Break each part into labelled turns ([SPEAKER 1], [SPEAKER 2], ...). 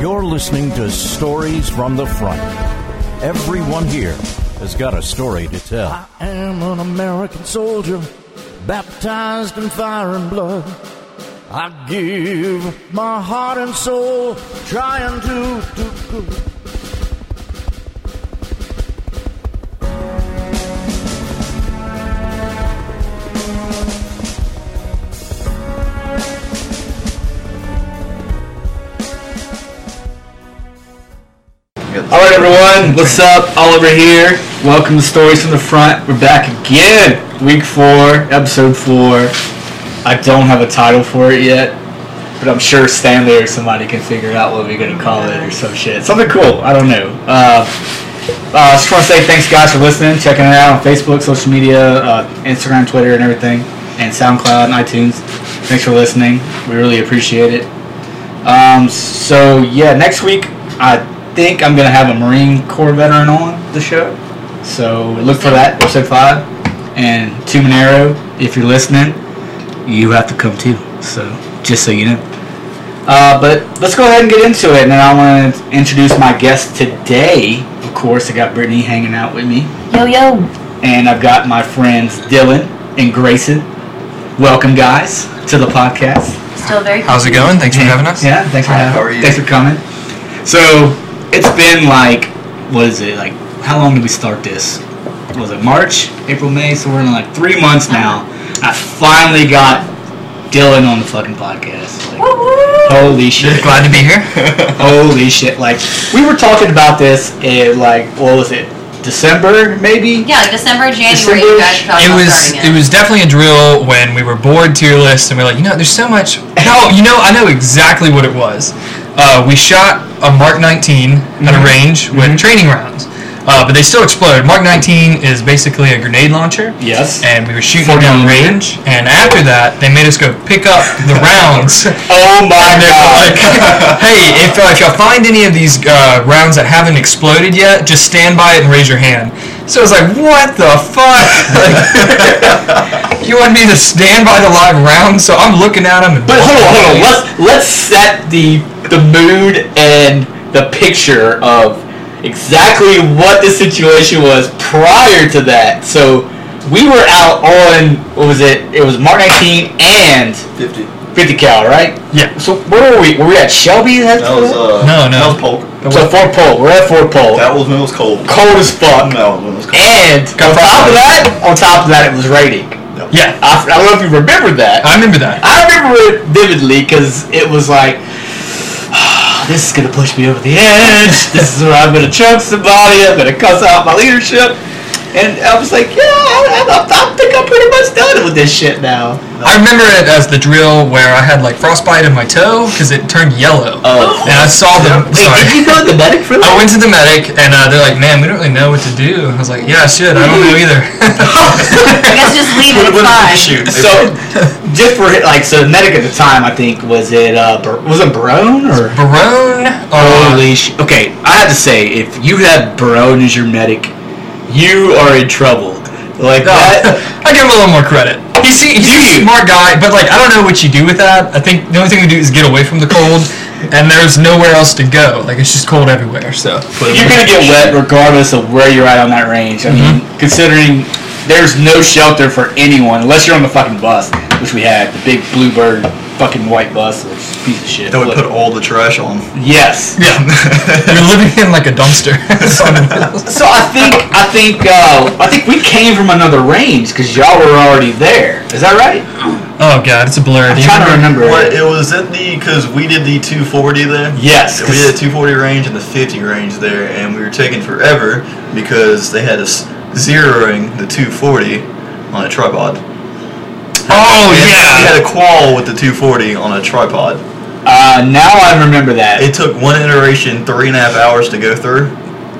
[SPEAKER 1] You're listening to Stories from the Front. Everyone here has got a story to tell. I am an American soldier, baptized in fire and blood. I give my heart and soul, trying to do good.
[SPEAKER 2] All right, everyone. What's up? Oliver here. Welcome to Stories from the Front. We're back again. Week four, episode four. I don't have a title for it yet, but I'm sure Stanley or somebody can figure out what we're gonna call it or some shit. Something cool. I don't know. Uh, uh, just want to say thanks, guys, for listening, checking it out on Facebook, social media, uh, Instagram, Twitter, and everything, and SoundCloud and iTunes. Thanks for listening. We really appreciate it. Um, so yeah, next week I think I'm gonna have a Marine Corps veteran on the show. So look for that episode five. And two Monero, if you're listening, you have to come too. So just so you know. Uh, but let's go ahead and get into it. And I want to introduce my guest today. Of course, I got Brittany hanging out with me,
[SPEAKER 3] Yo yo.
[SPEAKER 2] and I've got my friends Dylan and Grayson. Welcome, guys, to the podcast.
[SPEAKER 3] Still very
[SPEAKER 4] How's it going? Thanks for having us.
[SPEAKER 2] Yeah, thanks for
[SPEAKER 4] Hi,
[SPEAKER 2] having.
[SPEAKER 4] how are you?
[SPEAKER 2] Thanks for coming. So it's been like, what is it? Like, how long did we start this? Was it March, April, May? So we're in like three months now. I finally got Dylan on the fucking podcast. Like, holy shit!
[SPEAKER 4] Glad to be here.
[SPEAKER 2] holy shit! Like we were talking about this in like what was it? December maybe.
[SPEAKER 3] Yeah, like December, January,
[SPEAKER 2] December-
[SPEAKER 3] you guys talked
[SPEAKER 4] it
[SPEAKER 3] about
[SPEAKER 4] was
[SPEAKER 3] starting
[SPEAKER 4] it was definitely a drill when we were bored tier list and we are like, you know, there's so much. No, you know, I know exactly what it was. Uh, we shot a Mark 19 at
[SPEAKER 2] Mm-hmm.
[SPEAKER 4] a range with training rounds, uh, but they still exploded. Mark 19 is basically a grenade launcher.
[SPEAKER 2] Yes.
[SPEAKER 4] And we were shooting it down
[SPEAKER 2] 40
[SPEAKER 4] range, and after that, they made us go pick up the rounds.
[SPEAKER 2] oh my
[SPEAKER 4] And they're
[SPEAKER 2] god!
[SPEAKER 4] like, hey, if, uh, if y'all find any of these uh, rounds that haven't exploded yet, just stand by it and raise your hand. So I was like, what the fuck? Like, you want me to stand by the live round? So I'm looking at them. And
[SPEAKER 2] But hold on, hold on. Let's let's set the the mood and the picture of exactly what the situation was prior to that. So we were out on what was it? It was Mark 19 and
[SPEAKER 5] 50.
[SPEAKER 2] 50 cal, right?
[SPEAKER 4] Yeah.
[SPEAKER 2] So where were we? Were we at Shelby? That's
[SPEAKER 5] That was, uh,
[SPEAKER 4] No, no.
[SPEAKER 5] That was Polk.
[SPEAKER 2] so Fort Pole. We're at Fort Pole.
[SPEAKER 5] That was when it was cold.
[SPEAKER 2] Cold as fuck.
[SPEAKER 5] That was when it was cold.
[SPEAKER 2] And on top of that, on top of that, it was raining.
[SPEAKER 4] Yeah,
[SPEAKER 2] I, I don't know if you remember that.
[SPEAKER 4] I remember that.
[SPEAKER 2] I remember it vividly because it was like, this is gonna push me over the edge. This is where I'm gonna choke somebody. I'm gonna cuss out my leadership. And I was like, yeah, I, I, I think I'm pretty much done with this shit now.
[SPEAKER 4] I remember it as the drill where I had like frostbite in my toe because it turned yellow.
[SPEAKER 2] Oh.
[SPEAKER 4] and I saw them.
[SPEAKER 2] Wait,
[SPEAKER 4] Sorry.
[SPEAKER 2] did you go to the medic for
[SPEAKER 4] I
[SPEAKER 2] that?
[SPEAKER 4] went to the medic and uh, they're like, "Man, we don't really know what to do." I was like, "Yeah, shit, I don't know either."
[SPEAKER 3] I guess just leave it. It's
[SPEAKER 5] When did we
[SPEAKER 3] fine.
[SPEAKER 5] shoot?
[SPEAKER 2] So, different, like, so the medic at the time, I think, was it, uh, Bar- was it Barone or?
[SPEAKER 4] Barone, uh,
[SPEAKER 2] Holy sh- Okay, I have to say, if you have Barone as your medic, you are in trouble. Like,
[SPEAKER 4] No,
[SPEAKER 2] that,
[SPEAKER 4] I give him a little more credit. He see, he's
[SPEAKER 2] Do you?
[SPEAKER 4] a smart guy, but like I don't know what you do with that. I think the only thing we do is get away from the cold, and there's nowhere else to go. Like it's just cold everywhere. So
[SPEAKER 2] You're gonna get wet regardless of where you're at on that range. I mean,
[SPEAKER 5] Mm-hmm.
[SPEAKER 2] considering there's no shelter for anyone unless you're on the fucking bus, which we had the big bluebird fucking white bus, which is a piece of shit.
[SPEAKER 5] That would
[SPEAKER 2] Look,
[SPEAKER 5] put all the trash on.
[SPEAKER 2] yes.
[SPEAKER 4] yeah, you're living in like a dumpster. Somewhere else.
[SPEAKER 2] So I think I think uh, I think we came from another range because y'all were already there. Is that right?
[SPEAKER 4] oh god, it's a blur.
[SPEAKER 2] I'm
[SPEAKER 4] Do you
[SPEAKER 2] trying to
[SPEAKER 4] remember?
[SPEAKER 2] remember.
[SPEAKER 5] What, it was at the, because we did the 240 there.
[SPEAKER 2] Yes.
[SPEAKER 5] We
[SPEAKER 2] 'cause-
[SPEAKER 5] did the 240 range and the 50 range there, and we were taking forever because they had us zeroing the 240 on a tripod.
[SPEAKER 4] Oh
[SPEAKER 5] We had-
[SPEAKER 4] yeah.
[SPEAKER 5] We had a qual with the 240 on a tripod.
[SPEAKER 2] Uh, now I remember that.
[SPEAKER 5] It took one iteration three and a half hours to go through,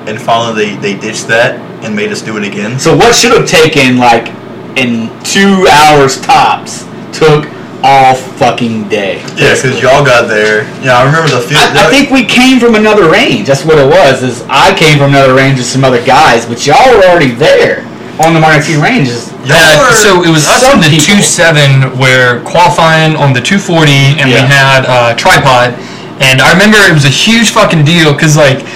[SPEAKER 5] and finally they, they ditched that and made us do it again.
[SPEAKER 2] So what should have taken like in two hours tops took all fucking day.
[SPEAKER 5] Yeah, because y'all got there. Yeah, I remember the field.
[SPEAKER 2] I, I think we came from another range. That's what it was. Is I came from another range with some other guys, but y'all were already there on the Martin ranges.
[SPEAKER 5] y'all
[SPEAKER 4] Uh,
[SPEAKER 5] were-
[SPEAKER 4] so it was us
[SPEAKER 2] some
[SPEAKER 4] in the
[SPEAKER 2] people.
[SPEAKER 4] two seven where qualifying on the 240, and we
[SPEAKER 2] Yeah.
[SPEAKER 4] had uh, tripod, And I remember it was a huge fucking deal because like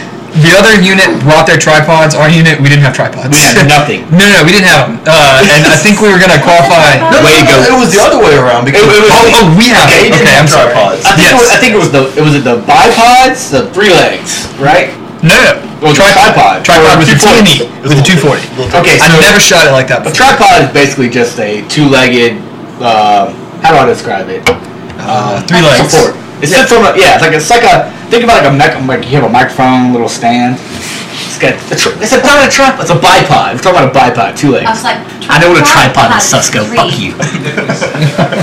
[SPEAKER 4] the other unit brought their tripods. Our unit we didn't have tripods.
[SPEAKER 2] We had nothing.
[SPEAKER 4] no, no, we didn't have them. Uh, and I think we were gonna qualify.
[SPEAKER 5] No, no,
[SPEAKER 2] Way to
[SPEAKER 5] no,
[SPEAKER 2] go.
[SPEAKER 5] It was the other way around because
[SPEAKER 2] It- it was-
[SPEAKER 4] Oh, oh, we have.
[SPEAKER 5] they
[SPEAKER 4] it.
[SPEAKER 5] didn't
[SPEAKER 4] Okay, I'm
[SPEAKER 5] have
[SPEAKER 4] sorry.
[SPEAKER 5] tripods.
[SPEAKER 2] I think, it was,
[SPEAKER 4] Yes.
[SPEAKER 2] I think it was the it was it the bipods, the three legs, right?
[SPEAKER 4] No, no.
[SPEAKER 2] Well, tripod.
[SPEAKER 4] Tripod with the
[SPEAKER 2] 240.
[SPEAKER 4] twenty, with the two forty.
[SPEAKER 2] Okay,
[SPEAKER 4] I
[SPEAKER 2] so
[SPEAKER 4] never shot it like that.
[SPEAKER 2] a
[SPEAKER 4] Before.
[SPEAKER 2] tripod is basically just a two-legged. Um, how do I describe it? Uh,
[SPEAKER 4] Three legs.
[SPEAKER 2] Support. It sits on a yeah. It's like it's like a think about like a mic like you have a microphone little stand. It's got a tri- it's a, not a tripod. It's a bipod. We're talking about a bipod, two legs.
[SPEAKER 3] I was like,
[SPEAKER 2] I know what a tripod is, Susco.
[SPEAKER 3] three.
[SPEAKER 2] Fuck you.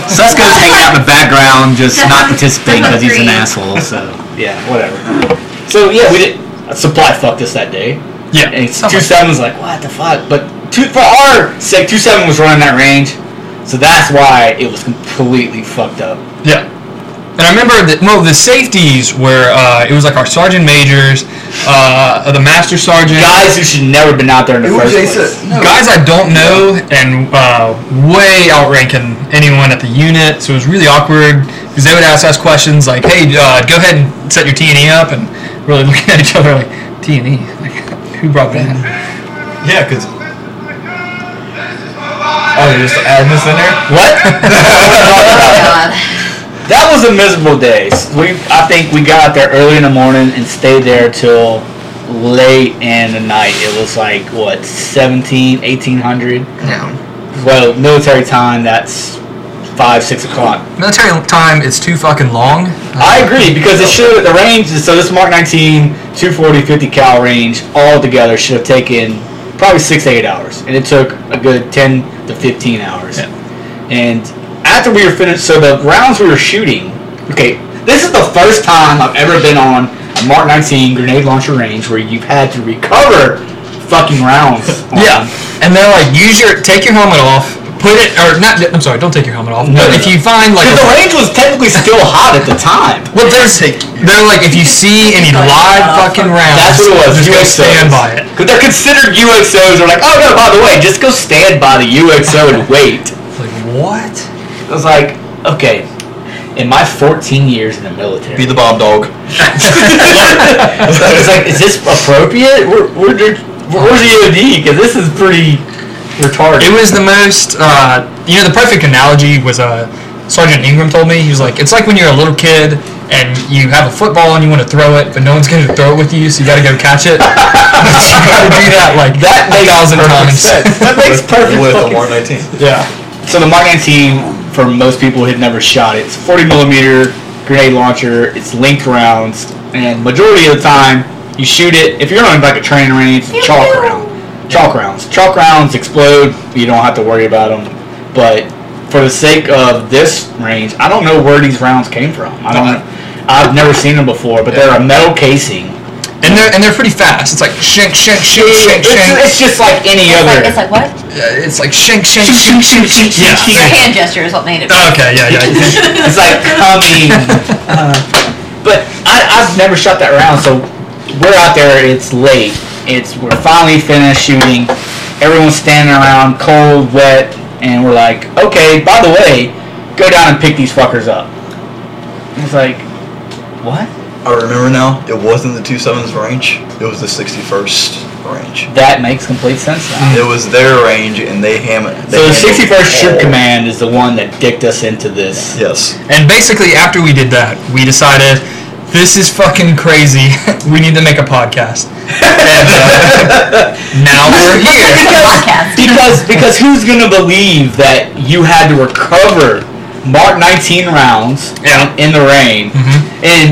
[SPEAKER 2] Susco's hanging out in the background, just not participating because he's an asshole. So yeah, whatever. So yeah, we did. Supply fucked us that day.
[SPEAKER 4] Yeah.
[SPEAKER 2] And it's
[SPEAKER 4] something
[SPEAKER 2] two
[SPEAKER 4] like
[SPEAKER 2] seven
[SPEAKER 4] that.
[SPEAKER 2] was like, what the fuck? But two, for our sake, two seven was running that range, so that's why it was completely fucked up.
[SPEAKER 4] Yeah. And I remember that, well, the safeties were, uh, it was like our sergeant majors, uh, the master sergeant.
[SPEAKER 2] Guys who should never been out there in the
[SPEAKER 5] Who
[SPEAKER 2] first
[SPEAKER 5] they
[SPEAKER 2] place.
[SPEAKER 5] said- no.
[SPEAKER 4] Guys I don't know and uh, way outranking anyone at the unit, so it was really awkward because they would ask us questions like, "Hey, uh, go ahead and set your T and E up," and we're really looking at each other like, "T and E, like, who brought that?"
[SPEAKER 5] Yeah, because. Oh, you're just adding this in there?
[SPEAKER 2] What?
[SPEAKER 3] God.
[SPEAKER 2] that was a miserable day. We, I think we got out there early in the morning and stayed there till late in the night. It was like what 17, 1800.
[SPEAKER 4] No.
[SPEAKER 2] Well, military time. That's five, six o'clock.
[SPEAKER 4] Military time is too fucking long. Uh-huh.
[SPEAKER 2] I agree because it should the range. So this Mark 19 240 50 cal range all together should have taken probably six to eight hours, and it took a good 10 to 15 hours.
[SPEAKER 4] Yeah.
[SPEAKER 2] And after we were finished, so the rounds we were shooting. Okay, this is the first time I've ever been on a Mark 19 grenade launcher range where you've had to recover fucking rounds. on-
[SPEAKER 4] Yeah, and they're like, use your take your helmet off, put it or not. I'm sorry, don't take your helmet off.
[SPEAKER 2] No,
[SPEAKER 4] but
[SPEAKER 2] no,
[SPEAKER 4] if
[SPEAKER 2] no.
[SPEAKER 4] you find like,
[SPEAKER 2] Because
[SPEAKER 4] a,
[SPEAKER 2] the range was technically still hot at the time.
[SPEAKER 4] well, there's they're like, if you see any live
[SPEAKER 2] Uh,
[SPEAKER 4] fucking rounds,
[SPEAKER 2] That's what it was.
[SPEAKER 4] Just go
[SPEAKER 2] UXOs.
[SPEAKER 4] stand by it.
[SPEAKER 2] Because they're considered UXOs. They're like, oh no, by the way, just go stand by the UXO and wait.
[SPEAKER 4] It's like what?
[SPEAKER 2] I was like, okay. In my 14 years in the military,
[SPEAKER 5] Be the bomb dog.
[SPEAKER 2] I was like, is this appropriate? We're, we're, where's the E EOD? Because this is pretty retarded.
[SPEAKER 4] It was the most. Uh, you know, the perfect analogy was uh, Sergeant Ingram told me. He was like, it's like when you're a little kid and you have a football and you want to throw it, but no one's going to throw it with you, so you got to go catch it. you got to do that like
[SPEAKER 2] That
[SPEAKER 4] a
[SPEAKER 2] makes
[SPEAKER 4] thousand
[SPEAKER 2] perfect
[SPEAKER 4] times.
[SPEAKER 2] sense. That makes perfect
[SPEAKER 5] With the
[SPEAKER 2] fucking
[SPEAKER 5] Mark
[SPEAKER 2] sense.
[SPEAKER 5] 19.
[SPEAKER 4] Yeah.
[SPEAKER 2] So the Mark 19, for most people, had never shot it. It's a 40 millimeter grenade launcher. It's linked rounds, and majority of the time, you shoot it. If you're on like a training range, it's a chalk round, chalk rounds, chalk rounds explode. You don't have to worry about them. But for the sake of this range, I don't know where these rounds came from. I don't. I've never seen them before, but they're a metal casing.
[SPEAKER 4] And they're and they're pretty fast. It's like shank shank shank shank
[SPEAKER 2] It's,
[SPEAKER 4] shank.
[SPEAKER 2] it's just like any
[SPEAKER 3] It's
[SPEAKER 2] other.
[SPEAKER 3] like, it's like what?
[SPEAKER 4] Uh, It's like shank shank shank shank shank. Yeah.
[SPEAKER 3] Your hand gesture is what made it.
[SPEAKER 4] Okay. Yeah. Yeah.
[SPEAKER 2] It's like coming. Uh, but I, I've never shot that round, so we're out there. It's late. It's we're finally finished shooting. Everyone's standing around, cold, wet, and we're like, okay. By the way, go down and pick these fuckers up. It's like, what?
[SPEAKER 5] I remember now, it wasn't the 27's range, it was the 61st range.
[SPEAKER 2] That makes complete sense now.
[SPEAKER 5] It was their range, and they hammered.
[SPEAKER 2] So the 61st Troop Command is the one that dicked us into this.
[SPEAKER 5] Yes.
[SPEAKER 4] And basically, after we did that, we decided this is fucking crazy. we need to make a podcast. And uh, now we're here.
[SPEAKER 3] Podcast.
[SPEAKER 2] because because who's gonna believe that you had to recover Mark 19 rounds
[SPEAKER 4] Yeah.
[SPEAKER 2] in the rain,
[SPEAKER 4] Mm-hmm.
[SPEAKER 2] and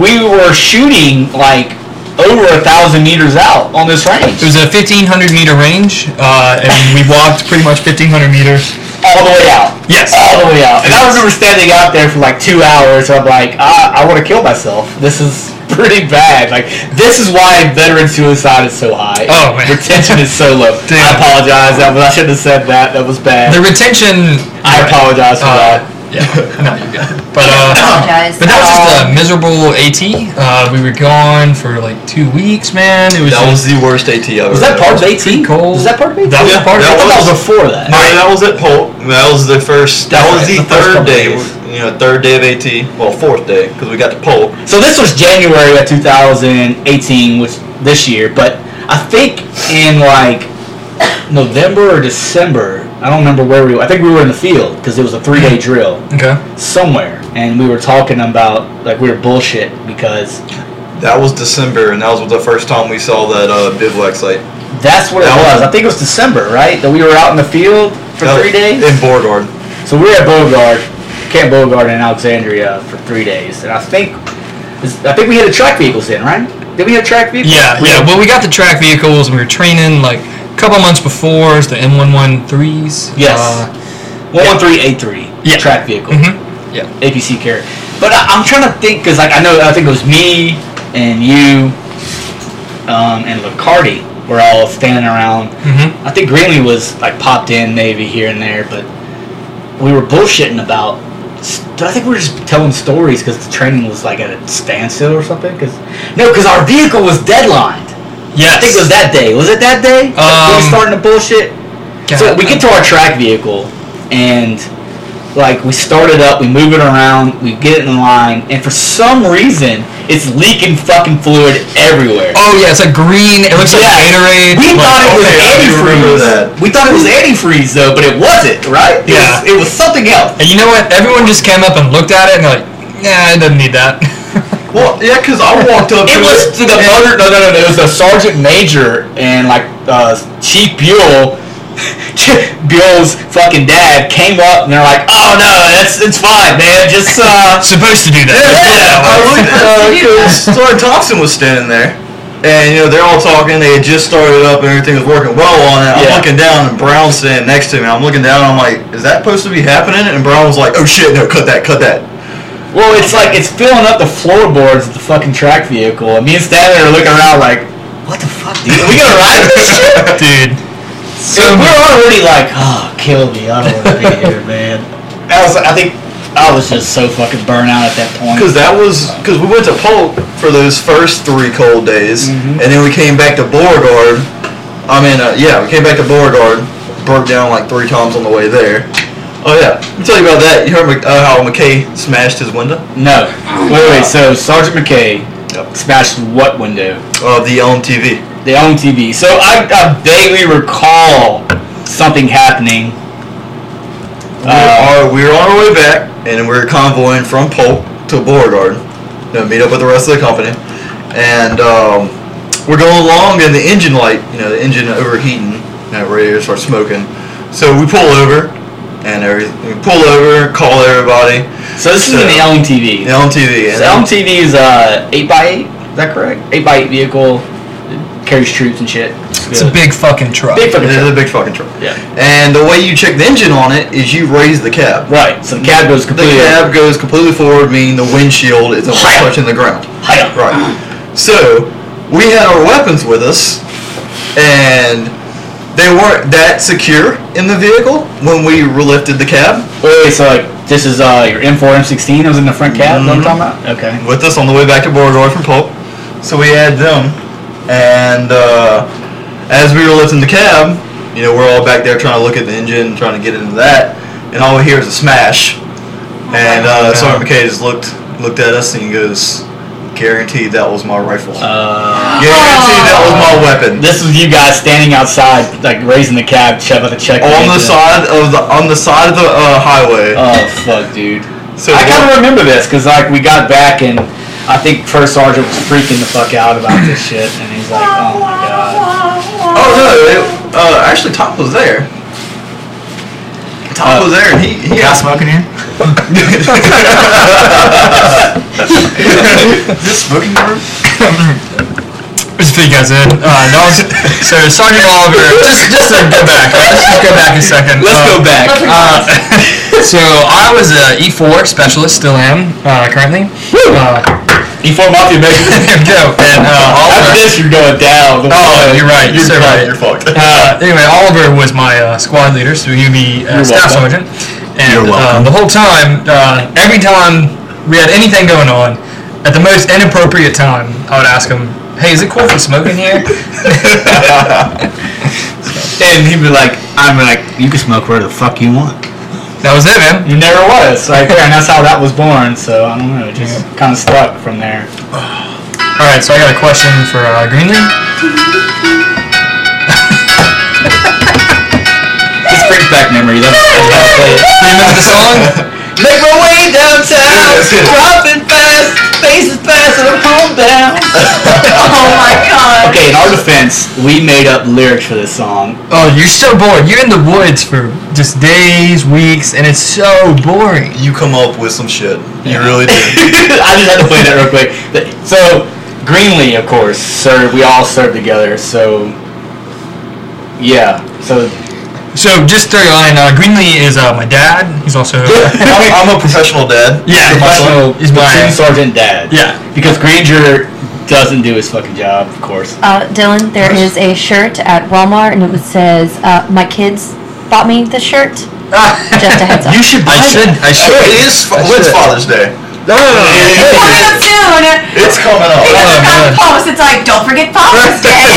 [SPEAKER 2] we were shooting like over a thousand meters out on this range,
[SPEAKER 4] It was a 1500 meter range, uh, and we walked pretty much 1500 meters.
[SPEAKER 2] all the way out,
[SPEAKER 4] Yes.
[SPEAKER 2] all the way out. And I
[SPEAKER 4] Yes.
[SPEAKER 2] remember standing out there for like two hours. I'm like, "Ah, I, I want to kill myself. This is pretty bad. Like this is why veteran suicide is so high.
[SPEAKER 4] Oh, man.
[SPEAKER 2] retention is so low. I
[SPEAKER 4] Damn.
[SPEAKER 2] apologize. That was, I shouldn't have said that. That was bad.
[SPEAKER 4] The retention.
[SPEAKER 2] I apologize for
[SPEAKER 4] Uh,
[SPEAKER 2] that.
[SPEAKER 4] Yeah, no, you're good. But uh,
[SPEAKER 3] apologize.
[SPEAKER 4] but that was just a miserable AT. Uh, we were gone for like two weeks, man. It was
[SPEAKER 5] That was
[SPEAKER 4] just
[SPEAKER 5] the worst AT I ever.
[SPEAKER 2] Was that part of AT?
[SPEAKER 4] cold.
[SPEAKER 2] Was that part of AT?
[SPEAKER 4] That was
[SPEAKER 5] Yeah,
[SPEAKER 4] part of
[SPEAKER 2] I
[SPEAKER 5] that
[SPEAKER 2] thought
[SPEAKER 4] it.
[SPEAKER 2] that was before that.
[SPEAKER 5] No, that was at Polk. That was the first. That
[SPEAKER 2] That's
[SPEAKER 5] was
[SPEAKER 2] right,
[SPEAKER 5] the,
[SPEAKER 2] the first
[SPEAKER 5] third
[SPEAKER 2] couple
[SPEAKER 5] day.
[SPEAKER 2] days.
[SPEAKER 5] You know, third day of AT. Well, fourth day because we got to Polk.
[SPEAKER 2] So this was January of 2018, which this year, but I think in like November or December, I don't remember where we were. I think we were in the field because it was a three-day drill
[SPEAKER 4] Okay.
[SPEAKER 2] somewhere, and we were talking about like we were bullshit because
[SPEAKER 5] That was December, and that was the first time we saw that uh, bivouac site.
[SPEAKER 2] that's what it
[SPEAKER 5] That was-
[SPEAKER 2] was. I think it was December, right? That we were out in the field for
[SPEAKER 5] That-
[SPEAKER 2] three days.
[SPEAKER 5] in Beauregard.
[SPEAKER 2] So we were at Beauregard, Camp Beauregard in Alexandria for three days, and I think I think we had the track vehicles in, right? Did we have track vehicles?
[SPEAKER 4] Yeah, yeah. Well, we got the track vehicles. and We were training like a couple months before it's the M113s.
[SPEAKER 2] Yes.
[SPEAKER 4] Uh,
[SPEAKER 2] One one three eight three.
[SPEAKER 4] Yeah.
[SPEAKER 2] Track vehicle.
[SPEAKER 4] mhm. Yeah.
[SPEAKER 2] APC carrier. But I, I'm trying to think because like I know I think it was me and you um, and Licardi were all standing around.
[SPEAKER 4] Mhm.
[SPEAKER 2] I think Greenlee was like popped in maybe here and there, but we were bullshitting about. I think we were just telling stories because the training was like at a standstill or something. Cause, no, because our vehicle was deadlined.
[SPEAKER 4] Yes.
[SPEAKER 2] I think it was that day. Was it that day? that we
[SPEAKER 4] Um,
[SPEAKER 2] were starting to bullshit. So we get to our track vehicle, and like we start it up, we move it around, we get it in line, and for some reason, it's leaking fucking fluid everywhere.
[SPEAKER 4] Oh yeah, it's like green. It looks
[SPEAKER 2] Yeah.
[SPEAKER 4] like Gatorade.
[SPEAKER 2] We
[SPEAKER 4] like,
[SPEAKER 2] thought it was
[SPEAKER 5] okay, I do remember
[SPEAKER 2] antifreeze.
[SPEAKER 5] that.
[SPEAKER 2] We thought it was antifreeze though, but it wasn't, right? It
[SPEAKER 4] Yeah.
[SPEAKER 2] was, it was something else.
[SPEAKER 4] And you know what? Everyone just came up and looked at it and they're like, nah, it doesn't need that.
[SPEAKER 5] Well, yeah, because I walked up.
[SPEAKER 2] It
[SPEAKER 5] to
[SPEAKER 2] was to the mother. No, no, no, no. It was the sergeant major and like uh, Chief Buell. Buell's fucking dad came up and they're like, "Oh no, that's it's fine, man. Just uh,
[SPEAKER 4] Supposed to do that. Let's put it that
[SPEAKER 5] I
[SPEAKER 4] way.
[SPEAKER 5] looked at because Stuart Thompson was standing there, and you know they're all talking. They had just started up, and everything was working well on it. I'm
[SPEAKER 2] Yeah.
[SPEAKER 5] looking down, and Brown's standing next to me. I'm looking down, and I'm like, "Is that supposed to be happening?" And Brown was like, "Oh shit, no, cut that, cut that."
[SPEAKER 2] Well, it's like it's filling up the floorboards of the fucking track vehicle. And me and Stan are looking around like, what the fuck, dude? Are we gonna ride this shit?
[SPEAKER 4] Dude. So
[SPEAKER 2] And we're already like, oh, kill me. I don't want to be here, man. That was, I think, I was just so fucking burnt out at that point.
[SPEAKER 5] Because that was because we went to Polk for those first three cold days, and then we came back to Beauregard. I mean, uh, yeah, we came back to Beauregard, broke down like three times on the way there. Oh yeah, let me tell you about that. You heard Mc- uh, how McKay smashed his window?
[SPEAKER 2] No, wait, wait. So Sergeant McKay
[SPEAKER 5] Yep.
[SPEAKER 2] smashed what window?
[SPEAKER 5] Uh, the LMTV.
[SPEAKER 2] They own TV. So I, I vaguely recall something happening.
[SPEAKER 5] We
[SPEAKER 2] Uh,
[SPEAKER 5] are we were on our way back, and we were convoying from Polk to Beauregard to meet up with the rest of the company. And um, we're going along, and the engine light, you know, the engine overheating, and that radiator starts smoking. So we pull over, and everything. We pull over, call everybody.
[SPEAKER 2] So this is in the own TV.
[SPEAKER 5] The LMTV.
[SPEAKER 2] So LMTV is a uh, eight by eight. Is that correct? Eight by eight vehicle It carries troops and shit.
[SPEAKER 4] it's a big fucking truck.
[SPEAKER 2] big fucking
[SPEAKER 5] It's
[SPEAKER 2] truck.
[SPEAKER 5] a big fucking truck.
[SPEAKER 2] Yeah.
[SPEAKER 5] And the way you check the engine on it is you raise the cab.
[SPEAKER 2] Right. So the cab goes
[SPEAKER 5] The
[SPEAKER 2] completely.
[SPEAKER 5] cab goes completely forward, meaning the windshield is almost touching the ground.
[SPEAKER 2] Hi-ya.
[SPEAKER 5] Right. So we had our weapons with us, and they weren't that secure in the vehicle when we lifted the cab
[SPEAKER 2] Wait, wait, so like this is uh your M4 M16 was in the front cab. What I'm talking about? Okay.
[SPEAKER 5] with us on the way back to Beauregard from Polk. So we had them, and uh, as we were lifting the cab, you know, we're all back there trying to look at the engine, trying to get into that, and all we hear is a smash. And uh, Sergeant McKay just looked looked at us and he goes, "Guaranteed that was my rifle.
[SPEAKER 2] Uh,
[SPEAKER 5] Guaranteed that was my weapon."
[SPEAKER 2] this was you guys standing outside, like raising the cab, check about the check.
[SPEAKER 5] on the side of the on the side of the uh, highway.
[SPEAKER 2] Oh fuck, dude.
[SPEAKER 5] so
[SPEAKER 2] I kind of
[SPEAKER 5] what-
[SPEAKER 2] remember this because like we got back and I think first sergeant was freaking the fuck out about this shit, and he's like, oh my god.
[SPEAKER 5] oh no, it, uh, actually Tom was there. Tom
[SPEAKER 2] Uh,
[SPEAKER 5] was there, and he he asked
[SPEAKER 4] smoking here?
[SPEAKER 5] is this smoking room.
[SPEAKER 4] Just fill you guys in. Uh, that was, so Sergeant Oliver, just just to go back, uh, let's just go back a second.
[SPEAKER 2] Let's go back.
[SPEAKER 4] Uh, so I was a E4 specialist, still am uh, currently. Uh,
[SPEAKER 2] E4 Mafia, baby.
[SPEAKER 4] there we go. And uh,
[SPEAKER 2] After
[SPEAKER 4] Oliver,
[SPEAKER 2] this, you're going down.
[SPEAKER 4] Oh, you're right. You're so right.
[SPEAKER 5] You're fucked.
[SPEAKER 4] Uh, anyway, Oliver was my uh, squad leader, so he'd be uh,
[SPEAKER 2] You're
[SPEAKER 4] staff
[SPEAKER 2] welcome.
[SPEAKER 4] sergeant. And
[SPEAKER 5] You're
[SPEAKER 4] Uh,
[SPEAKER 5] welcome.
[SPEAKER 4] the whole time, uh, every time we had anything going on, at the most inappropriate time, I would ask him, "Hey, is it cool for smoking here?"
[SPEAKER 2] And he'd be like, I'm like, you can smoke where the fuck you want.
[SPEAKER 4] that was it, man.
[SPEAKER 2] It never was right there, and that's how that was born. So I don't know, it just kind of stuck from there.
[SPEAKER 4] All right, so I got a question for uh, Greenlee.
[SPEAKER 2] This brings back memories. That's, that's how I play it.
[SPEAKER 4] Do you remember the song?
[SPEAKER 5] Make my way downtown,
[SPEAKER 2] Yes, yes.
[SPEAKER 5] dropping fast, faces fast, and I'm home down.
[SPEAKER 3] Oh my god.
[SPEAKER 2] Okay, in our defense, we made up lyrics for this song.
[SPEAKER 4] Oh, you're so bored. You're in the woods for just days, weeks, and it's so boring.
[SPEAKER 5] You come up with some shit. You really do.
[SPEAKER 2] I just had to play that real quick. So, Greenlee, of course, served. We all served together. So, yeah. So,
[SPEAKER 4] So just throw your line. Uh, Greenlee is uh, my dad. He's also
[SPEAKER 5] I'm, I'm a professional dad.
[SPEAKER 4] Yeah,
[SPEAKER 5] For my son.
[SPEAKER 2] professional
[SPEAKER 4] is my-
[SPEAKER 2] platoon sergeant dad.
[SPEAKER 4] Yeah.
[SPEAKER 2] Because Granger doesn't do his fucking job, of course.
[SPEAKER 6] Uh, Dylan, there is a shirt at Walmart, and it was- says, uh, "My kids bought me the shirt." Just a heads up.
[SPEAKER 4] you should. I should. I should.
[SPEAKER 5] It is. fa- When's Father's Day?
[SPEAKER 4] No, no, no, no.
[SPEAKER 3] Coming up soon.
[SPEAKER 5] It's coming up.
[SPEAKER 3] Because it's
[SPEAKER 4] Oh,
[SPEAKER 3] on
[SPEAKER 4] man.
[SPEAKER 3] the post, it's like, don't forget Father's Day.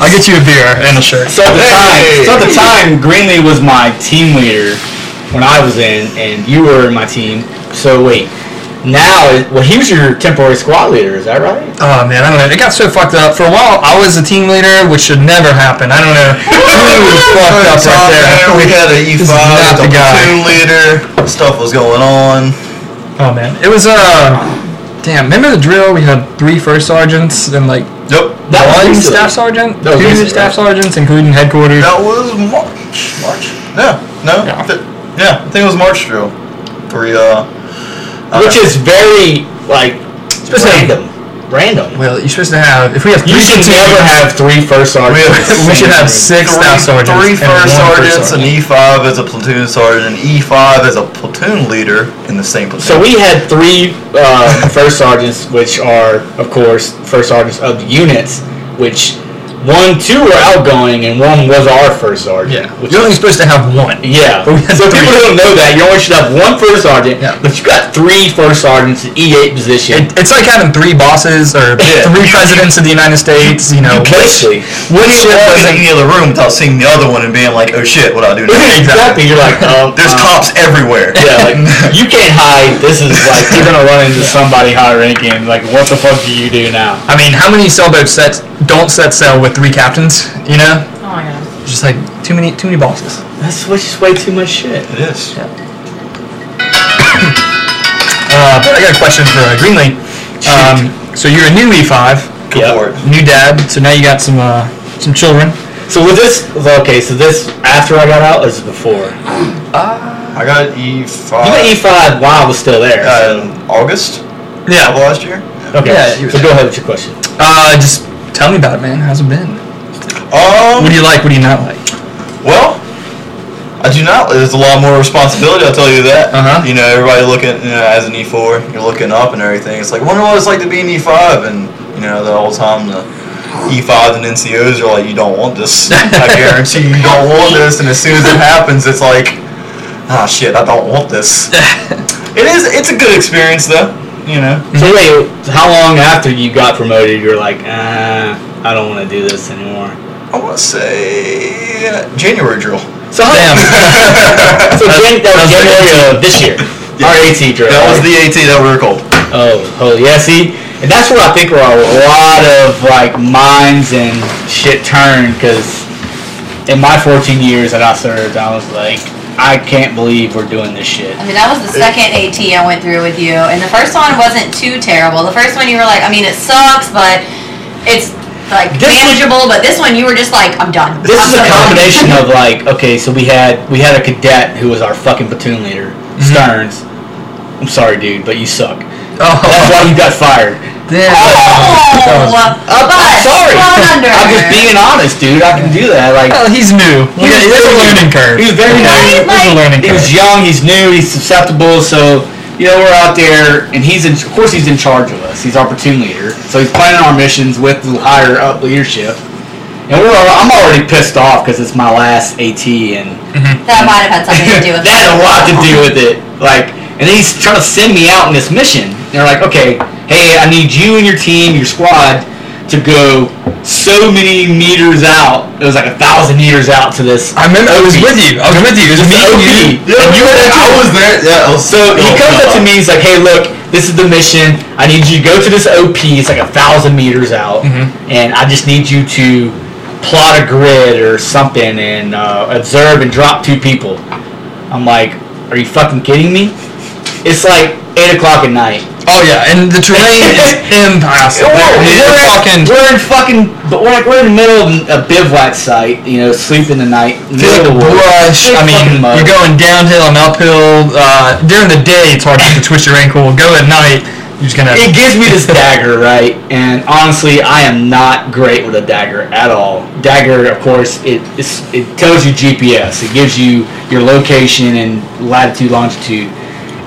[SPEAKER 4] I'll get you a beer and a shirt.
[SPEAKER 2] So at the
[SPEAKER 5] Hey!
[SPEAKER 2] time, so at the time, Greenlee was my team leader when I was in, and you were in my team. So wait, now well, he was your temporary squad leader, is that right?
[SPEAKER 4] Oh man, I don't know. It got so fucked up. For a while, I was a team leader, which should never happen. I don't know. Ooh, fucked up right there.
[SPEAKER 5] We had E an E5,
[SPEAKER 4] This is not the
[SPEAKER 5] the
[SPEAKER 4] guy.
[SPEAKER 5] platoon leader. Stuff was going on.
[SPEAKER 4] Oh man, it was Uh, damn. Remember the drill? We had three first sergeants and like
[SPEAKER 5] Nope.
[SPEAKER 2] That was
[SPEAKER 4] one
[SPEAKER 2] recently.
[SPEAKER 4] staff sergeant,
[SPEAKER 2] That was
[SPEAKER 4] two
[SPEAKER 2] recently,
[SPEAKER 4] staff sergeants, including headquarters.
[SPEAKER 5] That was March. March. Yeah. No.
[SPEAKER 4] Yeah.
[SPEAKER 5] Th- yeah. I think it was March drill. Three. Uh.
[SPEAKER 2] Which is very like
[SPEAKER 4] Especially-
[SPEAKER 2] random. Random.
[SPEAKER 4] Well, you're supposed to have. If we have
[SPEAKER 2] You
[SPEAKER 4] three
[SPEAKER 2] should
[SPEAKER 4] platoon-
[SPEAKER 2] never have three first sergeants.
[SPEAKER 5] We-
[SPEAKER 2] in the
[SPEAKER 4] we
[SPEAKER 2] same
[SPEAKER 4] should
[SPEAKER 2] room.
[SPEAKER 4] have six
[SPEAKER 5] three,
[SPEAKER 4] staff sergeants.
[SPEAKER 5] three
[SPEAKER 4] and
[SPEAKER 5] first
[SPEAKER 4] one first
[SPEAKER 5] sergeants, an
[SPEAKER 4] sergeant.
[SPEAKER 5] E5 as a platoon sergeant, an E5 as a platoon leader in the same platoon.
[SPEAKER 2] So we had three uh, first sergeants, which are, of course, first sergeants of the units, which one, two were outgoing, and one was our first sergeant.
[SPEAKER 4] Yeah.
[SPEAKER 2] Which
[SPEAKER 4] You're only
[SPEAKER 2] is,
[SPEAKER 4] supposed to have one.
[SPEAKER 2] yeah.
[SPEAKER 4] but we had
[SPEAKER 2] So
[SPEAKER 4] three.
[SPEAKER 2] people don't know that. You only should have one first sergeant,
[SPEAKER 4] Yeah.
[SPEAKER 2] but you got three first sergeants in E8 position.
[SPEAKER 4] It, it's like having three bosses or
[SPEAKER 5] Yeah.
[SPEAKER 4] three presidents of the United States. You know,
[SPEAKER 2] Basically.
[SPEAKER 5] What do you walk in any other room without seeing the other one and being like, oh shit, what do I do now?
[SPEAKER 2] Exactly. You're like, um,
[SPEAKER 5] There's
[SPEAKER 2] um,
[SPEAKER 4] Uh-huh.
[SPEAKER 5] cops everywhere.
[SPEAKER 2] Yeah, like you can't hide. This is like you're gonna run into somebody high ranking. Like, what the fuck do you do now?
[SPEAKER 4] I mean, how many sailboat sets don't set sail with three captains? You know,
[SPEAKER 3] Oh my god.
[SPEAKER 4] just like too many, too many bosses.
[SPEAKER 2] That's just way too much shit.
[SPEAKER 5] It is.
[SPEAKER 4] Uh, but I got a question for uh, Greenlee. Um, so you're a new E5,
[SPEAKER 5] Good
[SPEAKER 2] Yeah.
[SPEAKER 5] lord.
[SPEAKER 4] new dad. So now you got some uh, some children.
[SPEAKER 2] So was this okay? So this after I got out, or is it before? You
[SPEAKER 5] I got E5
[SPEAKER 2] got E five while I was still there.
[SPEAKER 5] uh, in August of
[SPEAKER 4] Yeah.
[SPEAKER 5] last year.
[SPEAKER 2] okay.
[SPEAKER 4] yeah, you-
[SPEAKER 2] so go ahead with your question.
[SPEAKER 4] Uh, just tell me about it, man. How's it been?
[SPEAKER 5] Um,
[SPEAKER 4] What do you like? What do you not like?
[SPEAKER 5] Well, I do not. There's a lot more responsibility. I'll tell you that.
[SPEAKER 4] Uh-huh.
[SPEAKER 5] You know, everybody looking you know, as an E4, you're looking up and everything. It's like, wonder what it's like to be an E5, and you know, the whole time the E5s and NCOs are like, you don't want this. I guarantee you don't want this. And as soon as it happens, it's like, ah, shit, I don't want this. it is. It's a good experience though. You know.
[SPEAKER 2] So wait, how long after you got promoted, you're like, ah, I don't want to do this anymore.
[SPEAKER 5] I want to say uh, January drill.
[SPEAKER 2] So how, so Jan- that was January of this year. Our AT drill.
[SPEAKER 5] That was the AT that we were called.
[SPEAKER 2] Oh, oh yeah, see, and that's where I think where a lot of like minds and shit turn because in my 14 years that I served, I was like, I can't believe we're doing this shit.
[SPEAKER 3] I mean, that was the second AT I went through with you, and the first one wasn't too terrible. The first one you were like, I mean, it sucks, but it's like
[SPEAKER 2] This was-
[SPEAKER 3] manageable. but this one you were just like, I'm done.
[SPEAKER 2] This
[SPEAKER 3] I'm
[SPEAKER 2] is a
[SPEAKER 3] done.
[SPEAKER 2] combination of like, okay, so we had we had a cadet who was our fucking platoon leader,
[SPEAKER 5] Mm-hmm.
[SPEAKER 2] Stearns. I'm sorry, dude, but you suck. That's
[SPEAKER 4] Oh,
[SPEAKER 2] why you got fired.
[SPEAKER 4] damn.
[SPEAKER 3] Oh, but
[SPEAKER 2] sorry.
[SPEAKER 3] thrown under.
[SPEAKER 2] I'm just being honest, dude. I can do that. Like,
[SPEAKER 4] Well, he's new.
[SPEAKER 2] He was
[SPEAKER 4] Yeah, there's a
[SPEAKER 2] very-
[SPEAKER 4] learning curve.
[SPEAKER 2] He was very
[SPEAKER 3] Right?
[SPEAKER 2] young.
[SPEAKER 4] There's a
[SPEAKER 3] Like-
[SPEAKER 4] learning
[SPEAKER 2] He
[SPEAKER 4] curve.
[SPEAKER 2] was young. He's new. He's susceptible. So you know we're out there, and he's in, of course he's in charge of us. He's our platoon leader, so he's planning our missions with the higher up leadership. And we're, al- I'm already pissed off because it's my last AT, and
[SPEAKER 3] That might have had something to do with
[SPEAKER 2] that had a lot to do with it. Like, and he's trying to send me out in this mission. And they're like, okay, hey, I need you and your team, your squad, to go so many meters out. It was like a thousand meters out to this.
[SPEAKER 4] I remember I was with you. I was with you. It was me and
[SPEAKER 2] OP.
[SPEAKER 4] you.
[SPEAKER 5] Yeah,
[SPEAKER 2] and you were there
[SPEAKER 5] I
[SPEAKER 2] too.
[SPEAKER 5] was there. Yeah, I was
[SPEAKER 2] So he
[SPEAKER 5] Oh,
[SPEAKER 2] comes up to
[SPEAKER 5] God.
[SPEAKER 2] me. He's like, "Hey, look, this is the mission. I need you to go to this OP. It's like a thousand meters out,
[SPEAKER 4] Mm-hmm.
[SPEAKER 2] and I just need you to plot a grid or something and uh, observe and drop two people." I'm like, "Are you fucking kidding me?" It's like eight o'clock at night.
[SPEAKER 4] Oh yeah, and the terrain is impassable. You're talking.
[SPEAKER 2] we're in fucking, but we're, like, we're in the middle of a bivouac site. You know, sleeping the night.
[SPEAKER 4] Feel like
[SPEAKER 2] middle of the woods.
[SPEAKER 4] brush. I mean,
[SPEAKER 2] Fucking mud.
[SPEAKER 4] you're going downhill and uphill. Uh, during the day, it's hard to twist your ankle. Go at night, you're just gonna.
[SPEAKER 2] It gives me this dagger, right? And honestly, I am not great with a dagger at all. Dagger, of course, it it's, it tells you GPS. It gives you your location and latitude, longitude.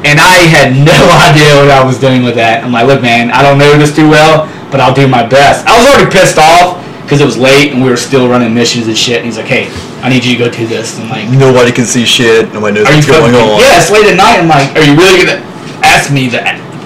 [SPEAKER 2] And I had no idea what I was doing with that. I'm like, look, man, I don't know this too well, but I'll do my best. I was already pissed off because it was late and we were still running missions and shit. And he's like, hey, I need you to go do this. And I'm like,
[SPEAKER 5] Nobody can see shit. Nobody knows
[SPEAKER 2] are you
[SPEAKER 5] what's going
[SPEAKER 2] fucking-
[SPEAKER 5] on.
[SPEAKER 2] Yeah, it's late at night. I'm like, are you really gonna ask me to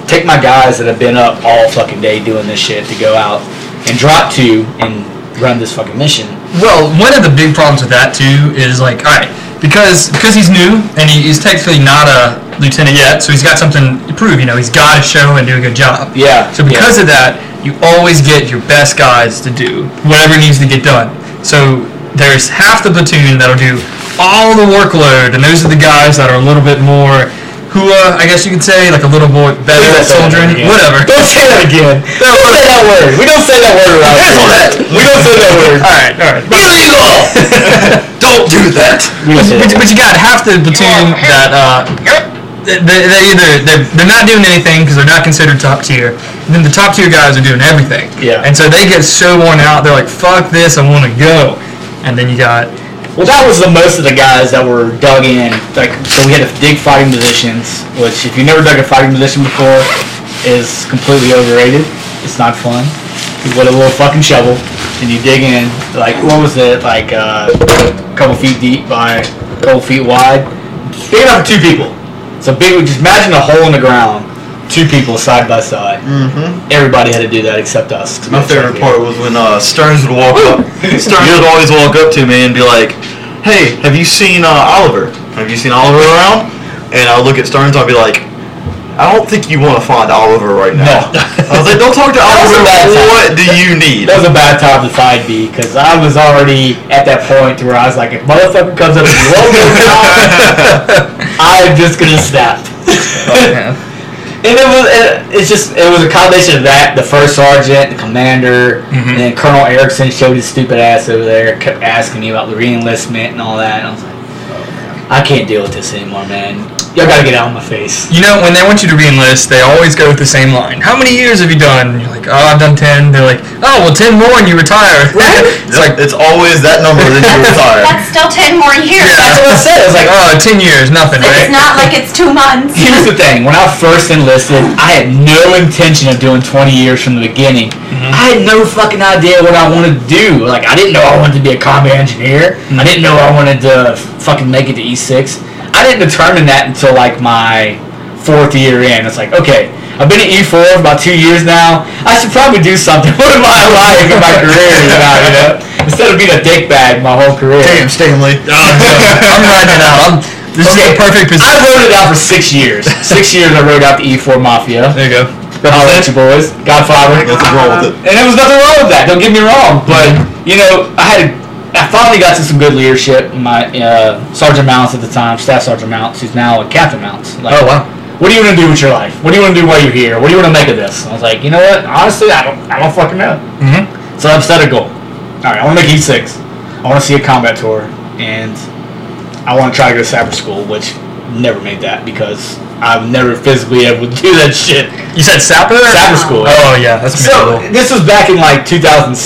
[SPEAKER 2] take my guys that have been up all fucking day doing this shit to go out and drop to and run this fucking mission?
[SPEAKER 4] Well, one of the big problems with that too is like, all right, because because he's new and he, he's technically not a lieutenant yet, so he's got something to prove. You know, he's got to show and do a good job.
[SPEAKER 2] Yeah,
[SPEAKER 4] So because of that, you always get your best guys to do whatever needs to get done. So there's half the platoon that'll do all the workload, and those are the guys that are a little bit more. Hua, I guess you could say, like a little more better
[SPEAKER 2] Don't say that
[SPEAKER 4] soldier,
[SPEAKER 2] word again.
[SPEAKER 4] whatever.
[SPEAKER 2] Don't say that again. Don't say that word. We don't say that word around here. We don't say that word.
[SPEAKER 4] All right, all right.
[SPEAKER 5] Don't do that.
[SPEAKER 2] We don't say
[SPEAKER 4] But,
[SPEAKER 2] that word.
[SPEAKER 4] but you got half the platoon that uh, they, they either they're, they're not doing anything because they're not considered top tier, and then the top tier guys are doing everything.
[SPEAKER 2] Yeah.
[SPEAKER 4] And so they get so worn out, they're like, "Fuck this, I want to go." And then you got
[SPEAKER 2] Well, that was the most of the guys that were dug in. Like, so we had to dig fighting positions, which if you never dug a fighting position before, is completely overrated. It's not fun. You put a little fucking shovel and you dig in. Like, what was it? Like uh, a couple feet deep by a couple feet wide. It's Big enough for two people. So big. Just imagine a hole in the ground, two people side by side. Mm-hmm. Everybody had to do that except us. 'cause we
[SPEAKER 5] My
[SPEAKER 2] had to
[SPEAKER 5] favorite
[SPEAKER 2] dig in.
[SPEAKER 5] part was when uh, Stearns would walk up. Stearns would always walk up to me and be like, "Hey, have you seen uh, Oliver? Have you seen Oliver around?" And I'll look at Stearns. I'll be like, "I don't think you want to find Oliver right now."
[SPEAKER 2] No.
[SPEAKER 5] I was like, "Don't talk to
[SPEAKER 2] was a
[SPEAKER 5] Oliver.
[SPEAKER 2] bad time.
[SPEAKER 5] What do you need?"
[SPEAKER 2] That was a bad time to find me because I was already at that point to where I was like, if motherfucker comes up to me one more time, I'm just gonna snap. and it was, it, it's just, it was a combination of that. The first sergeant, the commander, and then Colonel Erickson showed his stupid ass over there, kept asking me about the reenlistment and all that, and I was like, I can't deal with this anymore, man. Y'all gotta get out of my face.
[SPEAKER 4] you know when they want you to re-enlist, they always go with the same line. How many years have you done? And you're like, "Oh, I've done 10. They're like, "Oh, well, 10 more and you retire." it's like,
[SPEAKER 5] It's always that number that you retire.
[SPEAKER 3] That's still 10 more years.
[SPEAKER 4] Yeah.
[SPEAKER 2] That's what I said. I was like,
[SPEAKER 4] "Oh, 10 years, nothing,
[SPEAKER 3] It's
[SPEAKER 4] right?"
[SPEAKER 3] not like it's two months.
[SPEAKER 2] Here's the thing. When I first enlisted, I had no intention of doing 20 years from the beginning.
[SPEAKER 4] Mm-hmm.
[SPEAKER 2] I had no fucking idea what I wanted to do. Like, I didn't know I wanted to be a combat engineer. I didn't know I wanted to fucking make it to E6. I didn't determine that until like my fourth year in. It's like, okay, I've been at E4 for about two years now. I should probably do something with my life and my career, you know, you know? Instead of being a dickbag my whole career.
[SPEAKER 5] Damn, Stanley. Oh,
[SPEAKER 4] I'm writing it out. I'm, this is the perfect position.
[SPEAKER 2] I wrote it out for six years. Six years I wrote out the E4 Mafia.
[SPEAKER 4] there you go.
[SPEAKER 2] Holler at you boys. Godfather.
[SPEAKER 5] Nothing wrong with it.
[SPEAKER 2] And there was nothing wrong with that. Don't get me wrong. But you know, I had I finally got to some good leadership. My uh, Sergeant Mounts at the time, Staff Sergeant Mounts, who's now a Captain Mounts. Like,
[SPEAKER 4] Oh, wow.
[SPEAKER 2] What do you want to do with your life? What do you want to do while you're here? What do you want to make of this? I was like, you know what? Honestly, I don't, I don't fucking know. Mm-hmm. So I've set a goal. All right, I want to make E6. I want to see a combat tour, and I want to try to go to cyber school, which never made that because I've never physically able to do that shit.
[SPEAKER 4] You said Sapper?
[SPEAKER 2] Sapper school.
[SPEAKER 4] Oh yeah, that's
[SPEAKER 2] So
[SPEAKER 4] miserable.
[SPEAKER 2] this was back in like 2007.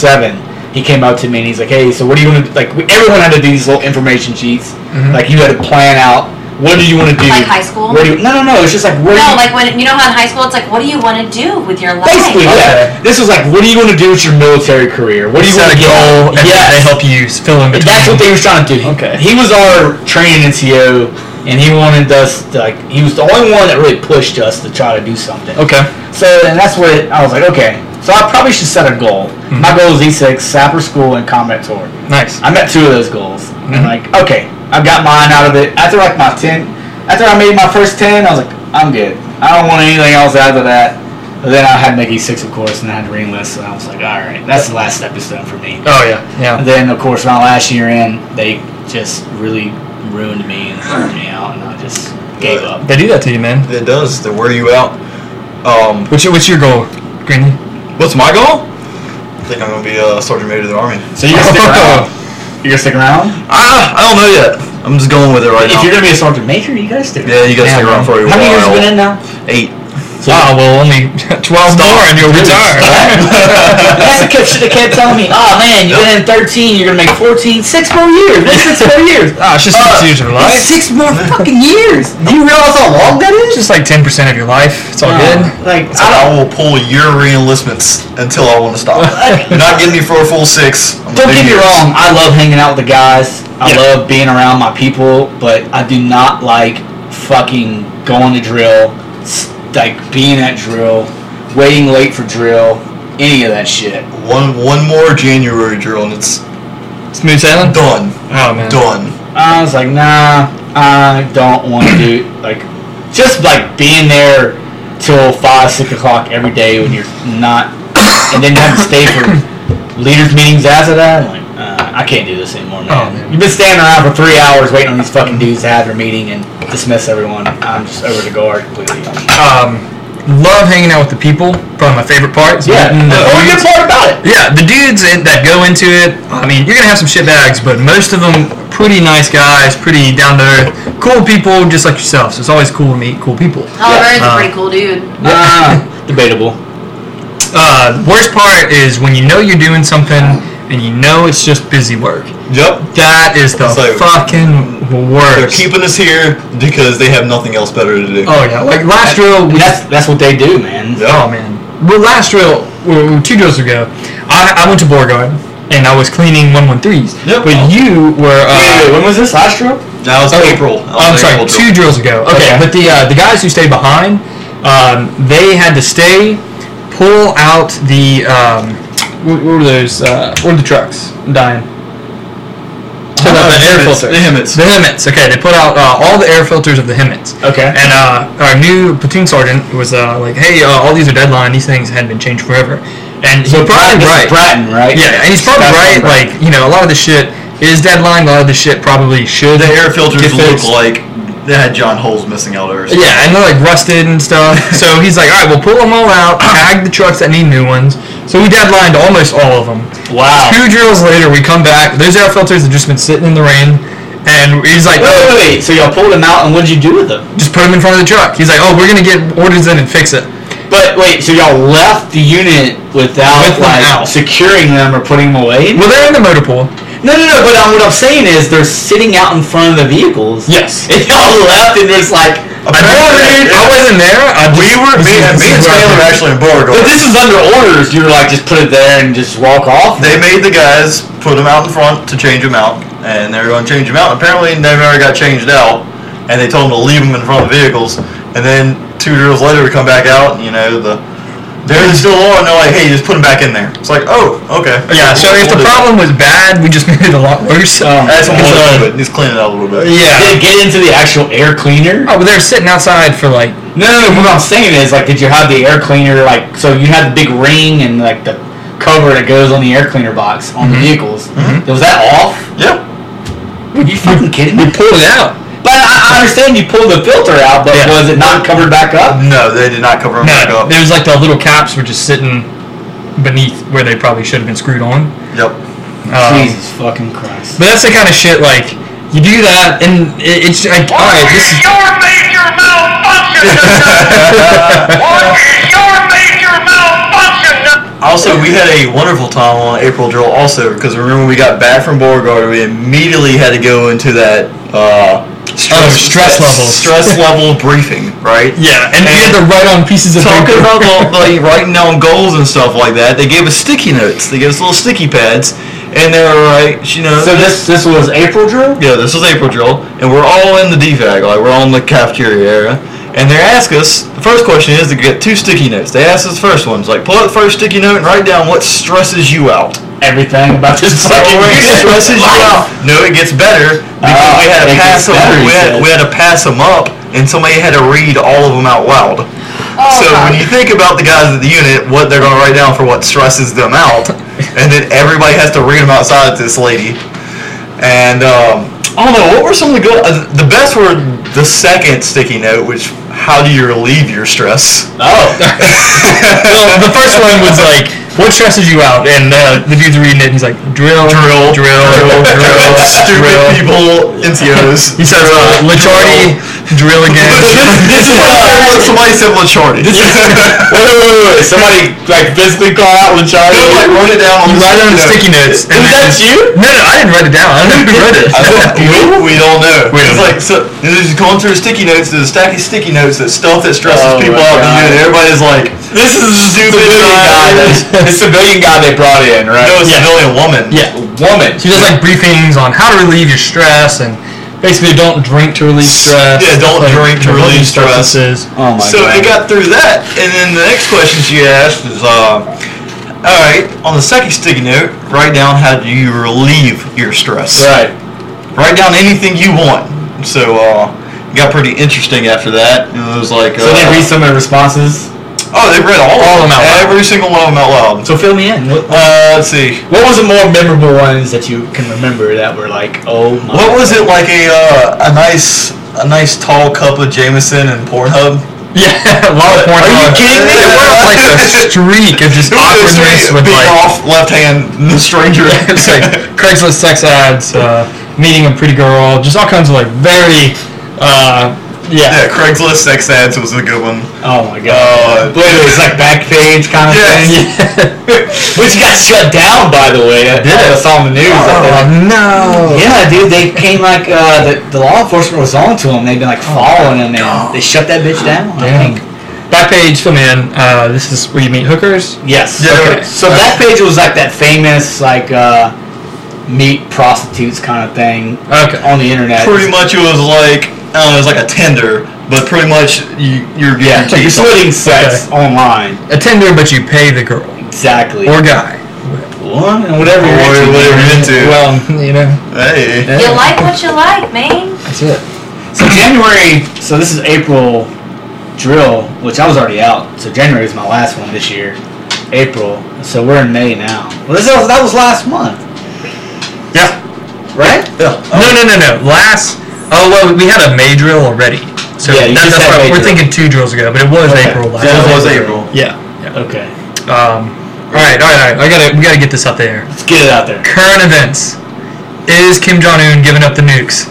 [SPEAKER 2] He came up to me and
[SPEAKER 4] Mm-hmm.
[SPEAKER 2] he's like, "Hey, so what are you gonna do?" like?" we- Everyone had to do these little information sheets. Like you had to plan out What did you want to do?
[SPEAKER 3] Like high school?
[SPEAKER 2] Where do you, no, no, no. It's just like where. do
[SPEAKER 3] No,
[SPEAKER 2] you,
[SPEAKER 3] like when you know how in high school it's like, what do you want to do with your life?
[SPEAKER 2] basically, yeah. This was like, what do you want to do with your military career? What do you
[SPEAKER 4] set
[SPEAKER 2] want to
[SPEAKER 4] a goal, and
[SPEAKER 2] Yes.
[SPEAKER 4] they help you fill in between.
[SPEAKER 2] That's what they were trying to do.
[SPEAKER 4] Okay.
[SPEAKER 2] He was our training NCO, and he wanted us to, like he was the only one that really pushed us to try to do something.
[SPEAKER 4] Okay.
[SPEAKER 2] So and that's what I was like, okay. So I probably should set a goal. My goal is E6, Sapper School, and Combat Tour.
[SPEAKER 4] Nice.
[SPEAKER 2] I met two of those goals. And like, okay, I've got mine out of it. After like my ten, after I made my first ten, I was like, I'm good. I don't want anything else after that. But then I had to make E6, of course, and I had to reenlist, and I was like, all right, that's the last stepping stone for me.
[SPEAKER 4] Oh yeah. Yeah.
[SPEAKER 2] And then, of course, my last year in, they just really ruined me and threw me out, and I just gave up.
[SPEAKER 4] They do that to you, man.
[SPEAKER 5] It does. They wear you out. Um,
[SPEAKER 4] What's your What's your goal, Greeny?
[SPEAKER 5] what's my goal? I think I'm gonna be a sergeant major of the army.
[SPEAKER 2] So you're gonna stick around? You're gonna stick around?
[SPEAKER 5] Ah, I don't know yet. I'm just going with it right
[SPEAKER 2] If
[SPEAKER 5] now.
[SPEAKER 2] you're gonna be a sergeant major, you gotta stick.
[SPEAKER 5] yeah, you gotta
[SPEAKER 4] Yeah,
[SPEAKER 5] stick around
[SPEAKER 4] man.
[SPEAKER 5] for a
[SPEAKER 2] How many years you
[SPEAKER 5] while.
[SPEAKER 2] been in now?
[SPEAKER 5] Eight.
[SPEAKER 4] Wow. Ah, Well, only twelve more, and you'll retire.
[SPEAKER 2] That's the kid, the kid telling me, oh man, you've been in 13, you're gonna make 14, six more years, that's six more years.
[SPEAKER 4] Ah, it's just
[SPEAKER 2] Uh,
[SPEAKER 4] six years of your life.
[SPEAKER 2] That's six more fucking years. Do you realize how long that
[SPEAKER 4] It's
[SPEAKER 2] is?
[SPEAKER 4] just like ten percent of your life. It's all good.
[SPEAKER 2] Like,
[SPEAKER 5] I,
[SPEAKER 2] I don't.
[SPEAKER 5] will pull your reenlistments until I want to stop. You're not getting me for a full six. I'm
[SPEAKER 2] Don't
[SPEAKER 5] gonna
[SPEAKER 2] get
[SPEAKER 5] do
[SPEAKER 2] me
[SPEAKER 5] yours.
[SPEAKER 2] wrong, I love hanging out with the guys. I
[SPEAKER 4] Yeah.
[SPEAKER 2] love being around my people, but I do not like fucking going to drill, s- like being at drill, waiting late for drill, any of that shit.
[SPEAKER 5] One one more January drill and it's
[SPEAKER 4] Smooth sailing.
[SPEAKER 5] done.
[SPEAKER 4] Oh man.
[SPEAKER 5] Done.
[SPEAKER 2] I was like, nah, I don't want to do like just like being there till five, six o'clock every day when you're not, and then you have to stay for leaders meetings after that. I'm like, uh, I can't do this anymore, man.
[SPEAKER 4] Oh, man.
[SPEAKER 2] You've been standing around for three hours waiting on these fucking dudes to have their meeting and dismiss everyone. I'm just over the guard completely.
[SPEAKER 4] Um, love hanging out with the people. Probably my favorite part. is
[SPEAKER 2] Yeah,
[SPEAKER 4] meeting
[SPEAKER 2] the
[SPEAKER 4] the
[SPEAKER 2] only good
[SPEAKER 4] dudes.
[SPEAKER 2] part about it.
[SPEAKER 4] Yeah, the dudes in- that go into it, I mean, you're gonna have some shit bags, but most of them are pretty nice guys, pretty down to earth, cool people, just like yourself. So it's always cool to meet cool people.
[SPEAKER 3] Oliver is
[SPEAKER 2] Uh-huh.
[SPEAKER 4] Uh,
[SPEAKER 3] a pretty cool dude.
[SPEAKER 2] Uh, debatable.
[SPEAKER 4] Uh, worst part is when you know you're doing something and you know it's just busy work.
[SPEAKER 5] Yep.
[SPEAKER 4] That is the
[SPEAKER 5] It's like-
[SPEAKER 4] fucking
[SPEAKER 5] They're
[SPEAKER 4] worst.
[SPEAKER 5] keeping us here because they have nothing else better to do.
[SPEAKER 4] oh yeah, like last drill, we
[SPEAKER 2] That's that's what they do, man. Uh,
[SPEAKER 4] Oh man. Well, last drill, well, two drills ago, I, I went to Beauregard and I was cleaning 113s.
[SPEAKER 5] Yep.
[SPEAKER 4] But you were.
[SPEAKER 2] Wait,
[SPEAKER 4] Uh,
[SPEAKER 2] wait, when was this last drill?
[SPEAKER 5] That was
[SPEAKER 4] oh,
[SPEAKER 5] April. That
[SPEAKER 4] oh,
[SPEAKER 5] was
[SPEAKER 4] I'm sorry,
[SPEAKER 5] April
[SPEAKER 4] two
[SPEAKER 5] drill.
[SPEAKER 4] drills ago. Okay,
[SPEAKER 2] Okay.
[SPEAKER 4] but the uh, the guys who stayed behind, um, they had to stay, pull out the um, what, what were those? Uh, what are the trucks? I'm dying. Pull out
[SPEAKER 5] the
[SPEAKER 4] the air
[SPEAKER 5] Hemmets,
[SPEAKER 4] filters.
[SPEAKER 5] the Hemmets.
[SPEAKER 4] The Hemmets. Okay, they put out uh, all the air filters of the Hemmets.
[SPEAKER 2] Okay.
[SPEAKER 4] And uh, our new platoon sergeant was uh, like, "Hey, uh, all these are deadline. These things hadn't been changed forever." And he's probably
[SPEAKER 2] this is
[SPEAKER 4] right.
[SPEAKER 2] Bratton, right?
[SPEAKER 4] Yeah, and he's probably
[SPEAKER 2] That's
[SPEAKER 4] right.
[SPEAKER 2] Bratton.
[SPEAKER 4] Like, you know, a lot of the shit is deadline. A lot of the shit probably should.
[SPEAKER 5] The air filters
[SPEAKER 4] get
[SPEAKER 5] look
[SPEAKER 4] fixed.
[SPEAKER 5] like they had John Holes missing out or something.
[SPEAKER 4] Yeah, and they're like rusted and stuff. so he's like, all right, we'll pull them all out, tag the trucks that need new ones. So we deadlined almost all of them.
[SPEAKER 2] Wow.
[SPEAKER 4] Two drills later, we come back. Those air filters have just been sitting in the rain. And he's like,
[SPEAKER 2] Wait,
[SPEAKER 4] oh,
[SPEAKER 2] wait, wait. So y'all pulled them out, and what'd you do with them?
[SPEAKER 4] just put them in front of the truck. He's like, oh, we're going to get orders in and fix it.
[SPEAKER 2] But wait, so y'all left the unit without
[SPEAKER 4] With them
[SPEAKER 2] like
[SPEAKER 4] out.
[SPEAKER 2] securing them or putting them away?
[SPEAKER 4] Well, they're in the motor pool.
[SPEAKER 2] No, no, no. But um, what I'm saying is they're sitting out in front of the vehicles.
[SPEAKER 4] Yes.
[SPEAKER 2] And y'all left, and it's like.
[SPEAKER 4] I, don't-
[SPEAKER 5] Apparently,
[SPEAKER 4] I wasn't there. I just,
[SPEAKER 5] We were me, and- me and Taylor were actually in Beauregard.
[SPEAKER 2] But this is under orders. You're like just put it there and just walk off.
[SPEAKER 5] They made the guys put them out in front to change them out, and they were going to change them out. Apparently, they never got changed out, and they told them to leave them in front of the vehicles. And then two drills later, we come back out, and you know the they're still on. They're like, "Hey, just put them back in there." It's like, "Oh, okay."
[SPEAKER 4] Yeah, so if the problem was bad, we just made it a lot worse.
[SPEAKER 2] Um,
[SPEAKER 5] that's
[SPEAKER 2] uh,
[SPEAKER 5] a little bit. Just clean it out a little bit.
[SPEAKER 2] Did
[SPEAKER 4] yeah.
[SPEAKER 2] it get into the actual air cleaner?
[SPEAKER 4] Oh, but they were sitting outside for like
[SPEAKER 2] No, no, no. What I'm saying is, like, did you have the air cleaner? Like, so you had the big ring and like the cover that goes on the air cleaner box on the vehicles. Was that off?
[SPEAKER 5] Yeah,
[SPEAKER 2] Are you fucking kidding me?
[SPEAKER 4] pulled it out.
[SPEAKER 2] But I, I understand you pulled the filter out, but
[SPEAKER 4] Yeah.
[SPEAKER 2] was it not covered back up?
[SPEAKER 5] Uh, no, they did not cover them back
[SPEAKER 4] No,
[SPEAKER 5] up.
[SPEAKER 4] there was like the little caps were just sitting beneath where they probably should have been screwed on.
[SPEAKER 5] Yep.
[SPEAKER 4] Um,
[SPEAKER 2] Jesus fucking Christ!
[SPEAKER 4] but that's the kind of shit like you do that and it, it's like all right, this is
[SPEAKER 7] your major malfunction?
[SPEAKER 5] Uh,
[SPEAKER 7] what is your major malfunction?
[SPEAKER 5] Also, we had a wonderful time on April Drill. Also, because remember when we got back from Beauregard, we immediately had to go into that uh,
[SPEAKER 4] Oh, stress levels.
[SPEAKER 5] Stress level briefing, right?
[SPEAKER 4] Yeah, and, we had to write on pieces of
[SPEAKER 5] Talking
[SPEAKER 4] paper.
[SPEAKER 5] about the, like writing down goals and stuff like that, they gave us sticky notes. They gave us little sticky pads, and they were like, you know,
[SPEAKER 2] So this this was April drill.
[SPEAKER 5] yeah, this was April drill, and we're all in the DVAC, like we're all in the cafeteria area. And they ask us, the first question is to get two sticky notes. They ask us the first ones, like pull out the first sticky note and write down what stresses you out.
[SPEAKER 2] Everything about this fucking
[SPEAKER 5] What stresses you out. No, it gets better because
[SPEAKER 2] Ah,
[SPEAKER 5] we had to
[SPEAKER 2] it gets
[SPEAKER 5] pass them.
[SPEAKER 2] better, he
[SPEAKER 5] We had,
[SPEAKER 2] said.
[SPEAKER 5] we had to pass them up, and somebody had to read all of them out loud. so when you think about the guys at the unit, what they're going to write down for what stresses them out, and then everybody has to read them outside to this lady. And um, I don't know what were some of the good. Uh, the best were the second sticky note, which how do you relieve your stress?
[SPEAKER 4] well, the first one was like, what stresses you out? And uh, the dude's reading it, and he's like, drill, drill, drill, drill, drill,
[SPEAKER 5] Stupid people, NCOs.
[SPEAKER 4] He says, uh, Lachardi, drill again.
[SPEAKER 5] this is what somebody said Lachardi.
[SPEAKER 2] Wait, wait, wait, wait, wait. Somebody like physically call out Lachari.
[SPEAKER 5] They, like wrote it down on
[SPEAKER 4] You
[SPEAKER 5] the
[SPEAKER 4] write it on the sticky notes. and
[SPEAKER 2] Is
[SPEAKER 4] then-
[SPEAKER 2] that you?
[SPEAKER 4] No, no, I didn't write it down. I don't know who wrote it.
[SPEAKER 5] We, we don't know.
[SPEAKER 4] We
[SPEAKER 5] it's
[SPEAKER 4] don't
[SPEAKER 5] like so. There's just going through sticky notes. There's a stack of sticky notes. That stuff that stresses
[SPEAKER 2] Oh
[SPEAKER 5] people
[SPEAKER 2] my
[SPEAKER 5] out.
[SPEAKER 2] God.
[SPEAKER 5] And everybody's like,
[SPEAKER 2] This is a
[SPEAKER 5] Stupid
[SPEAKER 2] civilian guy.
[SPEAKER 5] guys.
[SPEAKER 2] that- The civilian guy they brought in, right?
[SPEAKER 5] "No, it's a civilian woman."
[SPEAKER 4] yeah.
[SPEAKER 2] Woman.
[SPEAKER 4] She does like briefings on how to relieve your stress and basically don't drink to relieve stress.
[SPEAKER 5] Yeah, don't
[SPEAKER 4] like,
[SPEAKER 5] drink to
[SPEAKER 4] you know,
[SPEAKER 5] relieve
[SPEAKER 4] relieve
[SPEAKER 5] stress.
[SPEAKER 4] substances.
[SPEAKER 2] Oh my
[SPEAKER 5] so
[SPEAKER 2] god.
[SPEAKER 5] it got through that, and then the next question she asked is, uh, "All right, on the second sticky note, write down how do you relieve your stress?
[SPEAKER 2] right.
[SPEAKER 5] Write down anything you want." So uh, it got pretty interesting after that. And it was like,
[SPEAKER 2] So
[SPEAKER 5] uh,
[SPEAKER 2] they read some of the responses.
[SPEAKER 5] oh, they read all,
[SPEAKER 4] all of them out loud.
[SPEAKER 5] every single one of them out loud.
[SPEAKER 2] So fill me in. What,
[SPEAKER 5] Uh, let's see.
[SPEAKER 2] what was the more memorable ones that you can remember that were like, oh my?
[SPEAKER 5] What was it like a uh, a nice a nice tall cup of Jameson and Pornhub?
[SPEAKER 4] Yeah, a lot of porn.
[SPEAKER 5] Are you kidding me?
[SPEAKER 4] It went up like a streak of just awkwardness with
[SPEAKER 5] Beat
[SPEAKER 4] like,
[SPEAKER 5] off left hand the stranger.
[SPEAKER 4] it's like Craigslist sex ads, uh, meeting a pretty girl, just all kinds of like very, uh,
[SPEAKER 5] yeah,
[SPEAKER 4] yeah.
[SPEAKER 5] Craigslist sex ads was a good one.
[SPEAKER 2] Oh my
[SPEAKER 5] Uh,
[SPEAKER 2] god! Wait, it was like back page kind of
[SPEAKER 5] Yeah.
[SPEAKER 2] thing. Which got shut down, by the way. I, I saw on the news. that they, like,
[SPEAKER 4] no.
[SPEAKER 2] yeah, dude, they came like uh, the, the law enforcement was on to them. They'd been like
[SPEAKER 5] Oh
[SPEAKER 2] following them, and they shut that bitch down. I
[SPEAKER 4] Damn.
[SPEAKER 2] think.
[SPEAKER 4] Back page, come in. Uh, this is where you meet hookers.
[SPEAKER 2] Yes.
[SPEAKER 5] Yeah,
[SPEAKER 2] Okay.
[SPEAKER 5] right.
[SPEAKER 2] So that page was like that famous like uh, meet prostitutes kind of thing
[SPEAKER 4] Okay.
[SPEAKER 2] on the internet.
[SPEAKER 5] pretty much it was like I don't know, it was like a Tinder, but pretty much you, you're
[SPEAKER 2] Yeah, so
[SPEAKER 5] guaranteed
[SPEAKER 2] you're splitting
[SPEAKER 5] something.
[SPEAKER 2] sex online.
[SPEAKER 4] A Tinder, but you pay the girl
[SPEAKER 2] Exactly.
[SPEAKER 4] or guy.
[SPEAKER 2] one and whatever
[SPEAKER 5] Or
[SPEAKER 2] you're into.
[SPEAKER 5] whatever you're into.
[SPEAKER 4] Well, you know.
[SPEAKER 5] Hey,
[SPEAKER 3] You like what you like, man.
[SPEAKER 4] That's it.
[SPEAKER 2] So January. So this is April drill, which I was already out. So January is my last one this year. April. So we're in May now. Well, this was, that was last month,
[SPEAKER 4] Yeah.
[SPEAKER 2] right?
[SPEAKER 4] No, no, no, no. Last. Oh well, we had a May drill already. So
[SPEAKER 2] Yeah, you
[SPEAKER 4] that,
[SPEAKER 2] just
[SPEAKER 4] that's
[SPEAKER 2] had
[SPEAKER 4] why
[SPEAKER 2] May
[SPEAKER 4] we're
[SPEAKER 2] drill.
[SPEAKER 4] thinking two drills ago, but it was April last.
[SPEAKER 2] Yeah,
[SPEAKER 5] that was
[SPEAKER 2] okay.
[SPEAKER 5] April.
[SPEAKER 4] Yeah. yeah.
[SPEAKER 2] Okay.
[SPEAKER 4] Um. All right, all right, all right. I gotta, we gotta get this up there.
[SPEAKER 2] Let's get it out there.
[SPEAKER 4] Current events. Is Kim Jong Un giving up the nukes?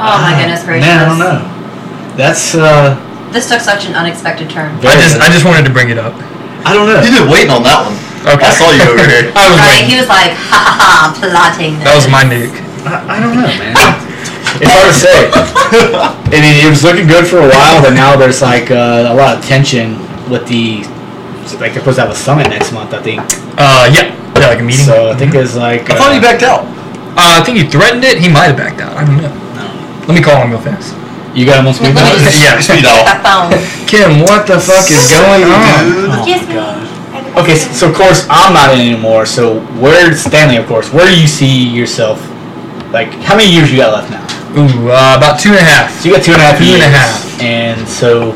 [SPEAKER 3] Oh my goodness gracious.
[SPEAKER 2] Man, I don't know. That's uh.
[SPEAKER 3] This took such an unexpected turn.
[SPEAKER 4] I just, I just wanted to bring it up.
[SPEAKER 2] I don't know.
[SPEAKER 5] You've been waiting on that one.
[SPEAKER 4] Okay.
[SPEAKER 5] I saw you over here.
[SPEAKER 4] I was
[SPEAKER 3] Right?
[SPEAKER 4] waiting.
[SPEAKER 3] He was like, ha ha ha, I'm plotting this.
[SPEAKER 4] That was my nuke.
[SPEAKER 2] I, I don't know, man. It's hard to say. I mean, it was looking good for a while, but now there's like uh, a lot of tension with the. Like they're supposed to have a summit next month, I think.
[SPEAKER 4] Uh, yeah. Yeah, like a meeting.
[SPEAKER 2] So I think there's like.
[SPEAKER 5] I
[SPEAKER 2] uh,
[SPEAKER 5] thought you backed out.
[SPEAKER 4] Uh, I think he threatened it. He might have backed out. I don't know. Let me call him real fast.
[SPEAKER 2] You got him on speed dial?
[SPEAKER 4] yeah.
[SPEAKER 5] Speed dial.
[SPEAKER 3] That phone.
[SPEAKER 4] Kim, what the fuck is going on?
[SPEAKER 2] Oh,
[SPEAKER 3] Excuse
[SPEAKER 2] my
[SPEAKER 3] me.
[SPEAKER 2] God. Okay, s- so of course I'm not in anymore. So where Stanley, of course, where do you see yourself? Like, how many years you got left now?
[SPEAKER 4] Ooh, uh, about two and a half.
[SPEAKER 2] So you got two and a half
[SPEAKER 4] Two
[SPEAKER 2] years.
[SPEAKER 4] and a half.
[SPEAKER 2] And so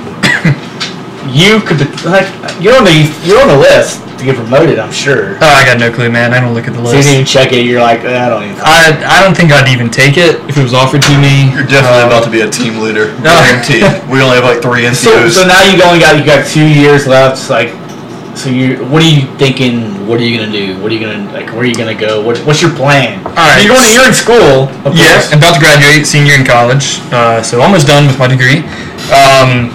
[SPEAKER 2] you could be, like you're on the you're on the list to get promoted. I'm sure.
[SPEAKER 4] Oh, I got no clue, man. I don't look at the
[SPEAKER 2] So you
[SPEAKER 4] list.
[SPEAKER 2] didn't even check it. You're like, "Eh, I don't even.
[SPEAKER 4] I, I don't think I'd even take it Uh, if it was offered to me.
[SPEAKER 5] You're definitely about to be a team leader.
[SPEAKER 4] No.
[SPEAKER 5] Guaranteed. we only have like three
[SPEAKER 2] So,
[SPEAKER 5] NCOs.
[SPEAKER 2] so now you only got you got two years left. So like, So you, what are you thinking? What are you gonna do? What are you gonna like? Where are you gonna go? What, what's your plan? All
[SPEAKER 4] right.
[SPEAKER 2] you're going. To, you're in school. Of
[SPEAKER 4] Yes,
[SPEAKER 2] course.
[SPEAKER 4] I'm about to graduate, senior in college, uh, so almost done with my degree. Um,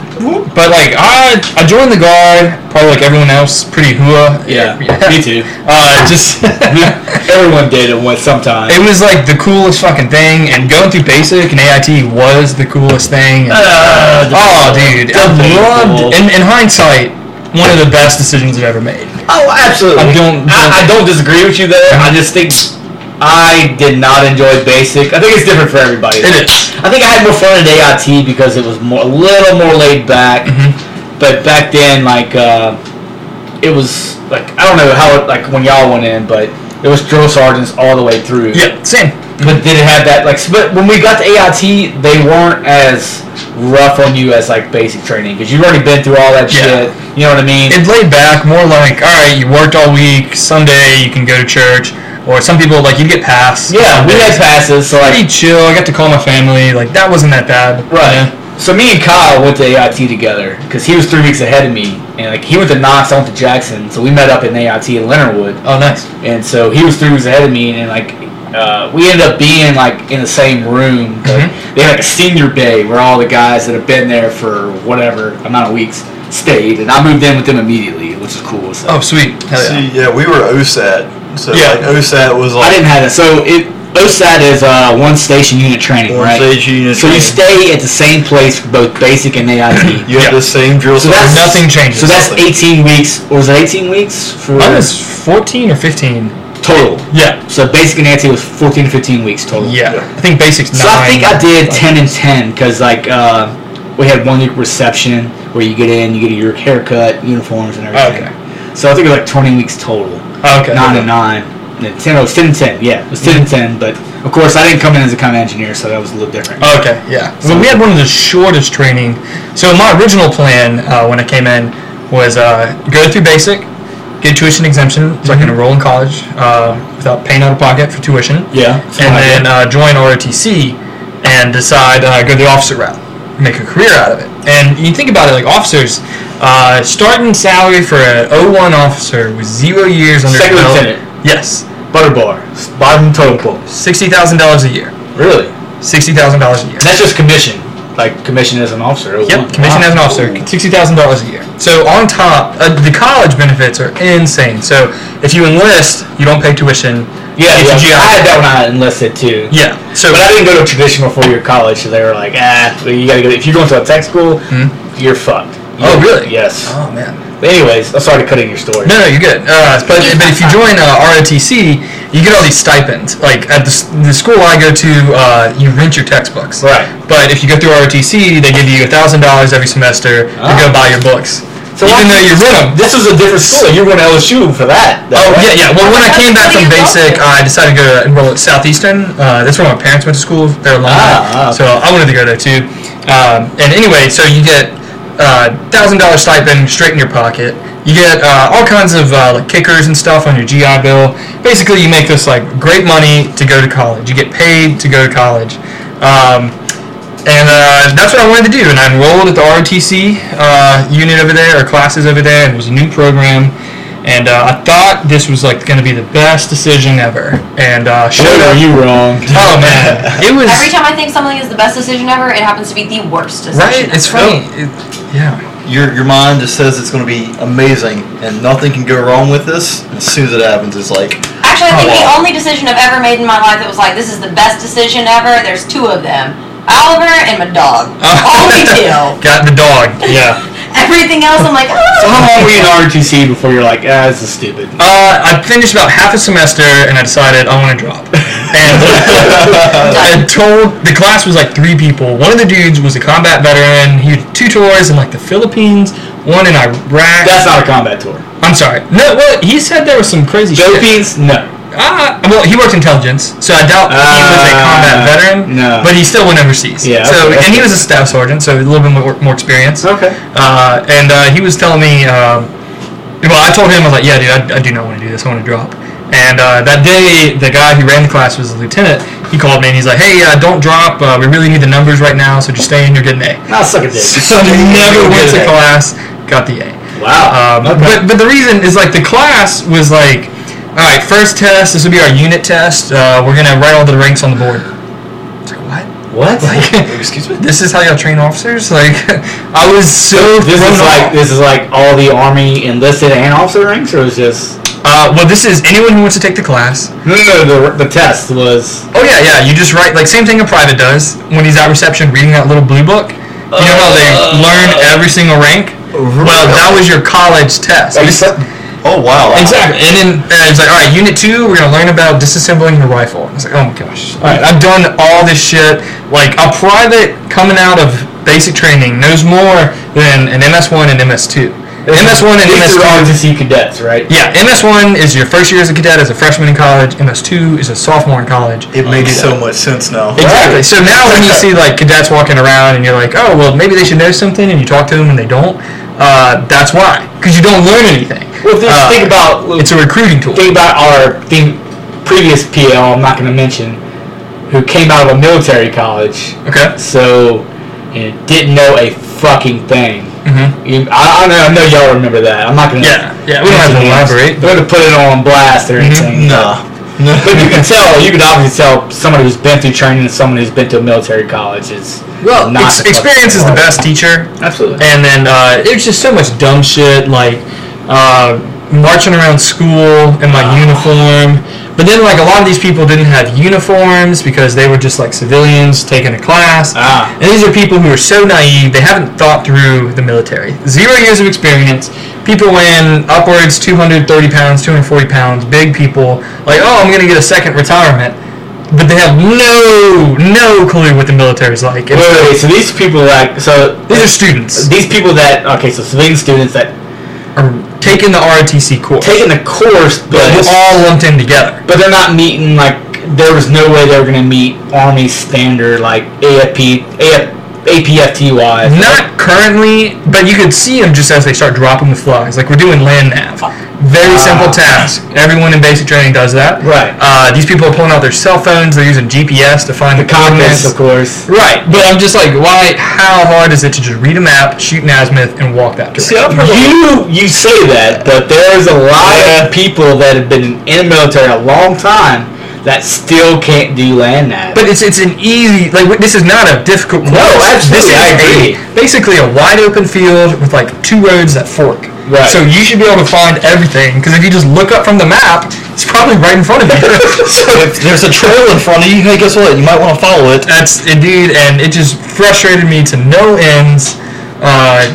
[SPEAKER 4] but like I, I joined the guard, probably like everyone else, pretty hua.
[SPEAKER 2] Yeah. Me too.
[SPEAKER 4] Uh, just
[SPEAKER 2] Everyone did at once sometime.
[SPEAKER 4] it was like the coolest fucking thing, and going through basic and AIT was the coolest thing.
[SPEAKER 2] Uh,
[SPEAKER 4] oh, dude, I
[SPEAKER 2] definitely cool.
[SPEAKER 4] loved. In, in hindsight, one of the best decisions I've ever made.
[SPEAKER 2] Oh, absolutely.
[SPEAKER 4] I don't-
[SPEAKER 2] I, I don't disagree with you there. I just think I did not enjoy basic. I think it's different for everybody.
[SPEAKER 4] It is.
[SPEAKER 2] I think I had more fun at AIT because it was more a little more laid back.
[SPEAKER 4] Mm-hmm.
[SPEAKER 2] But back then, like, uh, it was like I don't know how it, like when y'all went in, but it was drill sergeants all the way through.
[SPEAKER 4] Yeah, same.
[SPEAKER 2] But did it have that like? s- But when we got to AIT, they weren't as rough on you as like basic training because you've already been through all that
[SPEAKER 4] Yeah.
[SPEAKER 2] shit. You know what I mean?
[SPEAKER 4] it laid back, more like, all right, you worked all week. Sunday you can go to church, or some people like you get passed.
[SPEAKER 2] yeah, we had passes, so like
[SPEAKER 4] pretty chill. I got to call my family. Like that wasn't that bad.
[SPEAKER 2] Right. So me and Kyle went to AIT together because he was three weeks ahead of me, and like he went to Knox, I went to Jackson, so we met up in AIT in Leonardwood,
[SPEAKER 4] Oh, nice.
[SPEAKER 2] and so he was three weeks ahead of me, and like uh, we ended up being like in the same room. 'cause
[SPEAKER 5] Mm-hmm.
[SPEAKER 2] They had like a senior day where all the guys that have been there for whatever amount of weeks stayed, and I moved in with them immediately, which is cool. So
[SPEAKER 4] Oh, sweet. Hell yeah.
[SPEAKER 5] See, yeah, we were OSAT. So,
[SPEAKER 4] Yeah.
[SPEAKER 5] like, OSAT was
[SPEAKER 2] I
[SPEAKER 5] like.
[SPEAKER 2] didn't have that. So it OSAT is uh, one station unit training,
[SPEAKER 5] One
[SPEAKER 2] right?
[SPEAKER 5] station unit
[SPEAKER 2] so you
[SPEAKER 5] training.
[SPEAKER 2] stay at the same place for both basic and AIT.
[SPEAKER 5] You
[SPEAKER 4] Yeah.
[SPEAKER 5] had the same drill
[SPEAKER 2] So that's-
[SPEAKER 5] sergeant.
[SPEAKER 4] Nothing changes.
[SPEAKER 2] So that's 18 weeks, or was it 18 weeks for
[SPEAKER 4] Mine was fourteen or fifteen.
[SPEAKER 2] total?
[SPEAKER 4] Yeah.
[SPEAKER 2] So basic and AIT was 14 to 15 weeks total.
[SPEAKER 4] Yeah. I think basics nine.
[SPEAKER 2] So I think I did 10 and 10 because like uh, we had one week reception where you get in, you get your haircut, uniforms, and everything. So I think it was like 20 weeks total.
[SPEAKER 4] Oh, okay.
[SPEAKER 2] Nine and nine. And then 10, oh, it was 10 and 10. Yeah, it was 10 and 10. But of course, I didn't come in as a kind of engineer, so that was a little different.
[SPEAKER 4] Oh, okay, yeah. So we had one of the shortest training. So my original plan uh, when I came in was uh, go through basic, get tuition exemption
[SPEAKER 2] Mm-hmm.
[SPEAKER 4] so I can enroll in college uh, without paying out of pocket for tuition.
[SPEAKER 2] Yeah,
[SPEAKER 4] And then uh, join ROTC and decide uh, go the officer route, make a career out of it. And you think about it, like officers, uh, starting salary for an 01 officer was zero years under
[SPEAKER 2] Second
[SPEAKER 4] their belt.
[SPEAKER 2] lieutenant.
[SPEAKER 4] Yes,
[SPEAKER 2] Butter bar. Bottom total pool.
[SPEAKER 4] sixty thousand dollars a year.
[SPEAKER 2] Really?
[SPEAKER 4] Sixty thousand dollars a year.
[SPEAKER 2] That's just commission. Like commission as an officer.
[SPEAKER 4] Yep, commission as an officer, sixty thousand dollars a year. So on top, uh, the college benefits are insane. So if you enlist, you don't pay tuition.
[SPEAKER 2] Yeah, yeah.
[SPEAKER 4] You get your GI.
[SPEAKER 2] I had that when I enlisted too.
[SPEAKER 4] Yeah. So
[SPEAKER 2] But I didn't go to a traditional four-year college, so they were like, ah, well, you gotta go. If you're going to a tech school, you're fucked.
[SPEAKER 4] Hmm? oh
[SPEAKER 2] You're-
[SPEAKER 4] really?
[SPEAKER 2] Yes.
[SPEAKER 4] Oh man.
[SPEAKER 2] But anyways, I'm sorry to cut in your story.
[SPEAKER 4] No, no, you're good. Uh, but but if you join uh, ROTC, you get all these stipends. Like at the, s- the school I go to, uh, you rent your textbooks.
[SPEAKER 2] Right.
[SPEAKER 4] But if you go through ROTC, they give you thousand dollars every semester to
[SPEAKER 2] Ah.
[SPEAKER 4] go buy your books.
[SPEAKER 2] So why-
[SPEAKER 4] even though you rent them.
[SPEAKER 2] This was a different school. You were going to LSU for that. though,
[SPEAKER 4] Oh
[SPEAKER 2] right?
[SPEAKER 4] yeah, yeah. Well, when I came back from
[SPEAKER 3] That's what you go
[SPEAKER 4] basic, I decided to go to enroll at Southeastern. Uh, that's where my parents went to school. They're
[SPEAKER 2] Ah, ah.
[SPEAKER 4] alumni, so I wanted to go there too. Um, and anyway, so you get uh, thousand dollar stipend straight in your pocket. You get uh, all kinds of uh, like kickers and stuff on your GI Bill. Basically, you make this like great money to go to college. You get paid to go to college. Um, and uh, that's what I wanted to do. And I enrolled at the ROTC uh, unit over there, or classes over there, and it was a new program. And uh, I thought this was like going to be the best decision ever. And uh, showed
[SPEAKER 2] Boy,
[SPEAKER 4] up.
[SPEAKER 2] were you wrong?
[SPEAKER 4] Oh man, it was
[SPEAKER 3] Every time I think something is the best decision ever, it happens to be the worst decision.
[SPEAKER 4] right. It's
[SPEAKER 3] ever.
[SPEAKER 4] funny. It, yeah.
[SPEAKER 5] Your, your mind just says it's going to be amazing and nothing can go wrong with this. And as soon as it happens, it's like,
[SPEAKER 3] Actually, I think
[SPEAKER 5] Oh,
[SPEAKER 3] the
[SPEAKER 5] wow.
[SPEAKER 3] only decision I've ever made in my life that was like, this is the best decision ever, there's two of them Oliver and my dog.
[SPEAKER 4] Oh.
[SPEAKER 3] All we do.
[SPEAKER 4] Got the dog. Yeah.
[SPEAKER 3] Everything else, I'm like,
[SPEAKER 2] So
[SPEAKER 3] oh.
[SPEAKER 2] how long were you in RTC before you're like, ah, this is stupid?
[SPEAKER 4] Uh, I finished about half a semester, and I decided I want to drop. And I told the class was like three people. One of the dudes was a combat veteran. He had two tours in like the Philippines, one in Iraq.
[SPEAKER 2] That's not a combat tour.
[SPEAKER 4] I'm sorry. No, what he said there was some crazy shit.
[SPEAKER 2] Philippines? No.
[SPEAKER 4] Ah, well, he worked intelligence, so I doubt he was a
[SPEAKER 2] Ah,
[SPEAKER 4] combat veteran.
[SPEAKER 2] no.
[SPEAKER 4] But he still went overseas.
[SPEAKER 2] Yeah,
[SPEAKER 4] So,
[SPEAKER 2] okay, that's
[SPEAKER 4] and he
[SPEAKER 2] good.
[SPEAKER 4] was a staff sergeant, so a little bit more, more experience.
[SPEAKER 2] Okay.
[SPEAKER 4] Uh, and uh, he was telling me, um, well, I told him, I was like, yeah, dude, I, I do not want to do this. I want to drop. And uh, that day, the guy who ran the class was a lieutenant. He called me and he's like, hey, uh, don't drop. Uh, we really need the numbers right now, so just stay in. You're getting A.
[SPEAKER 2] Not suck a dick.
[SPEAKER 4] So I never went to
[SPEAKER 2] Good.
[SPEAKER 4] class, got the A.
[SPEAKER 2] Wow.
[SPEAKER 4] Um, But but the reason is like the class was like, all right, first test. This will be our unit test. Uh, we're gonna write all the ranks on the board. It's like
[SPEAKER 2] what?
[SPEAKER 4] what? Uh, Like,
[SPEAKER 2] excuse me.
[SPEAKER 4] This is how y'all train officers? Like, I was so
[SPEAKER 2] This
[SPEAKER 4] thrown
[SPEAKER 2] is like
[SPEAKER 4] off.
[SPEAKER 2] this is like all the army enlisted and officer ranks, or is this?
[SPEAKER 4] Uh, well, this is anyone who wants to take the class.
[SPEAKER 2] No, no, no. The, the test was
[SPEAKER 4] Oh yeah, yeah. You just write like same thing a private does when he's at reception reading that little blue book. You know how they learn every single rank.
[SPEAKER 2] Uh,
[SPEAKER 4] Well, that was your college test. This-
[SPEAKER 5] Oh wow!
[SPEAKER 4] Exactly. And then uh, it's like, all right, unit two, we're gonna learn about disassembling your rifle. I was like, oh my gosh, all right, I've done all this shit. Like a private coming out of basic training knows more than an MS1 and MS2. MS1 and
[SPEAKER 2] These are all
[SPEAKER 4] MS2.
[SPEAKER 2] ROTC cadets, right?
[SPEAKER 4] Yeah, MS1 is your first year as a cadet, as a freshman in college. MS2 is a sophomore in college.
[SPEAKER 5] It makes so much sense now.
[SPEAKER 4] Exactly. So now when you see like cadets walking around and you're like, oh well, maybe they should know something, and you talk to them and they don't, uh, that's why, because you don't learn anything.
[SPEAKER 2] Well, just
[SPEAKER 4] Uh,
[SPEAKER 2] think about
[SPEAKER 4] It's a recruiting tool.
[SPEAKER 2] think about our thing, previous PL. I'm not going to mention who came out of a military college,
[SPEAKER 4] Okay.
[SPEAKER 2] so you know, didn't know a fucking thing.
[SPEAKER 4] Mm-hmm.
[SPEAKER 2] You, I, I, know, I know y'all remember that. I'm not going to.
[SPEAKER 4] Yeah, yeah, we don't have to elaborate. Mm-hmm.
[SPEAKER 2] We're going to put it on blast or anything.
[SPEAKER 5] Nah.
[SPEAKER 2] but you can tell. You can obviously tell someone who's been through training and someone who's been to a military college is
[SPEAKER 4] Well,
[SPEAKER 2] not the
[SPEAKER 4] ex-
[SPEAKER 2] fucking
[SPEAKER 4] experience is the
[SPEAKER 2] same.
[SPEAKER 4] best teacher,
[SPEAKER 2] Absolutely.
[SPEAKER 4] and then uh, there's just so much dumb shit like uh, marching around school in my
[SPEAKER 2] Ah.
[SPEAKER 4] uniform. But then, like a lot of these people didn't have uniforms because they were just like civilians taking a class.
[SPEAKER 2] Ah.
[SPEAKER 4] And these are people who are so naive; they haven't thought through the military. Zero years of experience. People weighing upwards 230 pounds, 240 pounds, big people. Like, oh, I'm gonna get a second retirement, but they have no, no clue what the military is like. And
[SPEAKER 2] Wait, wait, wait, so these people like so
[SPEAKER 4] these are students
[SPEAKER 2] these people that okay, so civilian students that
[SPEAKER 4] are taking the ROTC course.
[SPEAKER 2] taking the course, but
[SPEAKER 4] But we're all lumped in together.
[SPEAKER 2] but they're not meeting like there was no way they were gonna meet Army standard like AFP AF, APFT wise.
[SPEAKER 4] Not currently, but you could see them just as they start dropping the flies. Like we're doing land nav. Very simple task. Everyone in basic training does that.
[SPEAKER 2] Ah. Right.
[SPEAKER 4] Uh, these people are pulling out their cell phones. They're using GPS to find the,
[SPEAKER 2] the comments,
[SPEAKER 4] coordinates.
[SPEAKER 2] of course.
[SPEAKER 4] Right, but I'm just like, why? How hard is it to just read a map, shoot an azimuth, and walk that direction?
[SPEAKER 2] You you say that, but there's a lot of people that have been in the military a long time that still can't do land nav.
[SPEAKER 4] But it's it's an easy like w- this is not a difficult course.
[SPEAKER 2] absolutely,
[SPEAKER 4] This is
[SPEAKER 2] I agree.
[SPEAKER 4] A, basically a wide open field with like two roads that fork.
[SPEAKER 2] Right.
[SPEAKER 4] So you should be able to find everything because if you just look up from the map, it's probably right in front of you. so
[SPEAKER 5] If there's a trail in front of you, hey, guess what? You might want to follow it.
[SPEAKER 4] that's indeed, and it just frustrated me to no ends. Uh,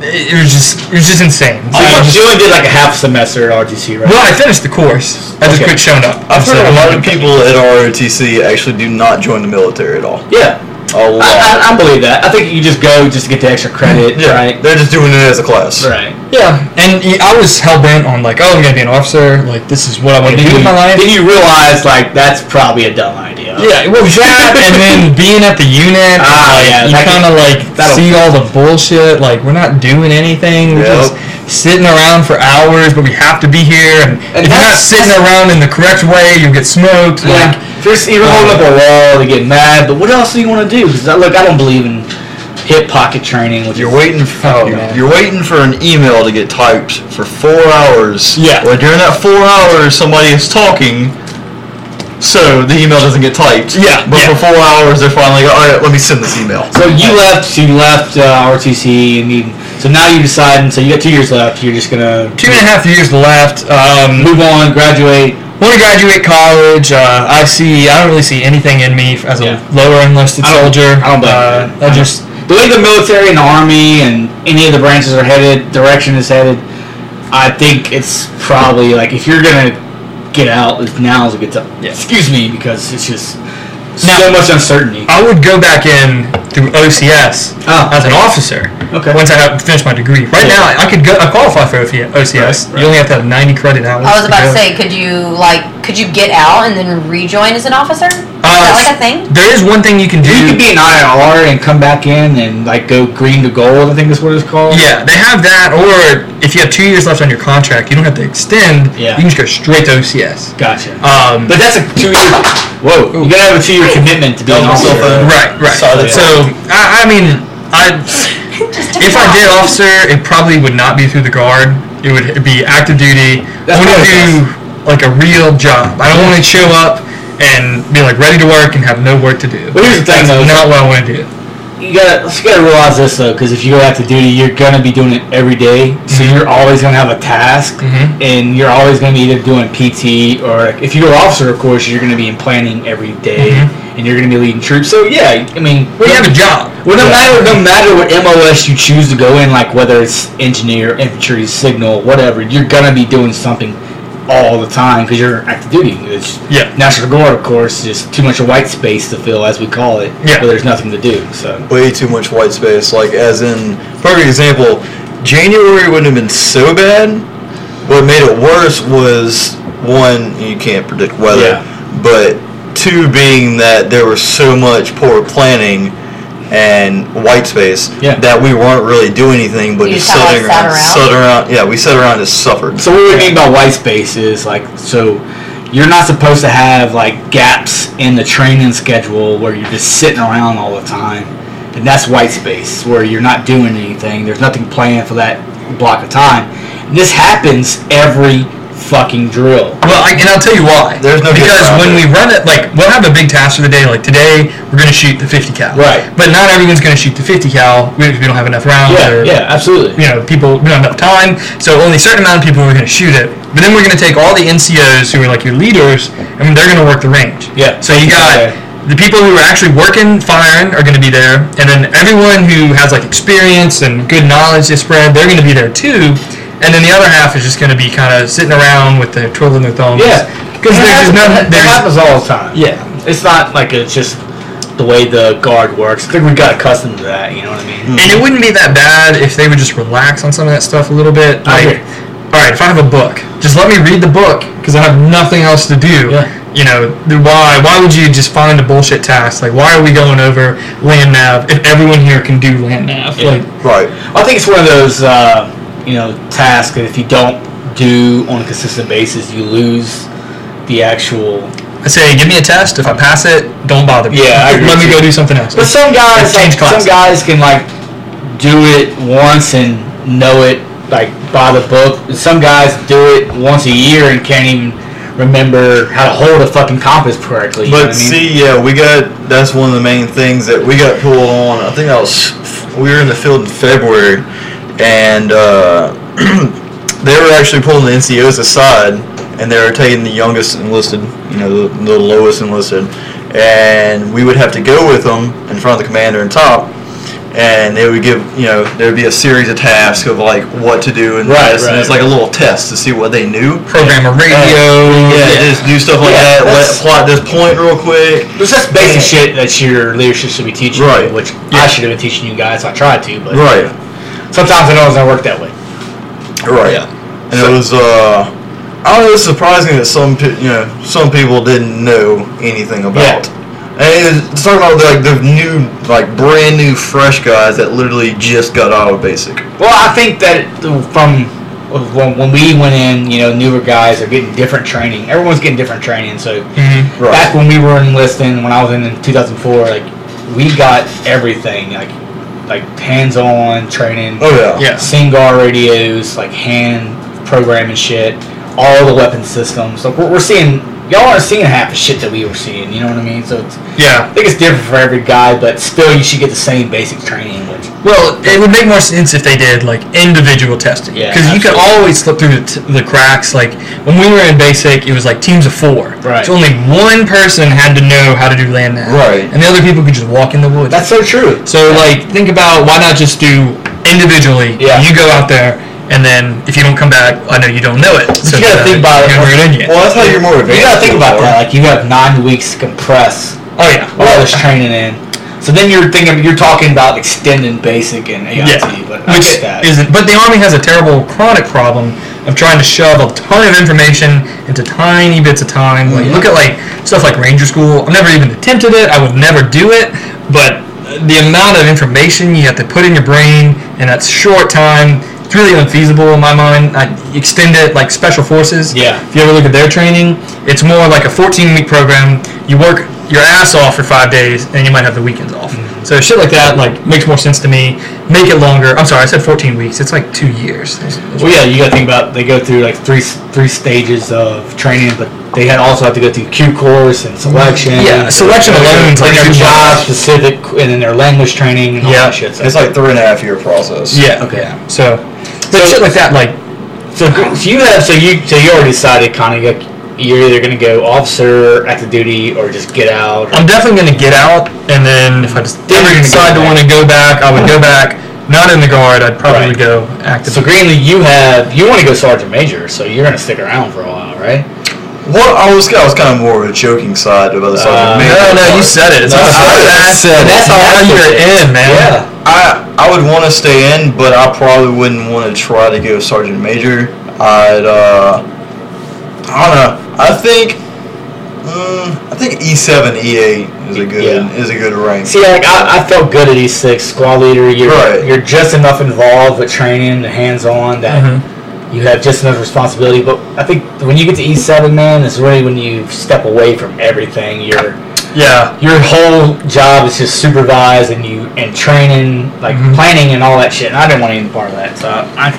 [SPEAKER 4] it, it was just it was just insane. So I
[SPEAKER 2] you,
[SPEAKER 4] just-
[SPEAKER 2] you only did like a half semester at RGC, right?
[SPEAKER 4] well, I finished the course. I just
[SPEAKER 2] Okay.
[SPEAKER 4] quit showing up.
[SPEAKER 5] I've
[SPEAKER 4] So-
[SPEAKER 5] heard a lot of people at ROTC actually do not join the military at all.
[SPEAKER 2] Yeah.
[SPEAKER 5] A lot.
[SPEAKER 2] I, I, I believe that. I think you just go just to get the extra credit,
[SPEAKER 5] yeah,
[SPEAKER 2] right?
[SPEAKER 5] they're just doing it as a class.
[SPEAKER 2] Right.
[SPEAKER 4] Yeah, and y- I was hell bent on like, oh, I'm gonna be an officer. Like, this is what I want to
[SPEAKER 2] Then
[SPEAKER 4] do
[SPEAKER 2] you,
[SPEAKER 4] with my life.
[SPEAKER 2] then you realize like that's probably a dumb idea.
[SPEAKER 4] Yeah, well, that and then being at the unit,
[SPEAKER 2] Ah,
[SPEAKER 4] like,
[SPEAKER 2] yeah,
[SPEAKER 4] you
[SPEAKER 2] that
[SPEAKER 4] kind of like
[SPEAKER 2] that'll-
[SPEAKER 4] see all the bullshit. Like we're not doing anything. We're
[SPEAKER 5] Yep.
[SPEAKER 4] just sitting around for hours, but we have to be here. And, if you're not
[SPEAKER 2] that's-
[SPEAKER 4] sitting around in the correct way, you get smoked.
[SPEAKER 2] Like
[SPEAKER 4] Like
[SPEAKER 2] first you're holding up a wall to get mad, but what else do you want to do? Because look, I don't believe in hip pocket training. Which
[SPEAKER 5] You're
[SPEAKER 2] is,
[SPEAKER 5] waiting. For,
[SPEAKER 2] Oh,
[SPEAKER 5] you're,
[SPEAKER 2] man.
[SPEAKER 5] you're waiting for an email to get typed for four hours.
[SPEAKER 2] Yeah.
[SPEAKER 5] Well, during that four hours, somebody is talking, so the email doesn't get typed.
[SPEAKER 4] Yeah,
[SPEAKER 5] But
[SPEAKER 4] yeah.
[SPEAKER 5] for four hours, they're finally like, all right, let me send this email.
[SPEAKER 2] So you left. So you left uh, RTC, and you, so now you decide. And so you got two years left. You're just gonna
[SPEAKER 4] two and a half years left. Um,
[SPEAKER 2] move on, graduate.
[SPEAKER 4] want to graduate college. Uh, I see. I don't really see anything in me as a
[SPEAKER 2] Yeah.
[SPEAKER 4] lower enlisted
[SPEAKER 2] I don't-
[SPEAKER 4] soldier.
[SPEAKER 2] I don't blame
[SPEAKER 4] uh,
[SPEAKER 2] you.
[SPEAKER 4] I just
[SPEAKER 2] The way the military and the army and any of the branches are headed, direction is headed, I think it's probably like if you're gonna get out, it's- now is a good time. Excuse me, because it's just so
[SPEAKER 4] Now-
[SPEAKER 2] much uncertainty.
[SPEAKER 4] I would go back in through OCS
[SPEAKER 2] Oh.
[SPEAKER 4] as an officer.
[SPEAKER 2] Okay.
[SPEAKER 4] Once I have finished my degree. Right
[SPEAKER 2] Yeah.
[SPEAKER 4] now, I could go. I qualify for OCS. You only have to have ninety credit hours.
[SPEAKER 3] I was about to
[SPEAKER 4] go.
[SPEAKER 3] say, could you like, could you get out and then rejoin as an officer? Is that like a thing?
[SPEAKER 4] Uh, There is one thing you can do.
[SPEAKER 2] You could be an IR and come back in and like go green to gold. I think is what it's called.
[SPEAKER 4] yeah, they have that. Or if you have two years left on your contract, you don't have to extend.
[SPEAKER 2] Yeah.
[SPEAKER 4] You can just go straight to OCS.
[SPEAKER 2] Gotcha.
[SPEAKER 4] Um,
[SPEAKER 2] but that's a two year. Whoa, you gotta have a two year commitment to be an
[SPEAKER 5] my cell
[SPEAKER 2] officer.
[SPEAKER 5] phone.
[SPEAKER 4] Right, right.
[SPEAKER 5] Solid.
[SPEAKER 4] So I, I mean, I
[SPEAKER 3] Just
[SPEAKER 4] Uh, If I did, officer, it probably would not be through the guard. It would be active duty.
[SPEAKER 2] That's
[SPEAKER 4] I want
[SPEAKER 2] what
[SPEAKER 4] to
[SPEAKER 2] it
[SPEAKER 4] do like a real job. I don't want to show up and be like ready to work and have no work to do.
[SPEAKER 2] Well, here's the thing,
[SPEAKER 4] That's
[SPEAKER 2] though.
[SPEAKER 4] Not what I want to do.
[SPEAKER 2] you gotta you gotta realize this though, because if you go active duty, you're gonna be doing it every day, so
[SPEAKER 4] Mm-hmm.
[SPEAKER 2] you're always gonna have a task,
[SPEAKER 4] Mhm.
[SPEAKER 2] and you're always gonna be either doing PT or if you're an officer, of course, you're gonna be in planning every day, and you're gonna be leading troops. So yeah, I mean,
[SPEAKER 4] But you Mm-hmm. have a job.
[SPEAKER 2] Well, no matter no matter what MOS you choose to go in, like whether it's engineer, infantry, signal, whatever, you're gonna be doing something all the time because you're active duty. It's
[SPEAKER 4] Yeah.
[SPEAKER 2] National Guard, of course, just too much white space to fill, as we call it.
[SPEAKER 4] Yeah.
[SPEAKER 2] where there's nothing to do. So
[SPEAKER 5] way too much white space. Like, as in, perfect example, January wouldn't have been so bad. What made it worse was one, you can't predict weather,
[SPEAKER 2] Yeah.
[SPEAKER 5] but two, being that there was so much poor planning and white space
[SPEAKER 2] Yeah.
[SPEAKER 5] that we weren't really doing anything but
[SPEAKER 3] You
[SPEAKER 5] just
[SPEAKER 3] just kinda,
[SPEAKER 5] sitting
[SPEAKER 3] like,
[SPEAKER 5] around,
[SPEAKER 3] sat
[SPEAKER 5] sat around. Yeah, we sat around and suffered.
[SPEAKER 2] So what we mean by white space is like so you're not supposed to have like gaps in the training schedule where you're just sitting around all the time. And that's white space where you're not doing anything. There's nothing planned for that block of time. And this happens every fucking drill.
[SPEAKER 4] Well, I, and I'll tell you why.
[SPEAKER 5] There's no
[SPEAKER 4] because
[SPEAKER 5] getting around
[SPEAKER 4] when
[SPEAKER 5] it.
[SPEAKER 4] we run it, like we'll have a big task for the day. Like today, we're gonna shoot the 50 cal.
[SPEAKER 2] Right.
[SPEAKER 4] But not everyone's gonna shoot the 50 cal. We, we don't have enough rounds.
[SPEAKER 2] Yeah,
[SPEAKER 4] or,
[SPEAKER 2] yeah, absolutely.
[SPEAKER 4] you know, people, we don't have enough time, so only a certain amount of people are going to shoot it. But then we're going to take all the NCOs who are like your leaders, and they're going to work the range.
[SPEAKER 2] Yeah.
[SPEAKER 4] So you got
[SPEAKER 2] Okay.
[SPEAKER 4] the people who are actually working, firing, are going to be there, and then everyone who has like experience and good knowledge to spread, they're going to be there too. And then the other half is just going to be kind of sitting around with their twirling their thumbs.
[SPEAKER 2] Yeah.
[SPEAKER 4] Because
[SPEAKER 2] It
[SPEAKER 4] there's
[SPEAKER 2] happens-
[SPEAKER 4] no,
[SPEAKER 2] it
[SPEAKER 4] there's
[SPEAKER 2] happens all the time.
[SPEAKER 4] yeah.
[SPEAKER 2] It's not like it's just the way the guard works. I think we got accustomed to that, you know what I mean?
[SPEAKER 4] And it wouldn't be that bad if they would just relax on some of that stuff a little bit.
[SPEAKER 2] I
[SPEAKER 4] Like,
[SPEAKER 2] agree.
[SPEAKER 4] all right, if I have a book, just let me read the book because I have nothing else to do.
[SPEAKER 2] Yeah.
[SPEAKER 4] You know, th- why? Why would you just find a bullshit task? Like, why are we going over land nav if everyone here can do land nav?
[SPEAKER 2] Yeah.
[SPEAKER 4] Like,
[SPEAKER 5] Right.
[SPEAKER 2] I think it's one of those, uh, you know, tasks that if you don't do on a consistent basis, you lose the actual.
[SPEAKER 4] I say, give me a test. If I pass it, don't bother me.
[SPEAKER 2] Yeah, I agree
[SPEAKER 4] let me
[SPEAKER 2] with
[SPEAKER 4] go
[SPEAKER 2] you.
[SPEAKER 4] do something else.
[SPEAKER 2] But some guys, like,
[SPEAKER 4] Change class.
[SPEAKER 2] some guys can like do it once and know it like by the book. Some guys do it once a year and can't even remember how to hold a fucking compass correctly. You know
[SPEAKER 5] But
[SPEAKER 2] what I mean?
[SPEAKER 5] see, yeah, we got that's one of the main things that we got pulled on. I think that was we were in the field in February, and uh, they were actually pulling the NCOs aside, and they were taking the youngest enlisted, you know, the, the lowest enlisted, and we would have to go with them in front of the commander and top. And they would give, you know, there would be a series of tasks of like what to do and
[SPEAKER 2] Right,
[SPEAKER 5] this, and it's
[SPEAKER 2] right.
[SPEAKER 5] like a little test to see what they knew.
[SPEAKER 4] program a radio.
[SPEAKER 5] Yeah, just do stuff like
[SPEAKER 2] Yeah,
[SPEAKER 5] that. Let
[SPEAKER 2] that's-
[SPEAKER 5] plot this point real quick.
[SPEAKER 2] It's just basic shit that your leadership should be teaching, you,
[SPEAKER 5] Right.
[SPEAKER 2] which I should have been teaching you guys. I tried to, but
[SPEAKER 5] Right.
[SPEAKER 2] sometimes it doesn't work that way.
[SPEAKER 5] Right. And it was uh I don't know, it's surprising that some pe- you know some people didn't know anything about. And it's talking about like the new like brand new fresh guys that literally just got out of basic.
[SPEAKER 2] Well, I think that from when, when we went in, you know, newer guys are getting different training. Everyone's getting different training. So
[SPEAKER 5] Right.
[SPEAKER 2] back when we were enlisting, when I was in in 2004, like we got everything, like like hands-on training,
[SPEAKER 5] Oh yeah.
[SPEAKER 4] Yeah.
[SPEAKER 2] Singar radios, like hand programming shit, all the weapon systems. Like we're, we're seeing, y'all aren't seeing half the shit that we were seeing. You know what I mean? So it's, I
[SPEAKER 4] Yeah.
[SPEAKER 2] think it's different for every guy, but still, you should get the same basic training. Which
[SPEAKER 4] Well, it would make more sense if they did like individual testing.
[SPEAKER 2] Yeah,
[SPEAKER 4] Because you could
[SPEAKER 2] absolutely.
[SPEAKER 4] always slip through the, t- the cracks. Like when we were in basic, it was like teams of four.
[SPEAKER 2] Right.
[SPEAKER 4] So only one person had to know how to do land nav.
[SPEAKER 5] Right.
[SPEAKER 4] And the other people could just walk in the woods.
[SPEAKER 2] that's so true.
[SPEAKER 4] so like think about why not just do individually.
[SPEAKER 2] Yeah.
[SPEAKER 4] You go out there, and then if you don't come back, I know you don't know it. So
[SPEAKER 2] you gotta
[SPEAKER 4] uh,
[SPEAKER 2] think about it.
[SPEAKER 4] you haven't read in yet.
[SPEAKER 5] Well that's how you're more advanced.
[SPEAKER 2] You gotta think about
[SPEAKER 5] before.
[SPEAKER 2] that. Like you have nine weeks to compress
[SPEAKER 4] oh yeah.
[SPEAKER 2] all this training in. So then you're thinking you're talking about extending basic and AIT, but I
[SPEAKER 4] which
[SPEAKER 2] get that.
[SPEAKER 4] isn't. But the army has a terrible chronic problem of trying to shove a ton of information into tiny bits of time.
[SPEAKER 2] Mm-hmm.
[SPEAKER 4] Like look at like stuff like Ranger School. I've never even attempted it. I would never do it. But the amount of information you have to put in your brain in that short time. It's really unfeasible in my mind. I extend it like special forces.
[SPEAKER 2] Yeah.
[SPEAKER 4] If you ever look at their training, it's more like a 14 week program. You work your ass off for five days, and you might have the weekends off. So shit like that like makes more sense to me. Make it longer. I'm sorry, I said 14 weeks. It's like two years. There's- there's-
[SPEAKER 2] Well, yeah, you got to think about they go through like three three stages of training, but they had also have to go through Q course and selection.
[SPEAKER 4] Yeah, selection alone is
[SPEAKER 2] Then
[SPEAKER 4] like
[SPEAKER 2] their
[SPEAKER 4] two
[SPEAKER 2] job
[SPEAKER 4] jobs.
[SPEAKER 2] specific, and then their language training and all
[SPEAKER 4] Yeah.
[SPEAKER 2] that shit. So,
[SPEAKER 5] It's like three and a half year process.
[SPEAKER 4] Yeah.
[SPEAKER 2] Okay.
[SPEAKER 4] So, but shit like that, like
[SPEAKER 2] so, gr- so you have so you so you already decided, Connie, like, you're either going to go officer, active duty, or just get out.
[SPEAKER 4] I'm definitely gonna get out, and then if I just ever decide to want to go back, I would go back. Not in the guard, I'd probably
[SPEAKER 2] Right.
[SPEAKER 4] go active.
[SPEAKER 2] so Greenlee, you have you want to go sergeant major, so you're going to stick around for a while, right?
[SPEAKER 5] Well, I was, I was kind of more of a joking side about the
[SPEAKER 2] Uh,
[SPEAKER 5] sergeant major
[SPEAKER 4] no, no, you
[SPEAKER 5] part.
[SPEAKER 4] said it. It's
[SPEAKER 5] No,
[SPEAKER 4] not
[SPEAKER 5] I
[SPEAKER 4] that.
[SPEAKER 5] said it.
[SPEAKER 4] That's how you're in, man.
[SPEAKER 5] I I would want to stay in, but I probably wouldn't want to try to go sergeant major. I'd uh, I don't know. I think mm, I think E seven E eight is a good
[SPEAKER 2] Yeah.
[SPEAKER 5] is a good rank.
[SPEAKER 2] See, like I, I felt good at E6 squad leader. You're
[SPEAKER 5] Right.
[SPEAKER 2] you're just enough involved with training, and hands on that you have just enough responsibility. But I think when you get to E7, man, is really when you step away from everything. Your
[SPEAKER 4] Yeah.
[SPEAKER 2] your whole job is just supervise and you and training, like planning and all that shit. And I didn't want any part of that, so I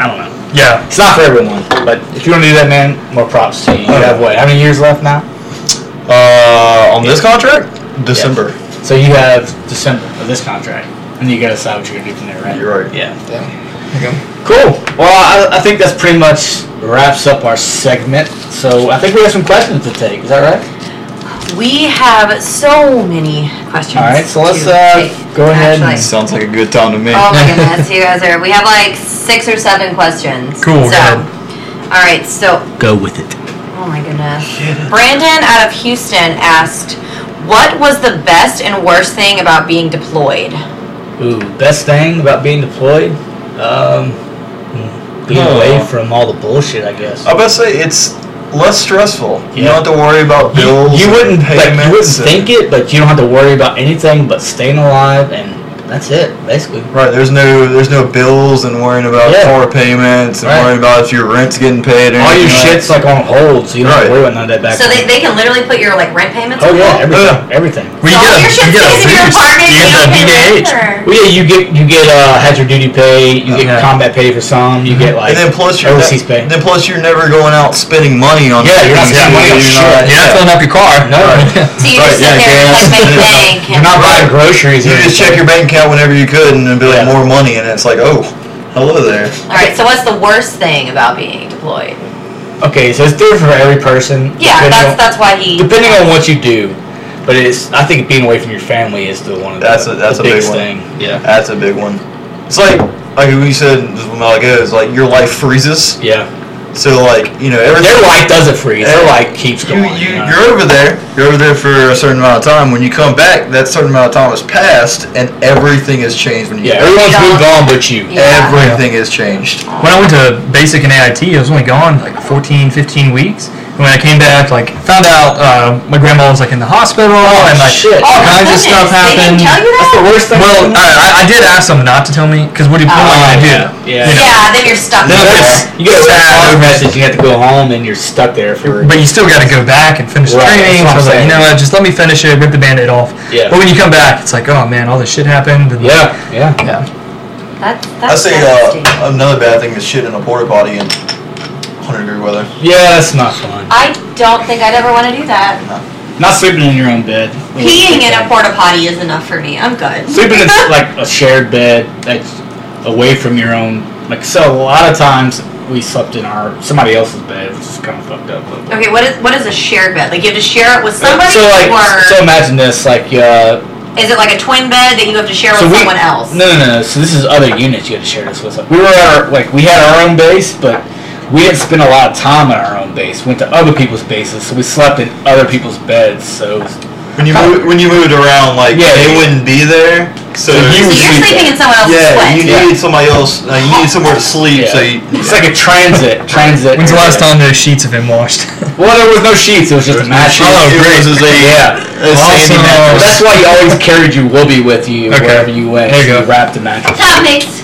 [SPEAKER 2] I don't know.
[SPEAKER 4] Yeah.
[SPEAKER 2] It's not for everyone, but if you want to do that, man, more props to you. You have what? How many years left now?
[SPEAKER 5] Uh, on this contract, December.
[SPEAKER 2] So you have December of this contract, and you gotta decide what you're gonna do from there, right?
[SPEAKER 5] You're right.
[SPEAKER 2] Yeah. Yeah. Cool. Well, I, I think that's pretty much wraps up our segment. So I think we have some questions to take. Is that right?
[SPEAKER 3] We have so many questions.
[SPEAKER 2] All right, so let's,
[SPEAKER 3] to
[SPEAKER 2] uh,
[SPEAKER 3] take,
[SPEAKER 2] go ahead and-
[SPEAKER 3] actually.
[SPEAKER 5] Sounds like a good time to me.
[SPEAKER 3] Oh my goodness, you guys are. We have like six or seven questions.
[SPEAKER 4] Cool,
[SPEAKER 3] So,
[SPEAKER 4] go ahead.
[SPEAKER 3] all right, so
[SPEAKER 2] Go with it.
[SPEAKER 3] oh my goodness, Brandon out of Houston asked, "What was the best and worst thing about being deployed?"
[SPEAKER 2] Ooh, best thing about being deployed? Um, Hmm. being
[SPEAKER 5] No.
[SPEAKER 2] away from all the bullshit, I guess.
[SPEAKER 5] I best say it's less stressful. You
[SPEAKER 2] Yeah.
[SPEAKER 5] don't have to worry about bills.
[SPEAKER 2] you, you
[SPEAKER 5] and
[SPEAKER 2] wouldn't, like, you wouldn't
[SPEAKER 5] payments and-
[SPEAKER 2] think it, but you don't have to worry about anything but staying alive, and that's it, basically.
[SPEAKER 5] Right, there's no there's no bills and worrying about
[SPEAKER 2] Yeah.
[SPEAKER 5] car payments and
[SPEAKER 2] Right.
[SPEAKER 5] worrying about if your rent's getting paid. Or
[SPEAKER 2] All your
[SPEAKER 5] anything like
[SPEAKER 2] shit's like on hold, so you don't have to
[SPEAKER 5] Right.
[SPEAKER 2] worry about none of that back.
[SPEAKER 3] So they,
[SPEAKER 2] then.
[SPEAKER 3] they can literally put your like rent payments.
[SPEAKER 2] oh
[SPEAKER 3] on
[SPEAKER 2] yeah,
[SPEAKER 3] hold?
[SPEAKER 2] everything,
[SPEAKER 5] Yeah.
[SPEAKER 2] everything.
[SPEAKER 4] We
[SPEAKER 3] so all
[SPEAKER 4] get a,
[SPEAKER 3] your shit
[SPEAKER 4] we get a
[SPEAKER 3] stays in your
[SPEAKER 4] boost.
[SPEAKER 3] apartment.
[SPEAKER 4] You
[SPEAKER 3] You
[SPEAKER 4] get
[SPEAKER 3] don't
[SPEAKER 4] a
[SPEAKER 3] pay
[SPEAKER 4] VDH.
[SPEAKER 3] rent, or-
[SPEAKER 2] Well, yeah, you get you get uh, hazard duty pay, you
[SPEAKER 4] Okay.
[SPEAKER 2] get combat pay for some, you get like
[SPEAKER 5] And then plus you're
[SPEAKER 2] overseas
[SPEAKER 5] ne-
[SPEAKER 2] pay.
[SPEAKER 5] then plus you're never going out spending money on
[SPEAKER 2] Yeah, you're not
[SPEAKER 5] things,
[SPEAKER 2] spending money on
[SPEAKER 5] you're
[SPEAKER 2] shit.
[SPEAKER 5] not-
[SPEAKER 4] You're not filling up your car.
[SPEAKER 2] no,
[SPEAKER 3] So you
[SPEAKER 5] Right,
[SPEAKER 3] just sit
[SPEAKER 5] yeah,
[SPEAKER 3] there and
[SPEAKER 5] gas.
[SPEAKER 3] like make
[SPEAKER 5] Yeah.
[SPEAKER 3] bank.
[SPEAKER 2] you're
[SPEAKER 3] and-
[SPEAKER 2] not buying groceries.
[SPEAKER 5] You
[SPEAKER 2] or
[SPEAKER 5] just check your
[SPEAKER 2] anything.
[SPEAKER 5] bank account whenever you could, and it'd be like
[SPEAKER 2] Yeah.
[SPEAKER 5] more money, and it's like, oh, hello there.
[SPEAKER 3] All right. So what's the worst thing about being deployed?
[SPEAKER 2] Okay, so it's different for every person.
[SPEAKER 3] Yeah,
[SPEAKER 2] depending
[SPEAKER 3] that's
[SPEAKER 2] on,
[SPEAKER 3] that's why he.
[SPEAKER 2] depending on what you do. But it's I think being away from your family is the one of the,
[SPEAKER 5] That's a- that's
[SPEAKER 2] the
[SPEAKER 5] a big
[SPEAKER 2] biggest
[SPEAKER 5] one.
[SPEAKER 2] thing. Yeah,
[SPEAKER 5] That's a big one. It's like like we said just a while ago. It's like your life freezes.
[SPEAKER 2] yeah.
[SPEAKER 5] So like you know everything.
[SPEAKER 2] Their light doesn't freeze. Their light keeps
[SPEAKER 5] you,
[SPEAKER 2] going.
[SPEAKER 5] you,
[SPEAKER 2] know?
[SPEAKER 5] you're over there. You're over there for a certain amount of time. When you come back, that certain amount of time has passed, and everything has changed. When you
[SPEAKER 2] yeah,
[SPEAKER 5] get
[SPEAKER 2] everyone's
[SPEAKER 3] Yeah.
[SPEAKER 2] moved on but you.
[SPEAKER 3] Yeah.
[SPEAKER 5] back. everything has changed.
[SPEAKER 4] When I went to basic and AIT, I was only gone like 14, 15 weeks. And when I came back, like found out uh, my grandma was like in the hospital and like
[SPEAKER 2] shit.
[SPEAKER 3] Oh,
[SPEAKER 4] all kinds of
[SPEAKER 3] goodness,
[SPEAKER 4] stuff
[SPEAKER 3] they
[SPEAKER 4] happened.
[SPEAKER 3] didn't tell you
[SPEAKER 2] That's the
[SPEAKER 3] that?
[SPEAKER 2] worst thing.
[SPEAKER 4] Well, I, I- I did ask them not to tell me because what, do, what am
[SPEAKER 2] Oh,
[SPEAKER 4] I going to do?
[SPEAKER 2] yeah, yeah.
[SPEAKER 4] You know?
[SPEAKER 3] Yeah, then you're stuck.
[SPEAKER 5] No,
[SPEAKER 3] there.
[SPEAKER 5] that's-
[SPEAKER 2] you get a
[SPEAKER 4] Sad.
[SPEAKER 2] sad message. You have to go home and you're stuck there for.
[SPEAKER 4] But you still got to go back and finish the
[SPEAKER 2] Right,
[SPEAKER 4] training. So I
[SPEAKER 2] that's
[SPEAKER 4] was
[SPEAKER 2] what
[SPEAKER 4] like,
[SPEAKER 2] I'm
[SPEAKER 4] you know what? Just let me finish it. Rip the band-aid off.
[SPEAKER 2] Yeah.
[SPEAKER 4] But when you come back, it's like, oh man, all this shit happened. And
[SPEAKER 2] yeah, yeah.
[SPEAKER 4] Yeah.
[SPEAKER 3] That,
[SPEAKER 5] I
[SPEAKER 3] that's
[SPEAKER 5] say
[SPEAKER 3] nasty.
[SPEAKER 5] uh, another bad thing is shit in a porta potty in 100 degree weather.
[SPEAKER 2] Yeah, that's not fun.
[SPEAKER 3] I don't think I'd ever want to do that.
[SPEAKER 2] Not sleeping in your own bed.
[SPEAKER 3] Peeing in a porta potty is enough for me. I'm good.
[SPEAKER 2] Sleeping in like a shared bed that's away from your own. Like so, a lot of times we slept in our somebody else's bed, which is kind of fucked up. But,
[SPEAKER 3] Okay, what is what is a shared bed? Like you have to share it with somebody,
[SPEAKER 2] so like,
[SPEAKER 3] or
[SPEAKER 2] so imagine this, like uh,
[SPEAKER 3] is it like a twin bed that you have to share
[SPEAKER 2] so
[SPEAKER 3] with
[SPEAKER 2] we,
[SPEAKER 3] someone else?
[SPEAKER 2] No, no, no. So this is other units you had to share this with. We were at our, like we had our own base, but we didn't spend a lot of time at our own base. Went to other people's bases, so we slept in other people's beds. So it was
[SPEAKER 5] When you move, when you moved around, like
[SPEAKER 2] Yeah,
[SPEAKER 5] they
[SPEAKER 2] yeah.
[SPEAKER 5] wouldn't be there,
[SPEAKER 2] So
[SPEAKER 3] So
[SPEAKER 5] so,
[SPEAKER 2] you-
[SPEAKER 3] you're
[SPEAKER 2] sleep
[SPEAKER 3] sleeping
[SPEAKER 2] there.
[SPEAKER 3] in someone else's
[SPEAKER 5] yeah,
[SPEAKER 3] sweat.
[SPEAKER 5] you
[SPEAKER 2] Yeah.
[SPEAKER 5] need somebody else. Like, you need somewhere to sleep.
[SPEAKER 2] yeah.
[SPEAKER 5] So you,
[SPEAKER 2] it's like a transit. Transit.
[SPEAKER 4] When's the last
[SPEAKER 2] area.
[SPEAKER 4] time those sheets have been washed?
[SPEAKER 2] Well, there was no sheets. It was just a mattress.
[SPEAKER 5] oh,
[SPEAKER 4] Oh,
[SPEAKER 5] it
[SPEAKER 4] great.
[SPEAKER 5] was just a
[SPEAKER 2] Yeah.
[SPEAKER 5] a sandy
[SPEAKER 2] Well,
[SPEAKER 4] Awesome.
[SPEAKER 5] mattress.
[SPEAKER 2] that's why you always carried your Wooby with you
[SPEAKER 4] Okay.
[SPEAKER 2] wherever you went.
[SPEAKER 4] There you
[SPEAKER 2] so
[SPEAKER 4] go.
[SPEAKER 2] wrapped the mattress.
[SPEAKER 3] That makes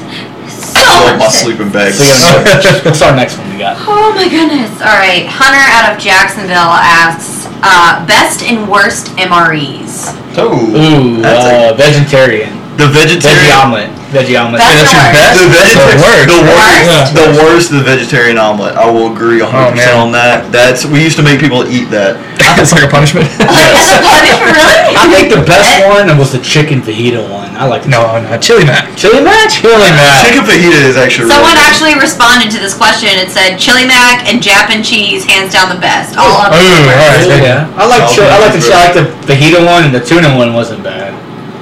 [SPEAKER 3] so
[SPEAKER 5] Love my
[SPEAKER 3] much sense.
[SPEAKER 5] sleeping bag.
[SPEAKER 2] So you got another mattress. What's our next one we got?
[SPEAKER 3] Oh my goodness! All right, Hunter out of Jacksonville asks, uh, best and worst MREs.
[SPEAKER 5] Oh.
[SPEAKER 2] Ooh,
[SPEAKER 5] That's
[SPEAKER 2] uh, vegetarian.
[SPEAKER 5] The
[SPEAKER 2] Veggie
[SPEAKER 5] vegetarian.
[SPEAKER 2] omelet. Veggie omelet.
[SPEAKER 3] That's
[SPEAKER 4] that's your
[SPEAKER 3] the
[SPEAKER 4] best.
[SPEAKER 5] The
[SPEAKER 4] the
[SPEAKER 5] vegetarian.
[SPEAKER 4] worst.
[SPEAKER 5] The worst.
[SPEAKER 4] Yeah.
[SPEAKER 5] The worst. The vegetarian omelet. I will agree 100 percent
[SPEAKER 4] man.
[SPEAKER 5] on that. That's we used to make people eat that.
[SPEAKER 4] it's like a punishment.
[SPEAKER 3] That's a punishment, really?
[SPEAKER 2] I think the best
[SPEAKER 3] That-
[SPEAKER 2] one was the chicken fajita one. I like the
[SPEAKER 4] no, no, chili mac.
[SPEAKER 2] chili mac. Chili mac.
[SPEAKER 5] Chicken fajita is actually. really
[SPEAKER 3] Someone
[SPEAKER 5] good.
[SPEAKER 3] actually responded to this question and said chili mac and Japan cheese, hands down the best. All
[SPEAKER 4] Oh,
[SPEAKER 3] up.
[SPEAKER 4] alright.
[SPEAKER 2] Yeah, I like chi- I like the I like the fajita one and the tuna one wasn't bad.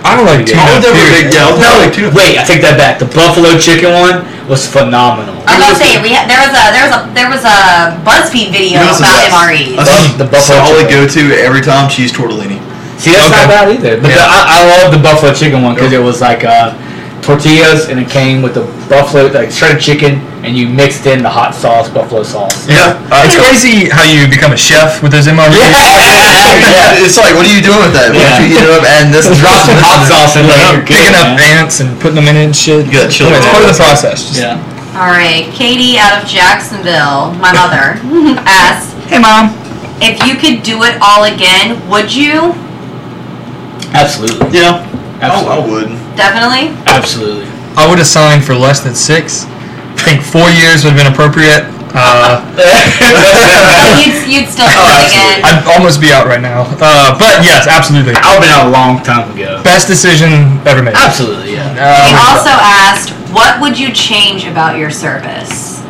[SPEAKER 4] I like tuna.
[SPEAKER 5] I was never a
[SPEAKER 4] period.
[SPEAKER 5] big. Yeah, I was never a big tuna.
[SPEAKER 2] Wait, I take that back. The buffalo chicken one was phenomenal.
[SPEAKER 3] I was gonna say we had, there was a there was a there was a BuzzFeed video
[SPEAKER 5] Give us a
[SPEAKER 3] about E.
[SPEAKER 5] yes.
[SPEAKER 3] MREs.
[SPEAKER 5] A
[SPEAKER 2] The buffalo
[SPEAKER 5] solid
[SPEAKER 2] chicken.
[SPEAKER 5] go-to every time cheese tortellini.
[SPEAKER 2] See, that's
[SPEAKER 4] Okay.
[SPEAKER 2] not bad either. But the,
[SPEAKER 5] Yeah.
[SPEAKER 2] I, I love the buffalo chicken one because it was like uh, tortillas and it came with the buffalo like shredded chicken and you mixed in the hot sauce, buffalo sauce.
[SPEAKER 5] Yeah,
[SPEAKER 4] It's crazy how you become a chef with those MREs.
[SPEAKER 5] yeah. It's like, what are you doing with that? Why don't you eat it up and this and
[SPEAKER 2] Drop
[SPEAKER 5] this
[SPEAKER 2] some
[SPEAKER 5] and
[SPEAKER 2] hot
[SPEAKER 5] this?
[SPEAKER 2] sauce in there. you're good,
[SPEAKER 4] Picking up
[SPEAKER 2] man.
[SPEAKER 4] ants and putting them in and shit.
[SPEAKER 5] You got chili
[SPEAKER 4] It's part of the
[SPEAKER 5] mac.
[SPEAKER 4] process. Just-
[SPEAKER 2] Yeah.
[SPEAKER 3] All right, Katie out of Jacksonville, my mother, asked
[SPEAKER 4] Hey, mom.
[SPEAKER 3] if you could do it all again, would you?
[SPEAKER 2] Absolutely.
[SPEAKER 5] Yeah,
[SPEAKER 2] Absolutely.
[SPEAKER 5] Oh, I, I would.
[SPEAKER 3] Definitely.
[SPEAKER 2] Absolutely.
[SPEAKER 4] I would have signed for less than six. I think four years would have been appropriate. Uh,
[SPEAKER 3] But you'd, you'd still do it again.
[SPEAKER 4] oh, I'd almost be out right now. Uh, but yes, absolutely.
[SPEAKER 2] I would have been out a long time ago.
[SPEAKER 4] Best decision ever made.
[SPEAKER 2] Absolutely, yeah.
[SPEAKER 3] He
[SPEAKER 4] Uh,
[SPEAKER 3] also asked, what would you change about your service?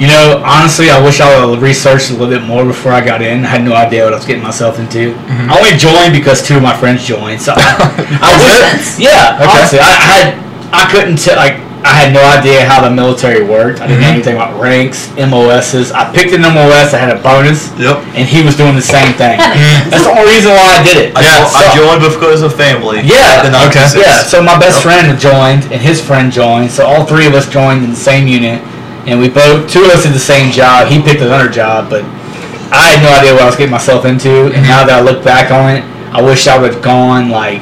[SPEAKER 2] You know, honestly, I wish I would have researched a little bit more before I got in. I had no idea what I was getting myself into.
[SPEAKER 5] Mm-hmm.
[SPEAKER 2] I only joined because two of my friends joined. So I, I
[SPEAKER 3] Makes sense.
[SPEAKER 2] was, yeah,
[SPEAKER 4] Okay.
[SPEAKER 2] honestly, I, I had, I couldn't tell, like, I had no idea how the military worked. I didn't
[SPEAKER 5] Mm-hmm.
[SPEAKER 2] know anything about ranks, MOSs. I picked an MOS. I had a bonus,
[SPEAKER 5] Yep.
[SPEAKER 2] and he was doing the same thing.
[SPEAKER 3] That makes sense.
[SPEAKER 2] That's the only reason why I did it.
[SPEAKER 5] I,
[SPEAKER 4] Yeah,
[SPEAKER 5] jo- I
[SPEAKER 2] so-
[SPEAKER 5] joined because of family.
[SPEAKER 2] Yeah,
[SPEAKER 5] The 926.
[SPEAKER 2] Yeah, so my best friend joined and his friend joined, so all three of us joined in the same unit, and we both two of us did the same job. He picked another job, but I had no idea what I was getting myself into. And now that I look back on it, I wish I would have gone like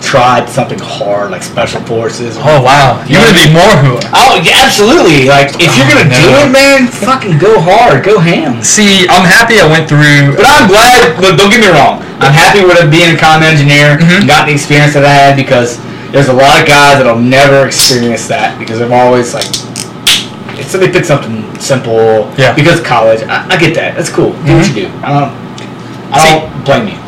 [SPEAKER 2] tried something hard, like special forces.
[SPEAKER 4] oh wow, you would have been more who?
[SPEAKER 2] Oh, yeah, absolutely! Like if you're gonna do
[SPEAKER 4] no.
[SPEAKER 2] it, man, fucking go hard, go ham.
[SPEAKER 4] See, I'm happy I went through.
[SPEAKER 2] But I'm glad. Look, don't get me wrong. I'm happy with being a comm engineer.
[SPEAKER 4] Mm-hmm.
[SPEAKER 2] and Got the experience that I had because there's a lot of guys that'll never experience that because they're always like, so they pick something simple.
[SPEAKER 4] Yeah. Mm-hmm.
[SPEAKER 2] Because college, I, I get that. That's cool. Do what you do. I don't. I
[SPEAKER 4] See-
[SPEAKER 2] don't blame you.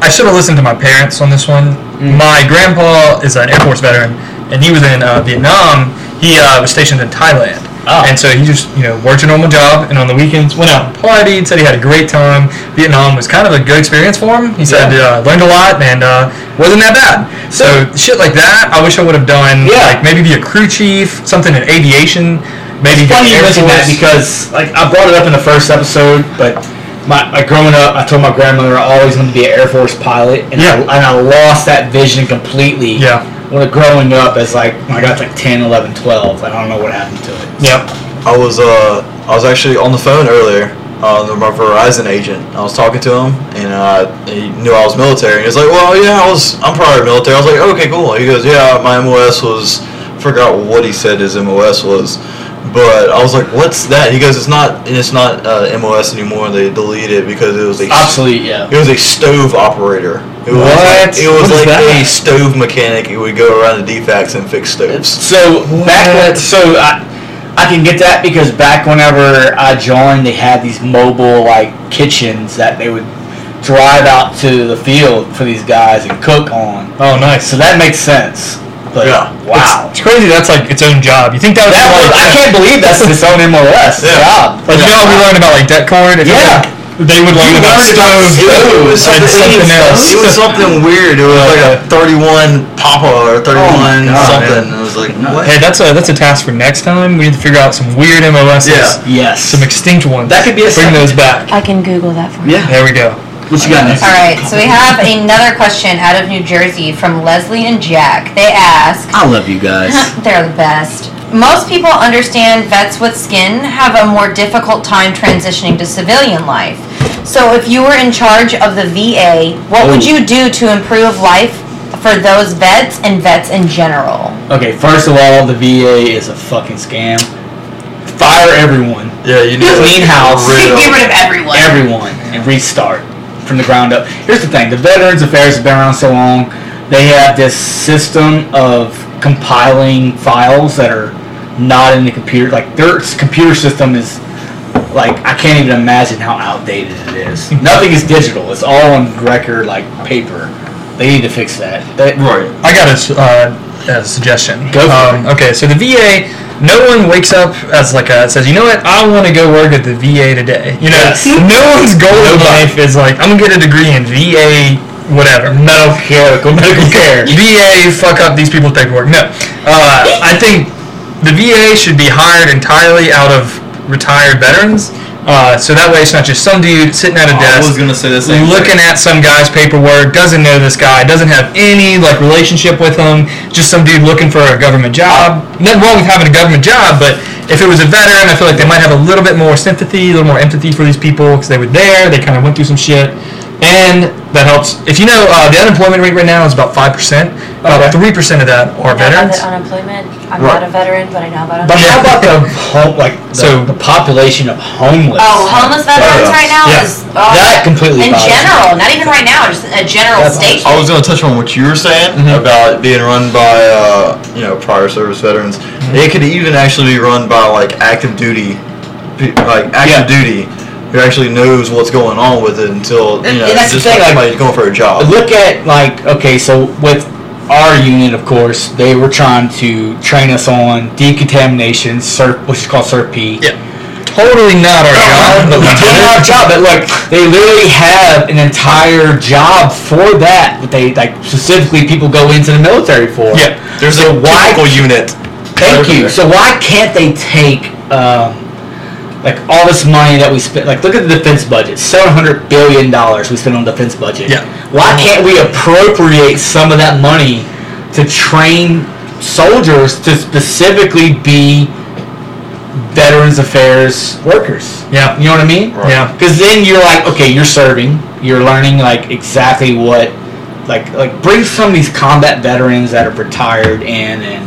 [SPEAKER 4] I should have listened to my parents on this one.
[SPEAKER 2] Mm.
[SPEAKER 4] My grandpa is an Air Force veteran, and he was in uh, Vietnam. He uh, was stationed in Thailand,
[SPEAKER 2] Oh.
[SPEAKER 4] and so he just you know worked a normal job, and on the weekends went out and partied. Said he had a great time. Vietnam was kind of a good experience for him. He said uh, learned a lot and uh, wasn't that bad. So shit like that, I wish I would have done.
[SPEAKER 2] Yeah.
[SPEAKER 4] like maybe be a crew chief, something in aviation, maybe get
[SPEAKER 2] funny you
[SPEAKER 4] Air
[SPEAKER 2] mentioned that
[SPEAKER 4] Force.
[SPEAKER 2] because like I brought it up in the first episode, but my like, growing up, I told my grandmother I always wanted to be an Air Force pilot, and
[SPEAKER 4] Yeah.
[SPEAKER 2] I, and I lost that vision completely.
[SPEAKER 4] Yeah.
[SPEAKER 2] When growing up, as like when I got to, like 10, 11, 12, and I don't know what happened to it.
[SPEAKER 4] Yep.
[SPEAKER 5] I was uh I was actually on the phone earlier. Uh, my Verizon agent. I was talking to him, and uh, he knew I was military. And he was like, "Well, yeah, I was. I'm prior military." I was like, "Okay, cool." He goes, "Yeah, my MOS was. Forgot what he said his MOS was, but I was like, "What's that?" He goes, "It's not. It's not uh, MOS anymore. They deleted it because it was a
[SPEAKER 2] Obsolete, yeah.
[SPEAKER 5] It was a stove operator. It was
[SPEAKER 2] What?
[SPEAKER 5] Like, it was
[SPEAKER 2] What is
[SPEAKER 5] like
[SPEAKER 2] that?
[SPEAKER 5] a stove mechanic. It would go around the defects and fix stoves.
[SPEAKER 2] So back when, so I, I can get that because back whenever I joined, they had these mobile like kitchens that they would drive out to the field for these guys and cook on.
[SPEAKER 4] Oh, nice.
[SPEAKER 2] So that makes sense. But
[SPEAKER 5] Yeah.
[SPEAKER 2] wow.
[SPEAKER 4] It's crazy. That's like its own job. You think that would
[SPEAKER 2] That
[SPEAKER 4] be
[SPEAKER 2] was, I
[SPEAKER 4] like
[SPEAKER 2] can't believe that's its own MLS
[SPEAKER 5] Yeah.
[SPEAKER 2] job.
[SPEAKER 4] Like you know how we learned about like debt cord? If
[SPEAKER 2] Yeah.
[SPEAKER 4] like, they would learn
[SPEAKER 2] You
[SPEAKER 4] about
[SPEAKER 2] learned about
[SPEAKER 4] stove
[SPEAKER 2] stove.
[SPEAKER 5] It was
[SPEAKER 4] and something else.
[SPEAKER 5] It was something weird. It was like a 31 Papa or 31
[SPEAKER 2] Oh God,
[SPEAKER 5] something. It was like, what?
[SPEAKER 4] Hey, that's a that's a task for next time. We need to figure out some weird MOSs,
[SPEAKER 5] Yeah.
[SPEAKER 2] Yes.
[SPEAKER 4] some extinct ones.
[SPEAKER 2] That could be a
[SPEAKER 4] bring those back.
[SPEAKER 6] I can Google that for you.
[SPEAKER 2] yeah.
[SPEAKER 4] There we go.
[SPEAKER 2] What you got next?
[SPEAKER 3] All right, so we have another question out of New Jersey from Leslie and Jack. They ask,
[SPEAKER 2] I love you guys.
[SPEAKER 3] they're the best. Most people understand vets with skin have a more difficult time transitioning to civilian life. So, if you were in charge of the VA, what would
[SPEAKER 2] Oh.
[SPEAKER 3] you do to improve life for those vets and vets in general?
[SPEAKER 2] okay, first of all, the VA is a fucking scam. Fire everyone,
[SPEAKER 5] Yeah, you need
[SPEAKER 2] Clean house.
[SPEAKER 5] Real.
[SPEAKER 3] rid of everyone.
[SPEAKER 2] everyone, and restart from the ground up. Here's the thing: the Veterans Affairs has been around so long, they have this system of compiling files that are not in the computer. Like their s- computer system is like I can't even imagine how outdated it is. Nothing is digital; it's all on record, like paper. They need to fix that. That-
[SPEAKER 4] I got a, s- uh, a suggestion.
[SPEAKER 2] Go for
[SPEAKER 4] um, Okay, so the VA, no one wakes up as like a says, you know what, I want to go work at the VA today. You know,
[SPEAKER 2] Yes.
[SPEAKER 4] no one's goal in life is like I'm gonna get a degree in VA whatever. No
[SPEAKER 2] care, go medical care.
[SPEAKER 4] VA fuck up these people's paperwork. No, uh, I think the VA should be hired entirely out of retired veterans. Uh, so that way, it's not just some dude sitting
[SPEAKER 2] Oh,
[SPEAKER 4] at a
[SPEAKER 5] I
[SPEAKER 4] desk
[SPEAKER 5] was gonna say the same.
[SPEAKER 4] looking at some guy's paperwork, doesn't know this guy, doesn't have any like relationship with him, just some dude looking for a government job. Nothing wrong with having a government job, but if it was a veteran, I feel like they might have a little bit more sympathy, a little more empathy for these people because they were there, they kind of went through some shit, and that helps. If you know, uh, the unemployment rate right now is about five percent. About three percent of that are veterans.
[SPEAKER 6] unemployment. I'm
[SPEAKER 2] Right.
[SPEAKER 6] not a veteran, but I know about
[SPEAKER 2] But
[SPEAKER 6] unemployment.
[SPEAKER 2] how about the home, like the,
[SPEAKER 4] So-
[SPEAKER 2] the population of homeless?
[SPEAKER 3] Oh, homeless veterans
[SPEAKER 5] Yeah.
[SPEAKER 3] right now
[SPEAKER 4] Yeah.
[SPEAKER 3] is oh,
[SPEAKER 2] That completely
[SPEAKER 3] in
[SPEAKER 2] bothers me. Oh,
[SPEAKER 3] general, not even right now, just a general
[SPEAKER 2] That's
[SPEAKER 3] state.
[SPEAKER 5] I was going to touch on what you were saying
[SPEAKER 2] Mm-hmm.
[SPEAKER 5] about it being run by, uh, you know, prior service veterans.
[SPEAKER 2] Mm-hmm.
[SPEAKER 5] It could even actually be run by like active duty, pe- like active duty, who actually knows what's going on with it until
[SPEAKER 2] And-
[SPEAKER 5] you know,
[SPEAKER 2] and that's the
[SPEAKER 5] just
[SPEAKER 2] thing,
[SPEAKER 5] like
[SPEAKER 2] like-
[SPEAKER 5] somebody's going for a job.
[SPEAKER 2] look at like okay so with our unit of course they were trying to train us on decontamination SERP, which is called SERP P
[SPEAKER 4] Yeah. Totally not
[SPEAKER 2] Oh,
[SPEAKER 4] our job.
[SPEAKER 2] but we did our job but look they literally have an entire job for that that they like specifically people go into the military for
[SPEAKER 4] Yeah.
[SPEAKER 5] There's
[SPEAKER 2] so
[SPEAKER 5] a
[SPEAKER 2] why
[SPEAKER 5] typical unit.
[SPEAKER 2] Thank you.
[SPEAKER 5] Perfect.
[SPEAKER 2] So why can't they take um, like all this money that we spent? Like look at the defense budget, seven hundred billion dollars we spend on defense budget.
[SPEAKER 4] Yeah. Uh-huh.
[SPEAKER 2] Why can't we appropriate some of that money to train soldiers to specifically be veterans affairs workers?
[SPEAKER 4] Yeah.
[SPEAKER 2] You know what I mean?
[SPEAKER 4] Yeah.
[SPEAKER 2] Because then you're like, okay, you're serving, you're learning like exactly what, like like bring some of these combat veterans that are retired in and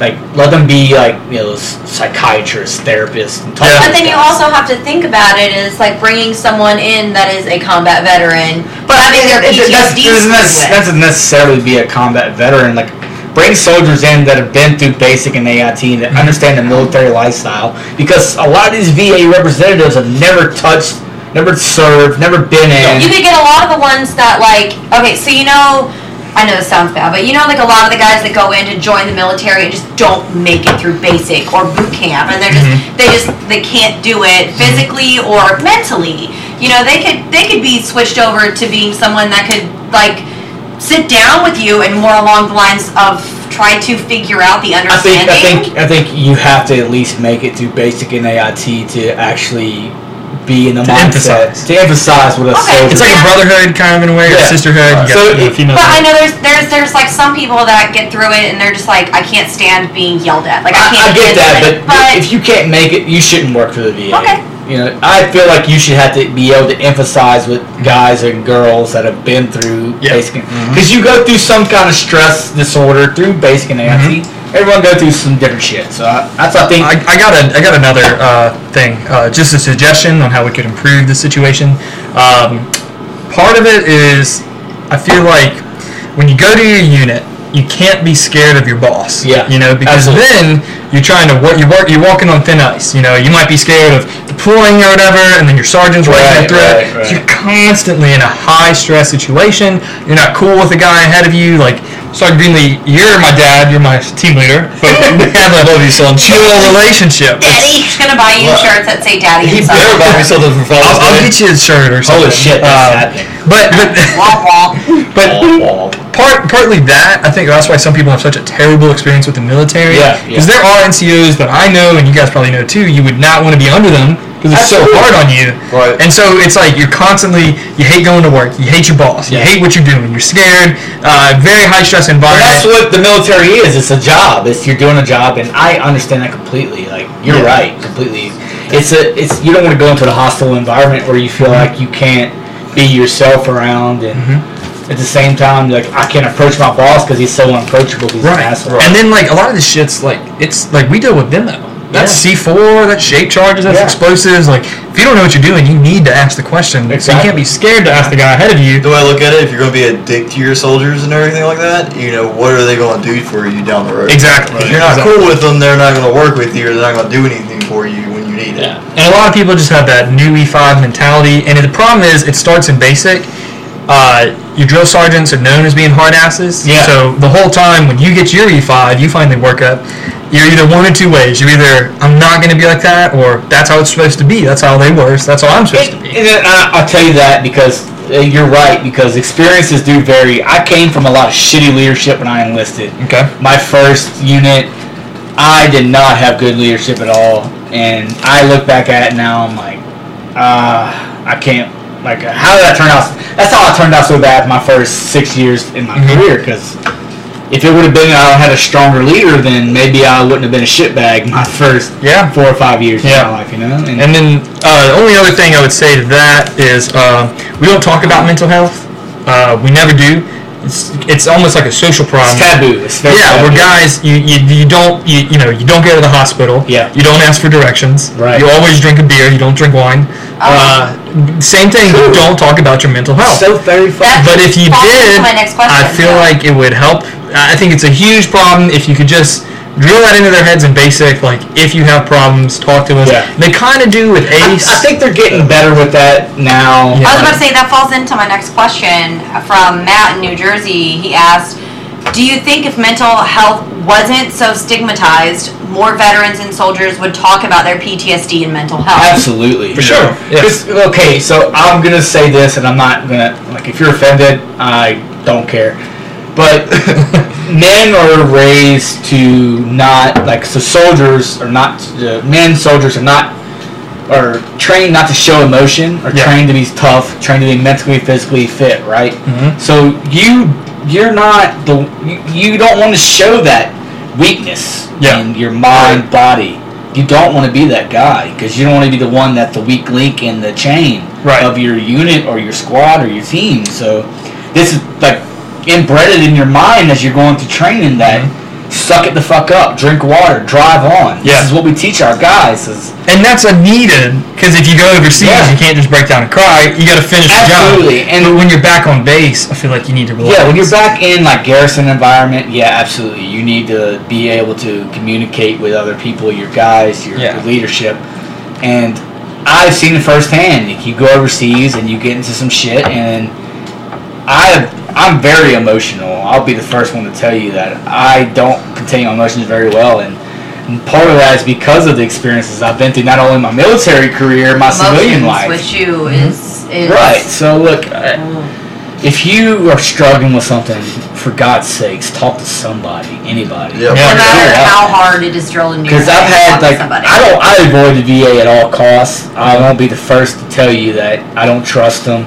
[SPEAKER 2] like let them be like you know those psychiatrists, therapists. And talk
[SPEAKER 4] Yeah.
[SPEAKER 2] to these
[SPEAKER 3] But then you
[SPEAKER 2] guys.
[SPEAKER 3] also have to think about it as like bringing someone in that is a combat veteran, but having their
[SPEAKER 2] It- it- that's,
[SPEAKER 3] PTSD
[SPEAKER 2] doesn't nec-
[SPEAKER 3] screwed
[SPEAKER 2] that
[SPEAKER 3] with.
[SPEAKER 2] doesn't necessarily be a combat veteran. Like, bring soldiers in that have been through basic and AIT that understand the military lifestyle. Because a lot of these VA representatives have never touched, never served, never been in.
[SPEAKER 3] You could get a lot of the ones that like okay, so you know. I know this sounds bad, but you know, like a lot of the guys that go in to join the military and just don't make it through basic or boot camp, and they're just
[SPEAKER 2] Mm-hmm.
[SPEAKER 3] they just they can't do it physically or mentally. You know, they could they could be switched over to being someone that could like sit down with you and more along the lines of try to figure out the
[SPEAKER 2] I think
[SPEAKER 3] understanding.
[SPEAKER 2] I think I think you have to at least make it through basic and AIT to actually be in the
[SPEAKER 4] To
[SPEAKER 2] mindset
[SPEAKER 4] emphasize.
[SPEAKER 2] to emphasize what a
[SPEAKER 3] Okay.
[SPEAKER 2] soldier.
[SPEAKER 4] It's like a brotherhood kind of in a way, or
[SPEAKER 2] oh. Yeah.
[SPEAKER 4] a sisterhood. You
[SPEAKER 2] So
[SPEAKER 4] got, you know,
[SPEAKER 2] it-
[SPEAKER 4] female
[SPEAKER 3] But I know there's there's there's like some people that get through it and they're just like I can't stand being yelled at. Like I
[SPEAKER 2] I,
[SPEAKER 3] can't.
[SPEAKER 2] I get
[SPEAKER 3] do
[SPEAKER 2] that,
[SPEAKER 3] it.
[SPEAKER 2] but, if you can't make it, you shouldn't work for the VA.
[SPEAKER 3] Okay.
[SPEAKER 2] You know, I feel like you should have to be able to emphasize with guys and girls that have been through
[SPEAKER 4] Yeah. Mm-hmm.
[SPEAKER 2] basic, because you go through some kind of stress disorder through basic and AIT. Everyone go through some different shit, so I, that's I think.
[SPEAKER 4] Mm-hmm. I, I got a, I got another uh, thing, uh, just a suggestion on how we could improve the situation. Um, part of it is, I feel like when you go to your unit, you can't be scared of your boss.
[SPEAKER 2] Yeah,
[SPEAKER 4] you know, because
[SPEAKER 2] absolutely.
[SPEAKER 4] then you're trying to work, you're, work, you're walking on thin ice. You know, you might be scared of deploying or whatever, and then your sergeant's right,
[SPEAKER 2] Right,
[SPEAKER 4] through
[SPEAKER 2] right,
[SPEAKER 4] it.
[SPEAKER 2] right.
[SPEAKER 4] You're constantly in a high stress situation. You're not cool with the guy ahead of you, like. Sergeant Greenlee, you're my dad. You're my team leader. But we have a love you, son. Chill relationship.
[SPEAKER 3] Daddy, he's gonna buy you shirts that say Daddy
[SPEAKER 5] He
[SPEAKER 3] and son.
[SPEAKER 5] better buy me something for
[SPEAKER 4] I'll, I'll
[SPEAKER 5] Father's Day.
[SPEAKER 4] get you his shirt or
[SPEAKER 2] Holy
[SPEAKER 4] something. Uh,
[SPEAKER 2] shit, that's happening.
[SPEAKER 4] But but
[SPEAKER 3] Womp womp.
[SPEAKER 4] but part partly that I think that's why some people have such a terrible experience with the military.
[SPEAKER 2] Yeah, yeah.
[SPEAKER 4] Because there are NCOs that I know, and you guys probably know too. You would not want to be under them because it's so
[SPEAKER 2] Absolutely.
[SPEAKER 4] hard on you.
[SPEAKER 5] Right.
[SPEAKER 4] And so it's like you're constantly you hate going to work, you hate your boss, you
[SPEAKER 2] Yeah.
[SPEAKER 4] hate what you're doing, you're scared. Uh, very high stress
[SPEAKER 2] But
[SPEAKER 4] environment.
[SPEAKER 2] that's what the military is. It's a job. It's you're doing a job, and I understand that completely. Like you're
[SPEAKER 4] Yeah.
[SPEAKER 2] right, completely. It's a it's you don't want to go into a hostile environment where you feel like you can't be yourself around, and
[SPEAKER 4] Mm-hmm.
[SPEAKER 2] at the same time, like I can't approach my boss because he's so unapproachable. He's an
[SPEAKER 4] Right.
[SPEAKER 2] asshole.
[SPEAKER 4] And then like a lot of this shit's like it's like we deal with them though. That's C4, that's shape charges, that's
[SPEAKER 2] Yeah.
[SPEAKER 4] explosives. Like, if you don't know what you're doing, you need to ask the question. So you
[SPEAKER 2] Exactly.
[SPEAKER 4] can't be scared to ask the guy ahead of you.
[SPEAKER 5] The way I look at it, if you're going to be a dick to your soldiers and everything like that, you know, what are they going to do for you down the road?
[SPEAKER 4] Exactly.
[SPEAKER 5] If you're not
[SPEAKER 4] Exactly.
[SPEAKER 5] cool with them, they're not going to work with you, or they're not going to do anything for you when you need it.
[SPEAKER 4] And a lot of people just have that new E5 mentality. And the problem is, it starts in basic. Uh, your drill sergeants are known as being hard asses.
[SPEAKER 2] Yeah.
[SPEAKER 4] So the whole time when you get your E5, you finally work up. You're either one of two ways. You're either I'm not going to be like that, or that's how it's supposed to be. That's how they were. So that's how I'm supposed
[SPEAKER 2] And,
[SPEAKER 4] to be.
[SPEAKER 2] and then I, I'll tell you that because uh, you're right. Because experiences do vary. I came from a lot of shitty leadership when I enlisted.
[SPEAKER 4] Okay.
[SPEAKER 2] My first unit, I did not have good leadership at all, and I look back at it now. I'm like, uh, I can't. Like, how did I turn out? That's how I turned out so bad my first six years in my
[SPEAKER 4] Mm-hmm.
[SPEAKER 2] career. Because if it would have been I had a stronger leader, then maybe I wouldn't have been a shitbag my first
[SPEAKER 4] Yeah.
[SPEAKER 2] four or five years
[SPEAKER 4] Yeah.
[SPEAKER 2] of my life. You know. And,
[SPEAKER 4] And then uh, the only other thing I would say to that is uh, we don't talk about mental health. Uh, we never do. It's, it's almost like a social
[SPEAKER 2] it's
[SPEAKER 4] problem.
[SPEAKER 2] taboo. It's very
[SPEAKER 4] Yeah,
[SPEAKER 2] taboo.
[SPEAKER 4] we're guys. You, you, you don't you, you know you don't go to the hospital.
[SPEAKER 2] Yeah.
[SPEAKER 4] You don't ask for directions.
[SPEAKER 2] Right.
[SPEAKER 4] You always drink a beer. You don't drink wine.
[SPEAKER 3] Um,
[SPEAKER 4] Uh, same thing. You don't talk about your mental health.
[SPEAKER 2] So very fucking.
[SPEAKER 3] That
[SPEAKER 4] but if you
[SPEAKER 3] falls
[SPEAKER 4] did,
[SPEAKER 3] into my next question.
[SPEAKER 4] I feel
[SPEAKER 3] yeah.
[SPEAKER 4] like it would help. I think it's a huge problem if you could just drill that into their heads in basic. Like if you have problems, talk to us.
[SPEAKER 2] Yeah.
[SPEAKER 4] They kind of do with
[SPEAKER 2] I,
[SPEAKER 4] Ace.
[SPEAKER 2] I think they're getting better with that now.
[SPEAKER 3] I was about to say that falls into my next question from Matt in New Jersey. He asked, "Do you think if mental health wasn't so stigmatized, more veterans and soldiers would talk about their PTSD and mental health?"
[SPEAKER 2] Absolutely.
[SPEAKER 4] For sure. Yeah.
[SPEAKER 2] 'Cause- Okay, so I'm gonna say this, and I'm not gonna like. If you're offended, I don't care. But men are raised to not like. So soldiers are not. Uh, men soldiers are not. Are trained not to show emotion, are
[SPEAKER 4] Yeah.
[SPEAKER 2] trained to be tough, trained to be mentally, physically fit, right?
[SPEAKER 4] Mm-hmm.
[SPEAKER 2] So you you're not the you, you don't want to show that weakness
[SPEAKER 4] Yeah.
[SPEAKER 2] in your mind, body. You don't want to be that guy because you don't want to be the one that's the weak link in the chain
[SPEAKER 4] Right.
[SPEAKER 2] of your unit or your squad or your team. So this is like embedded in your mind as you're going through training that suck it the fuck up, drink water, drive on.
[SPEAKER 4] Mm-hmm. Yeah.
[SPEAKER 2] This is what we teach our guys. Is
[SPEAKER 4] and that's a needed because if you go overseas,
[SPEAKER 2] Yeah.
[SPEAKER 4] you can't just break down and cry. You got to finish
[SPEAKER 2] Absolutely,
[SPEAKER 4] the job.
[SPEAKER 2] and-
[SPEAKER 4] but when you're back on base, I feel like you need to relax.
[SPEAKER 2] Yeah, when you're back in like garrison environment, yeah, absolutely. You need to be able to communicate with other people, your guys, your,
[SPEAKER 4] Yeah.
[SPEAKER 2] your leadership. And I've seen it firsthand. Like, you go overseas and you get into some shit, and I I'm very emotional. I'll be the first one to tell you that I don't contain my emotions very well, and. and Part of that is because of the experiences I've been through, not only my military career, my civilian
[SPEAKER 3] Emotions
[SPEAKER 2] life.
[SPEAKER 3] with you is, is
[SPEAKER 2] Mm-hmm. Right. So look, I- if you are struggling with something, for God's sakes, talk to somebody, anybody.
[SPEAKER 5] Yeah.
[SPEAKER 3] No
[SPEAKER 4] Yeah.
[SPEAKER 3] matter
[SPEAKER 2] Yeah.
[SPEAKER 3] how hard it is drilled into your
[SPEAKER 2] Because I've
[SPEAKER 3] head,
[SPEAKER 2] had
[SPEAKER 3] talk to
[SPEAKER 2] like
[SPEAKER 3] somebody.
[SPEAKER 2] I don't I avoid the VA at all costs. I won't be the first to tell you that I don't trust them.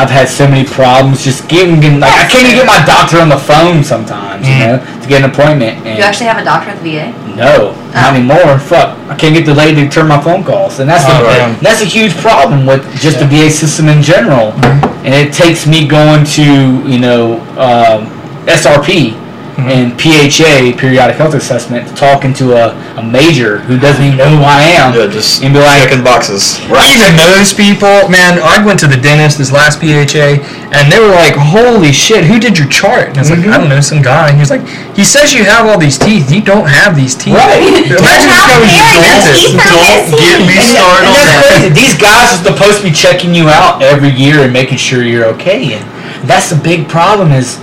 [SPEAKER 2] I've had so many problems just getting, getting like I can't even get my doctor on the phone sometimes, you know, to get an appointment. And
[SPEAKER 3] You actually have a doctor at the VA?
[SPEAKER 2] No, not anymore. Fuck, I can't get the lady to return my phone calls, and that's the,
[SPEAKER 4] Oh, damn.
[SPEAKER 2] that's a huge problem with just the VA system in general.
[SPEAKER 5] Mm-hmm.
[SPEAKER 2] And it takes me going to you know um, SRP
[SPEAKER 5] Mm-hmm.
[SPEAKER 2] and PHA periodic health assessment, talking to a, a major who doesn't even know who I am,
[SPEAKER 5] Yeah, just
[SPEAKER 2] and be like,
[SPEAKER 5] checking boxes.
[SPEAKER 4] Even those people, man, I went to the dentist this last PHA, and they were like, "Holy shit, who did your chart?" And I was like, "I
[SPEAKER 2] Mm-hmm.
[SPEAKER 4] don't know, some guy." And he was like, "He says you have all these teeth. You don't have these teeth."
[SPEAKER 2] Right.
[SPEAKER 4] Imagine
[SPEAKER 2] Don't
[SPEAKER 4] if that was your
[SPEAKER 3] have
[SPEAKER 4] dentist.
[SPEAKER 3] teeth.
[SPEAKER 5] Don't get me
[SPEAKER 2] And-
[SPEAKER 5] started
[SPEAKER 2] and
[SPEAKER 5] on
[SPEAKER 2] that's
[SPEAKER 5] that.
[SPEAKER 2] crazy. These guys are supposed to be checking you out every year and making sure you're okay. And that's the big problem is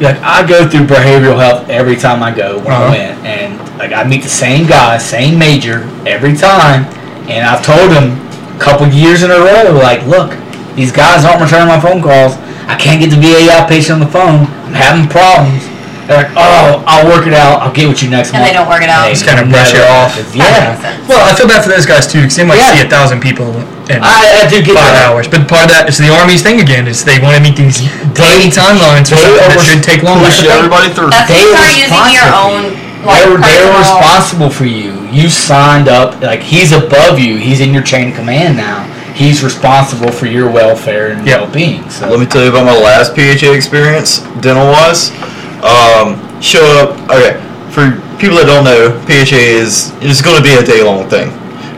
[SPEAKER 2] like I go through behavioral health every time I go when
[SPEAKER 4] Uh-huh.
[SPEAKER 2] I went, and like I meet the same guy, same major every time, and I've told him a couple years in a row, like, look, these guys aren't returning my phone calls. I can't get the VA outpatient on the phone. I'm having problems. They're like, oh, I'll work it out. I'll get with you next
[SPEAKER 3] And
[SPEAKER 2] month.
[SPEAKER 3] they don't work it out.
[SPEAKER 2] They
[SPEAKER 3] Just
[SPEAKER 4] kinda brush
[SPEAKER 2] never-
[SPEAKER 4] it off.
[SPEAKER 3] That
[SPEAKER 2] Yeah.
[SPEAKER 3] makes sense.
[SPEAKER 4] Well, I feel bad for those guys too, because they might
[SPEAKER 2] Yeah.
[SPEAKER 4] see a thousand people in
[SPEAKER 2] I, I do get
[SPEAKER 4] five
[SPEAKER 2] that.
[SPEAKER 4] hours. But part of that is the army's thing again. Is they want to meet these daily timelines for
[SPEAKER 2] They
[SPEAKER 4] something that
[SPEAKER 2] over-
[SPEAKER 4] should take longer.
[SPEAKER 5] Push everybody through.
[SPEAKER 3] That's
[SPEAKER 2] They
[SPEAKER 3] you
[SPEAKER 2] were
[SPEAKER 3] start using your
[SPEAKER 2] responsible.
[SPEAKER 3] own like
[SPEAKER 2] they were, they were
[SPEAKER 3] personal-
[SPEAKER 2] responsible for you. You signed up. Like he's above you. He's in your chain of command now. He's responsible for your welfare and
[SPEAKER 4] Yep.
[SPEAKER 2] well-being. So
[SPEAKER 5] Let me tell you about my last PHA experience, dental wise. Um, show up, okay. for people that don't know, PHA is it's going to be a day long thing.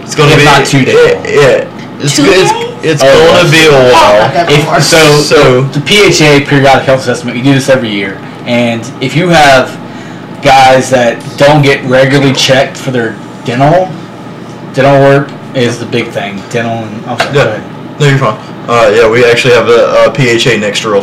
[SPEAKER 5] It's going to
[SPEAKER 2] If
[SPEAKER 5] be
[SPEAKER 2] not two days.
[SPEAKER 5] Yeah, it's
[SPEAKER 3] Two
[SPEAKER 5] it's,
[SPEAKER 3] days?
[SPEAKER 5] it's
[SPEAKER 2] Oh,
[SPEAKER 5] going to be a while.
[SPEAKER 2] If, so,
[SPEAKER 5] So-
[SPEAKER 2] so the PHA periodic health assessment, you do this every year, and if you have guys that don't get regularly checked for their dental, dental work is the big thing. Dental and oh, sorry, go ahead.
[SPEAKER 5] Yeah, no, you're fine. Uh, yeah, we actually have a, a PHA next drill.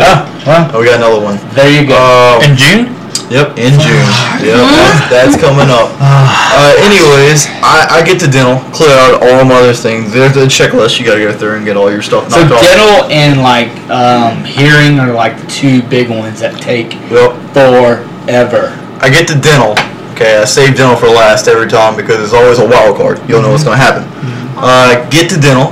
[SPEAKER 2] Ah, well,
[SPEAKER 5] Oh, we got another one.
[SPEAKER 2] there you go.
[SPEAKER 5] Um,
[SPEAKER 4] In June?
[SPEAKER 5] Yep, in June. Yep, that's, that's coming up. Uh, anyways, I, I get to dental, clear out all my other things. There's a checklist you gotta go through and get all your stuff
[SPEAKER 2] So
[SPEAKER 5] knocked off.
[SPEAKER 2] dental and like um, hearing are like the two big ones that take
[SPEAKER 5] Yep,
[SPEAKER 2] forever.
[SPEAKER 5] I get to dental. Okay, I save dental for last every time because it's always a wild card. You'll know what's gonna happen. Uh, get to dental,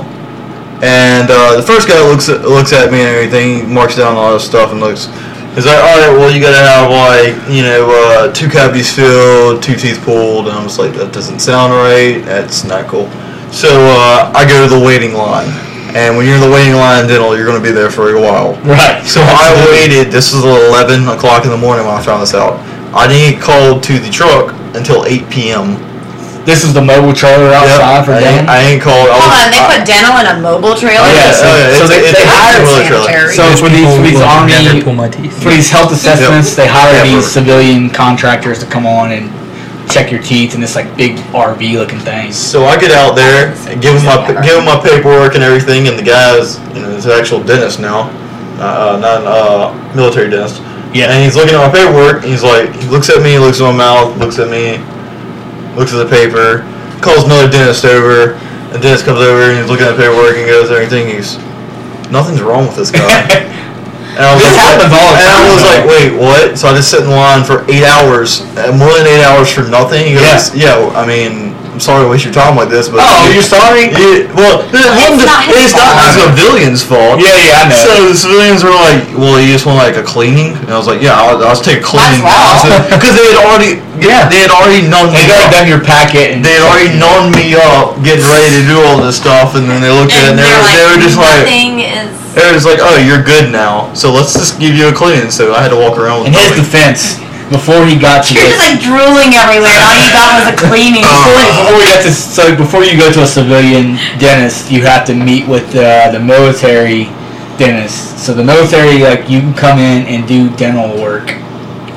[SPEAKER 5] and uh, the first guy looks at, looks at me and everything, marks down all this stuff, and looks. He's like, all right, well, you gotta have like you know uh, two cavities filled, two teeth pulled, and I'm just like, that doesn't sound right. That's not cool. So uh, I go to the waiting line, and when you're in the waiting line in dental, you're gonna be there for a while.
[SPEAKER 2] Right.
[SPEAKER 5] So I waited. This was 11 o'clock in the morning when I found this out. I didn't get called to the truck until 8 p.m.
[SPEAKER 2] This is the mobile trailer outside
[SPEAKER 5] Yep,
[SPEAKER 2] for
[SPEAKER 5] I,
[SPEAKER 2] dental.
[SPEAKER 5] ain't, I ain't called. I
[SPEAKER 3] Hold
[SPEAKER 5] was-
[SPEAKER 3] on, they
[SPEAKER 5] I-
[SPEAKER 3] put dental in a mobile trailer?
[SPEAKER 5] Oh, yeah,
[SPEAKER 2] so-
[SPEAKER 5] oh, yeah,
[SPEAKER 2] so
[SPEAKER 5] it's-
[SPEAKER 2] they-
[SPEAKER 5] it's-
[SPEAKER 2] they
[SPEAKER 5] it's a
[SPEAKER 3] hired
[SPEAKER 5] trailer trailer.
[SPEAKER 3] sanitary.
[SPEAKER 2] So for these, for these
[SPEAKER 4] will
[SPEAKER 2] army,
[SPEAKER 4] never pull my teeth.
[SPEAKER 2] for these health assessments, they hire
[SPEAKER 5] Ever.
[SPEAKER 2] these civilian contractors to come on and check your teeth and this like big RV looking thing.
[SPEAKER 5] So I get out there, and give him my give him my paperwork and everything, and the guy's you know, he's an actual dentist now, uh, uh, not uh, military dentist.
[SPEAKER 2] Yeah.
[SPEAKER 5] And he's looking at my paperwork, and he's like, he looks at me, looks at my mouth, looks at me, looks at the paper, calls another dentist over. The dentist comes over, and he's looking at the paperwork and goes everything. He's nothing's wrong with this guy. And I was
[SPEAKER 2] This
[SPEAKER 5] like,
[SPEAKER 2] happens all the
[SPEAKER 5] And I
[SPEAKER 2] time,
[SPEAKER 5] was
[SPEAKER 2] though.
[SPEAKER 5] like, wait, what? So I just sit in line for eight hours, uh, more than eight hours for nothing. He goes, yeah. well, I mean, I'm sorry to waste your time like this, but
[SPEAKER 2] Oh, you're sorry?
[SPEAKER 5] Yeah, well, it wasn't
[SPEAKER 3] not
[SPEAKER 5] the-
[SPEAKER 3] his
[SPEAKER 5] it's not the
[SPEAKER 3] fault.
[SPEAKER 5] civilian's fault.
[SPEAKER 2] Yeah, yeah, I know.
[SPEAKER 5] So the civilians were like, "Well, you just want like a cleaning," and I was like, "Yeah, I'll, I'll just take a cleaning."
[SPEAKER 3] well.
[SPEAKER 5] Because they had already, yeah, they had already known
[SPEAKER 2] They
[SPEAKER 5] me.
[SPEAKER 2] got
[SPEAKER 5] Up.
[SPEAKER 2] done your packet and
[SPEAKER 5] They had already known me up, getting ready to do all this stuff, and then they looked at it and they were, they were just like,
[SPEAKER 3] nothing is.
[SPEAKER 5] they were just like, "Oh, you're good now, so let's just give you a cleaning." So I had to walk around
[SPEAKER 2] in
[SPEAKER 5] with
[SPEAKER 2] his
[SPEAKER 5] nothing.
[SPEAKER 2] defense, before he got to
[SPEAKER 3] You're
[SPEAKER 2] this,
[SPEAKER 3] just like drooling everywhere. and All you got was a cleaning.
[SPEAKER 2] Uh, before we got to so before you go to a civilian dentist, you have to meet with uh, the the military dentist. So the military, like you can come in and do dental work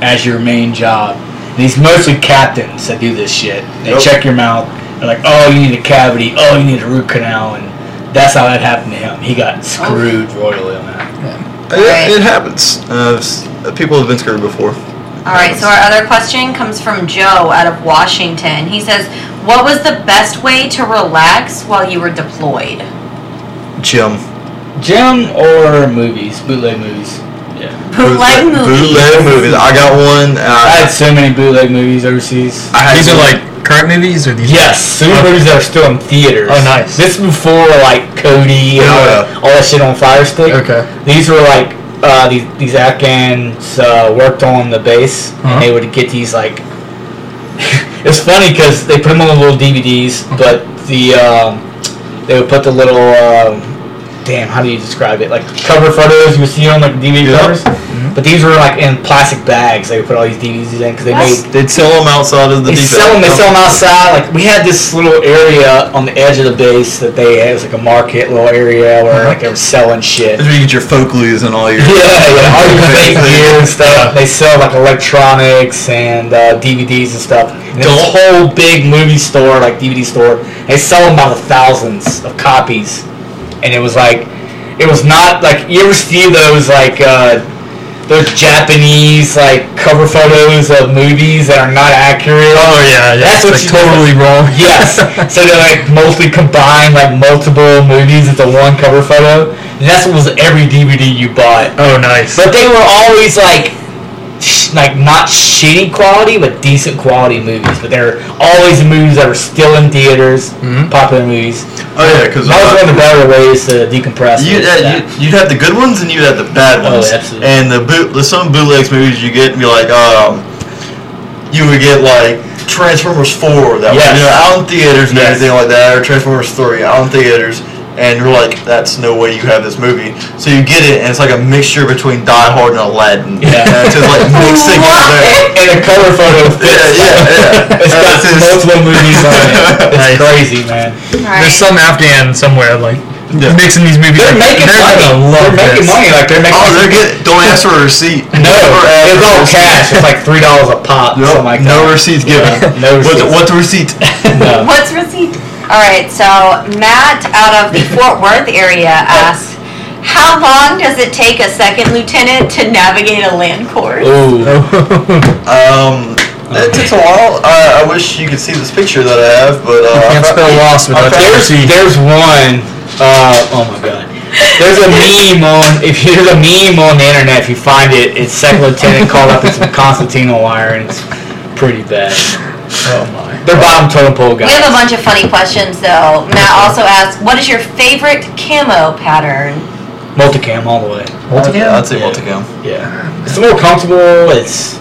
[SPEAKER 2] as your main job. And these mostly captains that do this shit. They
[SPEAKER 5] Yep.
[SPEAKER 2] check your mouth. They're like, oh, you need a cavity. Oh, you need a root canal, and that's how that happened to him. He
[SPEAKER 3] Oh.
[SPEAKER 2] got screwed royally on that.
[SPEAKER 5] Yeah,
[SPEAKER 3] Right.
[SPEAKER 5] It happens. Uh, s- people have been screwed before.
[SPEAKER 3] All right, so our other question comes from Joe out of Washington. He says, What was the best way to relax while you were deployed?
[SPEAKER 5] Jim.
[SPEAKER 2] Gym or movies, bootleg movies. Yeah,
[SPEAKER 3] Bootleg movies.
[SPEAKER 5] Bootleg movies. I got one.
[SPEAKER 2] I
[SPEAKER 5] Uh,
[SPEAKER 2] had so many bootleg movies overseas.
[SPEAKER 5] I had
[SPEAKER 4] These are
[SPEAKER 5] one.
[SPEAKER 4] like current movies or these?
[SPEAKER 2] Yes, super movies that are still in theaters.
[SPEAKER 4] Oh, nice.
[SPEAKER 2] This is before like Cody and
[SPEAKER 5] Yeah.
[SPEAKER 2] all that- all that shit on Fire Stick.
[SPEAKER 4] Okay.
[SPEAKER 2] These were like uh, these these Afghans uh, worked on the base,
[SPEAKER 4] Uh-huh.
[SPEAKER 2] and they would get these like. it's funny because they put them on the little DVDs,
[SPEAKER 4] Uh-huh.
[SPEAKER 2] but the um, they would put the little um, damn how do you describe it like cover photos you would see on like DVD covers, but these were like in plastic bags. They would put all these DVDs in because they made
[SPEAKER 5] They'd sell them outside of the Oh.
[SPEAKER 2] they
[SPEAKER 5] defense.
[SPEAKER 2] sell them. They sell them outside. Like we had this little area on the edge of the base that they had. It was like a market little area where like they were selling shit.
[SPEAKER 5] That's where Uh-huh. you get your Folkloos and all your.
[SPEAKER 2] Yeah, yeah, all your fake gear and stuff. They sell like electronics and uh, DVDs and stuff. And there's a
[SPEAKER 5] Don't-
[SPEAKER 2] whole big movie store, like DVD store. They sell them by the thousands of copies, and it was like, it was not like you ever see those like uh, those Japanese like cover photos of movies that are not accurate.
[SPEAKER 4] Oh yeah, yeah.
[SPEAKER 2] That's
[SPEAKER 4] That's
[SPEAKER 2] what
[SPEAKER 4] like
[SPEAKER 2] you-
[SPEAKER 4] totally wrong.
[SPEAKER 2] Yes. so they're like mostly combined, like multiple movies into one cover photo. And that's what was every DVD you bought.
[SPEAKER 4] Oh nice.
[SPEAKER 2] But they were always like, sh- like not shitty quality, but decent quality movies. But they're always movies that were still in theaters, popular movies.
[SPEAKER 5] Oh yeah, because
[SPEAKER 2] That was one of the better ways to decompress.
[SPEAKER 5] You,
[SPEAKER 2] was that.
[SPEAKER 5] uh, you, you'd have the good ones and you'd have the bad
[SPEAKER 2] Oh,
[SPEAKER 5] ones.
[SPEAKER 2] absolutely.
[SPEAKER 5] And the boot, the some bootlegs movies you get and be like, um, you would get like Transformers Four that was
[SPEAKER 2] Yes.
[SPEAKER 5] you know, out in theaters and
[SPEAKER 2] Yes.
[SPEAKER 5] everything like that, or Transformers Three out in theaters. and you're like, that's no way you have this movie. So you get it, and it's like a mixture between Die Hard and Aladdin.
[SPEAKER 2] Yeah.
[SPEAKER 5] And it's just like mixing it there.
[SPEAKER 2] And a cover photo.
[SPEAKER 5] Yeah, yeah, yeah.
[SPEAKER 2] It's got
[SPEAKER 5] That's just-
[SPEAKER 2] multiple movies on it. It's
[SPEAKER 5] Nice.
[SPEAKER 2] crazy, man.
[SPEAKER 4] There's some Afghan somewhere like mixing these movies.
[SPEAKER 2] They're
[SPEAKER 4] like,
[SPEAKER 2] making
[SPEAKER 4] they're
[SPEAKER 2] money.
[SPEAKER 4] Gonna love
[SPEAKER 2] They're making
[SPEAKER 4] this.
[SPEAKER 2] money. Like they're making.
[SPEAKER 5] Oh, they're good. Don't ask for a receipt.
[SPEAKER 2] No,
[SPEAKER 5] Never ask
[SPEAKER 2] it's
[SPEAKER 5] for a
[SPEAKER 2] all
[SPEAKER 5] receipt.
[SPEAKER 2] cash. It's like three dollars a pop. Something
[SPEAKER 5] Nope,
[SPEAKER 2] like
[SPEAKER 5] no
[SPEAKER 2] that.
[SPEAKER 5] receipts given.
[SPEAKER 2] No
[SPEAKER 5] What's-
[SPEAKER 2] receipts.
[SPEAKER 5] What's the receipt?
[SPEAKER 3] What's receipt? All right, so Matt out of the Fort Worth area asks, how long does it take a second lieutenant to navigate a land course?
[SPEAKER 2] Ooh.
[SPEAKER 5] Um,
[SPEAKER 2] Uh,
[SPEAKER 5] it takes a while. I, I wish you could see this picture that I have, but uh,
[SPEAKER 4] Can't spell lost without that
[SPEAKER 2] There's,
[SPEAKER 4] receipt.
[SPEAKER 2] there's one. Uh, oh my god. There's a meme on if you- there's a meme on the internet if you find it. It's second lieutenant called up in some Constantino wire and it's pretty bad.
[SPEAKER 4] Oh my.
[SPEAKER 2] They're bottom totem pole
[SPEAKER 3] We have a
[SPEAKER 2] guys.
[SPEAKER 3] bunch of funny questions though. Matt also asks, what is your favorite camo pattern?
[SPEAKER 2] Multicam all the way.
[SPEAKER 5] yeah, I'd say multicam.
[SPEAKER 2] Yeah. It's more comfortable. It's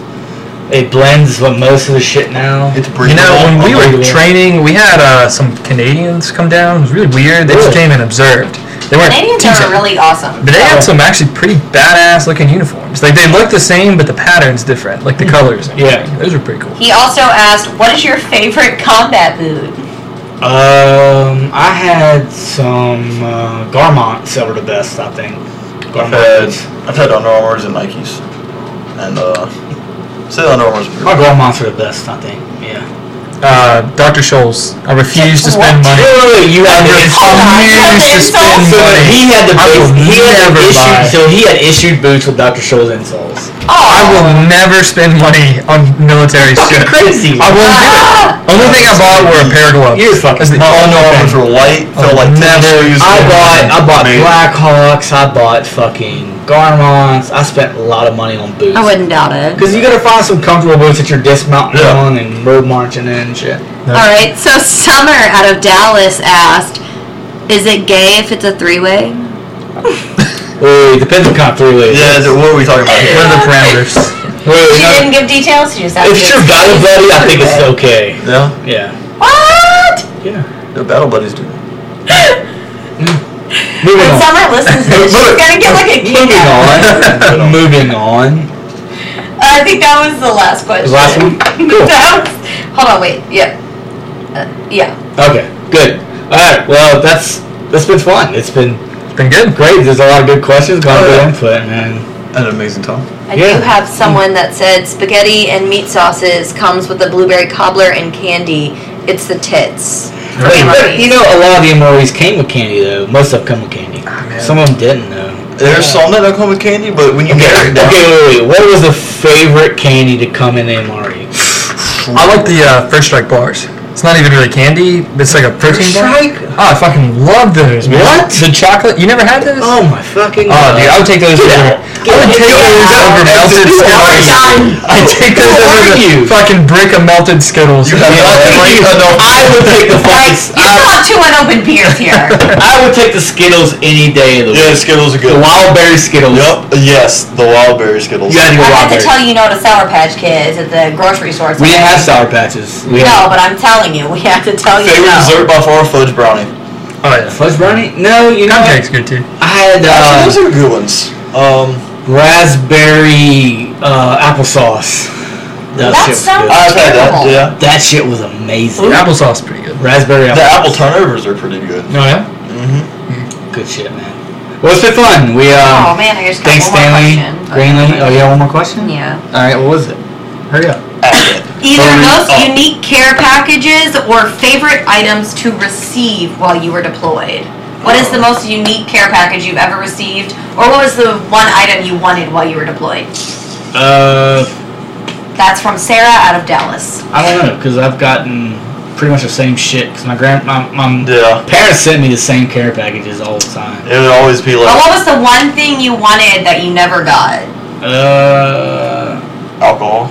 [SPEAKER 2] it blends with most of the shit now.
[SPEAKER 5] It's
[SPEAKER 4] You
[SPEAKER 5] breathable.
[SPEAKER 4] know, when we were
[SPEAKER 2] Unbelievable.
[SPEAKER 4] training, we had uh, some Canadians come down. It was really weird. They
[SPEAKER 2] Really?
[SPEAKER 4] just came and observed. They weren't
[SPEAKER 3] Canadians
[SPEAKER 4] teaching.
[SPEAKER 3] are really awesome.
[SPEAKER 4] But they
[SPEAKER 2] Oh.
[SPEAKER 4] had some actually pretty badass looking uniforms. Like they look the same, but the pattern's different. Like the colors. and
[SPEAKER 2] Hmm. Yeah.
[SPEAKER 4] everything. those are pretty cool.
[SPEAKER 3] He also asked, what is your favorite combat boot?
[SPEAKER 2] Um, I had some uh, Garmonts that were the best, I think.
[SPEAKER 5] I've
[SPEAKER 2] Garmont.
[SPEAKER 5] had I've had Under Armours and Nikes, and uh, say Under Armours. are
[SPEAKER 2] My
[SPEAKER 5] pretty-
[SPEAKER 2] Garmonts are the best, I think. Yeah.
[SPEAKER 4] Uh, Dr. Scholes, I refuse to spend money.
[SPEAKER 2] Really, you
[SPEAKER 4] I
[SPEAKER 2] had
[SPEAKER 4] refuse to spend
[SPEAKER 2] So
[SPEAKER 4] money.
[SPEAKER 2] he had the
[SPEAKER 4] I
[SPEAKER 2] boots.
[SPEAKER 4] will
[SPEAKER 2] He had
[SPEAKER 4] never
[SPEAKER 2] the
[SPEAKER 4] buy.
[SPEAKER 2] issued, so he had issued boots with Dr. Scholl's insoles.
[SPEAKER 4] I will never spend money on military shit.
[SPEAKER 2] crazy.
[SPEAKER 4] I won't do
[SPEAKER 3] Ah.
[SPEAKER 4] it. Only thing I bought were a pair of gloves.
[SPEAKER 2] You're fucking
[SPEAKER 4] That's the
[SPEAKER 5] My
[SPEAKER 4] only
[SPEAKER 5] Under
[SPEAKER 4] thing.
[SPEAKER 5] Armours were light. Felt like tennis
[SPEAKER 4] never-
[SPEAKER 5] shoes.
[SPEAKER 2] I bought I bought
[SPEAKER 5] Amazing.
[SPEAKER 2] Blackhawks. I bought fucking Garmonts. I spent a lot of money on boots.
[SPEAKER 3] I wouldn't doubt it.
[SPEAKER 2] Cause you gotta find some comfortable boots that you're dismounting
[SPEAKER 5] Yeah.
[SPEAKER 2] on and road marching in and shit.
[SPEAKER 3] All right, so Summer out of Dallas asked, "Is it gay if it's a three-way?"
[SPEAKER 2] Wait, depends what kind of three ways.
[SPEAKER 5] Yeah, so what are we talking about
[SPEAKER 4] What
[SPEAKER 5] here?
[SPEAKER 4] are the parameters?
[SPEAKER 2] Wait,
[SPEAKER 3] She
[SPEAKER 2] no,
[SPEAKER 3] didn't give details. She just asked.
[SPEAKER 2] if it's your battle buddy, I think it's okay.
[SPEAKER 5] Yeah,
[SPEAKER 2] Yeah.
[SPEAKER 3] What?
[SPEAKER 2] Yeah.
[SPEAKER 5] the battle buddies do. it.
[SPEAKER 2] Moving
[SPEAKER 3] When
[SPEAKER 2] on.
[SPEAKER 3] Summer listens to this, she's gonna get like a kick
[SPEAKER 2] Moving
[SPEAKER 3] out.
[SPEAKER 2] on. Moving on.
[SPEAKER 3] I think that was the last question.
[SPEAKER 2] The last one? Cool.
[SPEAKER 3] that was, hold on, wait. Yep. Uh, yeah.
[SPEAKER 2] Okay. Good. All right. Well, that's that's been fun. It's been
[SPEAKER 4] It's been good.
[SPEAKER 2] great. There's a lot of good questions. A lot of
[SPEAKER 5] Oh,
[SPEAKER 2] good
[SPEAKER 5] yeah.
[SPEAKER 2] input, man.
[SPEAKER 5] Had an amazing time.
[SPEAKER 3] I
[SPEAKER 2] Yeah.
[SPEAKER 3] do have someone that said spaghetti and meat sauces comes with a blueberry cobbler and candy. It's the tits. For
[SPEAKER 2] But,
[SPEAKER 3] Emory.
[SPEAKER 2] you know, a lot of the Emories came with candy though. Most of them come with candy. Some of them didn't though.
[SPEAKER 5] There's some that don't come with candy, but when you
[SPEAKER 2] Okay.
[SPEAKER 5] get it down,
[SPEAKER 2] Okay. Wait. Wait. What was the favorite candy to come in Amari?
[SPEAKER 4] I like the uh, First Strike bars. It's not even really candy, but it's like a protein
[SPEAKER 2] First
[SPEAKER 4] bar.
[SPEAKER 2] Strike?
[SPEAKER 4] Oh, I fucking love those, man.
[SPEAKER 2] What?
[SPEAKER 4] The chocolate? You never had those?
[SPEAKER 2] Oh my fucking.
[SPEAKER 4] Oh, dude, I would take those over. I would take those over melted Skittles. I'd take those
[SPEAKER 2] Who
[SPEAKER 4] over
[SPEAKER 2] are
[SPEAKER 4] the
[SPEAKER 2] you?
[SPEAKER 4] fucking brick of melted Skittles.
[SPEAKER 5] You have
[SPEAKER 4] Yeah.
[SPEAKER 5] nothing.
[SPEAKER 2] Thank you. I would take the
[SPEAKER 3] Like,
[SPEAKER 2] fucking.
[SPEAKER 3] you still have two unopened beers here.
[SPEAKER 2] I would take the Skittles any day of the
[SPEAKER 5] yeah,
[SPEAKER 2] week.
[SPEAKER 5] Skittles are
[SPEAKER 2] The
[SPEAKER 5] good.
[SPEAKER 2] wild berry Skittles.
[SPEAKER 5] Yup. Yes, the wild berry Skittles.
[SPEAKER 2] You gotta go
[SPEAKER 3] I
[SPEAKER 2] wild
[SPEAKER 3] had to
[SPEAKER 2] berry.
[SPEAKER 3] tell you no to Sour Patch Kids at the grocery store.
[SPEAKER 2] We didn't
[SPEAKER 3] today.
[SPEAKER 2] have sour patches. We
[SPEAKER 3] No,
[SPEAKER 2] had
[SPEAKER 3] but I'm telling you, we have to tell you
[SPEAKER 5] Favorite
[SPEAKER 3] no.
[SPEAKER 5] dessert by far, fudge brownie.
[SPEAKER 4] Oh, yeah.
[SPEAKER 2] fudge brownie. No, you know
[SPEAKER 4] Cupcake's
[SPEAKER 2] what?
[SPEAKER 4] good too.
[SPEAKER 2] I had
[SPEAKER 5] Actually,
[SPEAKER 2] uh,
[SPEAKER 5] those are good ones. Um,
[SPEAKER 2] raspberry uh, applesauce. That, shit
[SPEAKER 3] That
[SPEAKER 2] was
[SPEAKER 3] sounds-
[SPEAKER 2] good.
[SPEAKER 5] I've had that.
[SPEAKER 3] Terrible.
[SPEAKER 5] Yeah,
[SPEAKER 2] that shit was amazing.
[SPEAKER 4] Applesauce is pretty good.
[SPEAKER 2] Raspberry
[SPEAKER 5] the
[SPEAKER 2] apple.
[SPEAKER 5] apple turnovers are pretty good.
[SPEAKER 4] Oh, yeah?
[SPEAKER 2] Good shit, man. Well, it's been fun. We
[SPEAKER 3] Oh
[SPEAKER 2] um.
[SPEAKER 3] man, I just got
[SPEAKER 2] thanks,
[SPEAKER 3] one more
[SPEAKER 2] Stanley.
[SPEAKER 3] question.
[SPEAKER 2] Greenland. Oh, you have one more question?
[SPEAKER 3] Yeah.
[SPEAKER 2] All right. What was it? Hurry up.
[SPEAKER 3] Either
[SPEAKER 2] Three
[SPEAKER 3] most
[SPEAKER 2] up.
[SPEAKER 3] unique care packages or favorite items to receive while you were deployed. What is the most unique care package you've ever received, or what was the one item you wanted while you were deployed?
[SPEAKER 2] Uh.
[SPEAKER 3] That's from Sarah out of Dallas.
[SPEAKER 2] I don't know because I've gotten Mm, pretty much the same shit because my grand my, my
[SPEAKER 5] Yeah,
[SPEAKER 2] parents sent me the same care packages all the time.
[SPEAKER 5] it would always be
[SPEAKER 3] But
[SPEAKER 5] like
[SPEAKER 3] what was the one thing you wanted that you never got?
[SPEAKER 2] Uh,
[SPEAKER 5] alcohol.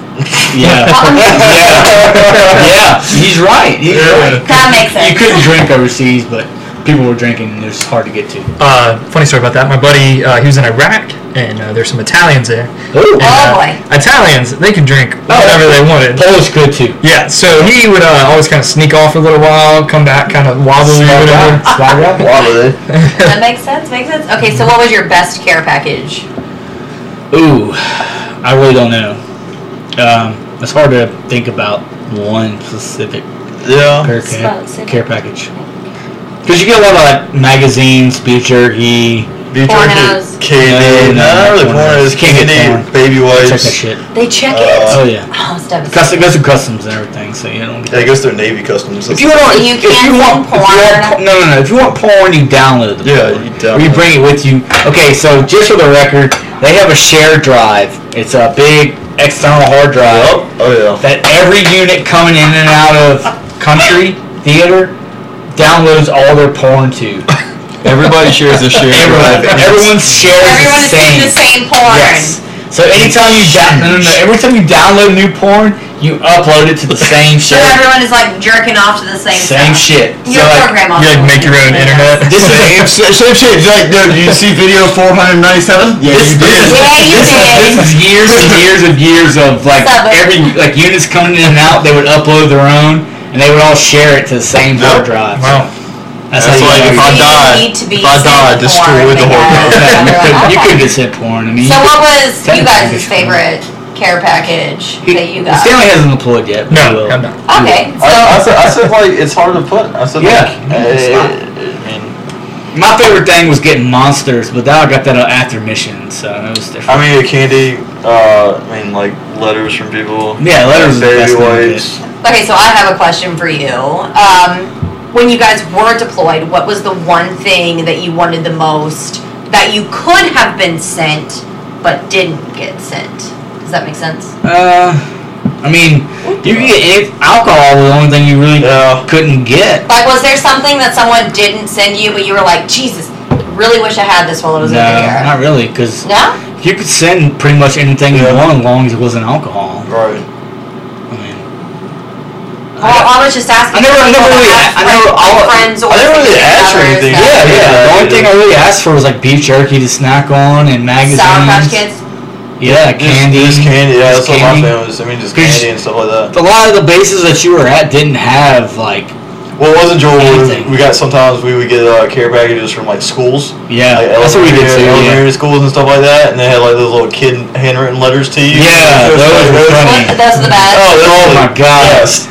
[SPEAKER 2] yeah, yeah, yeah. He's right. He's
[SPEAKER 5] Yeah.
[SPEAKER 2] right.
[SPEAKER 3] That makes
[SPEAKER 2] You
[SPEAKER 3] sense.
[SPEAKER 2] couldn't drink overseas, but people were drinking and it was hard to get to.
[SPEAKER 4] Uh, funny story about that. My buddy, uh, he was in Iraq, and uh, there's some Italians there.
[SPEAKER 2] Ooh.
[SPEAKER 4] And,
[SPEAKER 3] Oh,
[SPEAKER 4] uh,
[SPEAKER 3] boy. Oh,
[SPEAKER 4] Italians, they could drink whatever they wanted.
[SPEAKER 2] Polish good too.
[SPEAKER 4] Yeah, so he would uh, always kind of sneak off for a little while, come back kind of wobbly or whatever.
[SPEAKER 5] Water, eh?
[SPEAKER 3] that makes sense. Makes sense. Okay, so what was your best care package?
[SPEAKER 2] Ooh, I really don't know. Um, it's hard to think about one specific
[SPEAKER 5] Yeah.
[SPEAKER 2] care,
[SPEAKER 6] Spot
[SPEAKER 2] care,
[SPEAKER 6] city.
[SPEAKER 2] care package. Because you get a lot of like, magazines, beef jerky.
[SPEAKER 5] Be
[SPEAKER 3] Pornos.
[SPEAKER 5] Candy.
[SPEAKER 2] No, no,
[SPEAKER 5] No, the
[SPEAKER 2] pornos.
[SPEAKER 5] porn is
[SPEAKER 2] Can't get
[SPEAKER 5] candy.
[SPEAKER 2] porn.
[SPEAKER 5] Baby
[SPEAKER 2] Check
[SPEAKER 5] wipes.
[SPEAKER 2] that shit.
[SPEAKER 3] They check
[SPEAKER 2] Oh
[SPEAKER 3] it.
[SPEAKER 2] yeah,
[SPEAKER 3] Oh, it's
[SPEAKER 2] Custom,
[SPEAKER 3] devastating.
[SPEAKER 2] goes to customs and everything, so you don't. Get
[SPEAKER 5] Yeah, it goes through Navy customs.
[SPEAKER 2] If you want,
[SPEAKER 3] You
[SPEAKER 2] if,
[SPEAKER 3] can't
[SPEAKER 2] you want,
[SPEAKER 3] send
[SPEAKER 2] if you want
[SPEAKER 3] porn.
[SPEAKER 2] por- no, no, no. If you want porn, you download it.
[SPEAKER 5] Yeah, you
[SPEAKER 2] Or you
[SPEAKER 5] download
[SPEAKER 2] bring it with you. Okay, so just for the record, they have a shared drive. It's a big external hard drive
[SPEAKER 5] Oh, oh yeah.
[SPEAKER 2] that every unit coming in and out of country theater downloads all their porn to.
[SPEAKER 8] Everybody shares this shit.
[SPEAKER 2] Everyone, everyone's shares
[SPEAKER 3] Everyone
[SPEAKER 2] the
[SPEAKER 3] is
[SPEAKER 2] same.
[SPEAKER 3] seeing the same porn.
[SPEAKER 2] Yes. So anytime you down, no, no, no, every time you download new porn, you upload it to the same
[SPEAKER 3] So
[SPEAKER 2] shit.
[SPEAKER 3] everyone is like jerking off to the same.
[SPEAKER 2] Same
[SPEAKER 3] stuff.
[SPEAKER 2] shit.
[SPEAKER 3] Your
[SPEAKER 2] so like,
[SPEAKER 3] program.
[SPEAKER 4] You like make your own internet.
[SPEAKER 2] this is
[SPEAKER 5] Same, shit- same shit. Like, dude, you see video 497? Yeah,
[SPEAKER 2] This-
[SPEAKER 5] you did.
[SPEAKER 3] Yeah, you
[SPEAKER 2] this, is,
[SPEAKER 3] did.
[SPEAKER 2] this is years and years of years of like
[SPEAKER 3] Stop it.
[SPEAKER 2] every like units coming in and out. They would upload their own, and they would all share it to the same hard drive.
[SPEAKER 4] Wow.
[SPEAKER 2] That's,
[SPEAKER 5] That's
[SPEAKER 2] how
[SPEAKER 5] like
[SPEAKER 2] you
[SPEAKER 5] if
[SPEAKER 2] know
[SPEAKER 5] I
[SPEAKER 3] You
[SPEAKER 5] died,
[SPEAKER 3] need to be
[SPEAKER 5] if I died,
[SPEAKER 3] sent
[SPEAKER 5] this
[SPEAKER 3] porn
[SPEAKER 5] destroyed the whole
[SPEAKER 3] because-
[SPEAKER 5] thing.
[SPEAKER 2] you could, you
[SPEAKER 3] Okay.
[SPEAKER 2] could just hit porn. I mean,
[SPEAKER 3] So
[SPEAKER 2] you
[SPEAKER 3] what
[SPEAKER 2] could-
[SPEAKER 3] was you guys'
[SPEAKER 2] Technically.
[SPEAKER 3] favorite care package
[SPEAKER 2] he-
[SPEAKER 3] that you got?
[SPEAKER 2] Stanley hasn't deployed yet. but he
[SPEAKER 4] No,
[SPEAKER 2] will.
[SPEAKER 4] I'm not.
[SPEAKER 3] Okay, so
[SPEAKER 5] I, I, said, I said, like, it's hard to put. I said,
[SPEAKER 2] Yeah.
[SPEAKER 5] like, eh, I mean,
[SPEAKER 2] My favorite thing was getting monsters, but now I got that uh, after mission, so that was different.
[SPEAKER 5] I mean, a candy. Uh, I mean, like letters from people.
[SPEAKER 2] Yeah, letters is the
[SPEAKER 5] Baby
[SPEAKER 2] best one to
[SPEAKER 5] wipes.
[SPEAKER 3] okay, so I have a question for you. Um, when you guys were deployed, what was the one thing that you wanted the most that you could have been sent but didn't get sent? Does that make sense?
[SPEAKER 2] uh, I mean, you could get any- alcohol was the only thing you really
[SPEAKER 5] Yeah.
[SPEAKER 2] couldn't get.
[SPEAKER 3] Like, was there something that someone didn't send you but you were like, Jesus, really wish I had this while it was over
[SPEAKER 2] No,
[SPEAKER 3] here?
[SPEAKER 2] not really, because
[SPEAKER 3] No?
[SPEAKER 2] you could send pretty much anything you want as long as it wasn't alcohol.
[SPEAKER 5] Right.
[SPEAKER 2] I mean,
[SPEAKER 3] Well, I was just asking.
[SPEAKER 2] I never, I never
[SPEAKER 3] people
[SPEAKER 2] really,
[SPEAKER 3] that
[SPEAKER 2] I
[SPEAKER 3] have
[SPEAKER 2] never,
[SPEAKER 3] friends-
[SPEAKER 2] I,
[SPEAKER 3] friends or
[SPEAKER 5] I never really
[SPEAKER 3] significant
[SPEAKER 5] asked for
[SPEAKER 3] others
[SPEAKER 5] anything.
[SPEAKER 3] that-
[SPEAKER 2] yeah, yeah. The only thing I really asked for was like beef jerky to snack on and magazines.
[SPEAKER 3] Sour Patch Kids.
[SPEAKER 2] Yeah,
[SPEAKER 5] Just-
[SPEAKER 2] candy.
[SPEAKER 5] Just, candy. Yeah,
[SPEAKER 2] Just
[SPEAKER 5] that's what my
[SPEAKER 2] candy.
[SPEAKER 5] family was. I mean, just
[SPEAKER 2] Just-
[SPEAKER 5] candy and stuff like that.
[SPEAKER 2] a lot of the bases that you were at didn't have like
[SPEAKER 5] Well, it wasn't Joel.
[SPEAKER 2] Anything.
[SPEAKER 5] We, we got sometimes we would get uh, care packages from like schools.
[SPEAKER 2] yeah
[SPEAKER 5] like,
[SPEAKER 2] that's what we did too
[SPEAKER 5] elementary-
[SPEAKER 2] yeah,
[SPEAKER 5] Elementary schools and stuff like that, and they had like those little kid handwritten letters to you.
[SPEAKER 2] Yeah,
[SPEAKER 5] Just
[SPEAKER 2] those
[SPEAKER 5] like,
[SPEAKER 2] were
[SPEAKER 5] those-
[SPEAKER 2] funny.
[SPEAKER 3] What, those are the best.
[SPEAKER 5] Oh, those
[SPEAKER 2] Oh
[SPEAKER 5] were
[SPEAKER 2] my
[SPEAKER 5] the
[SPEAKER 2] God.
[SPEAKER 5] best.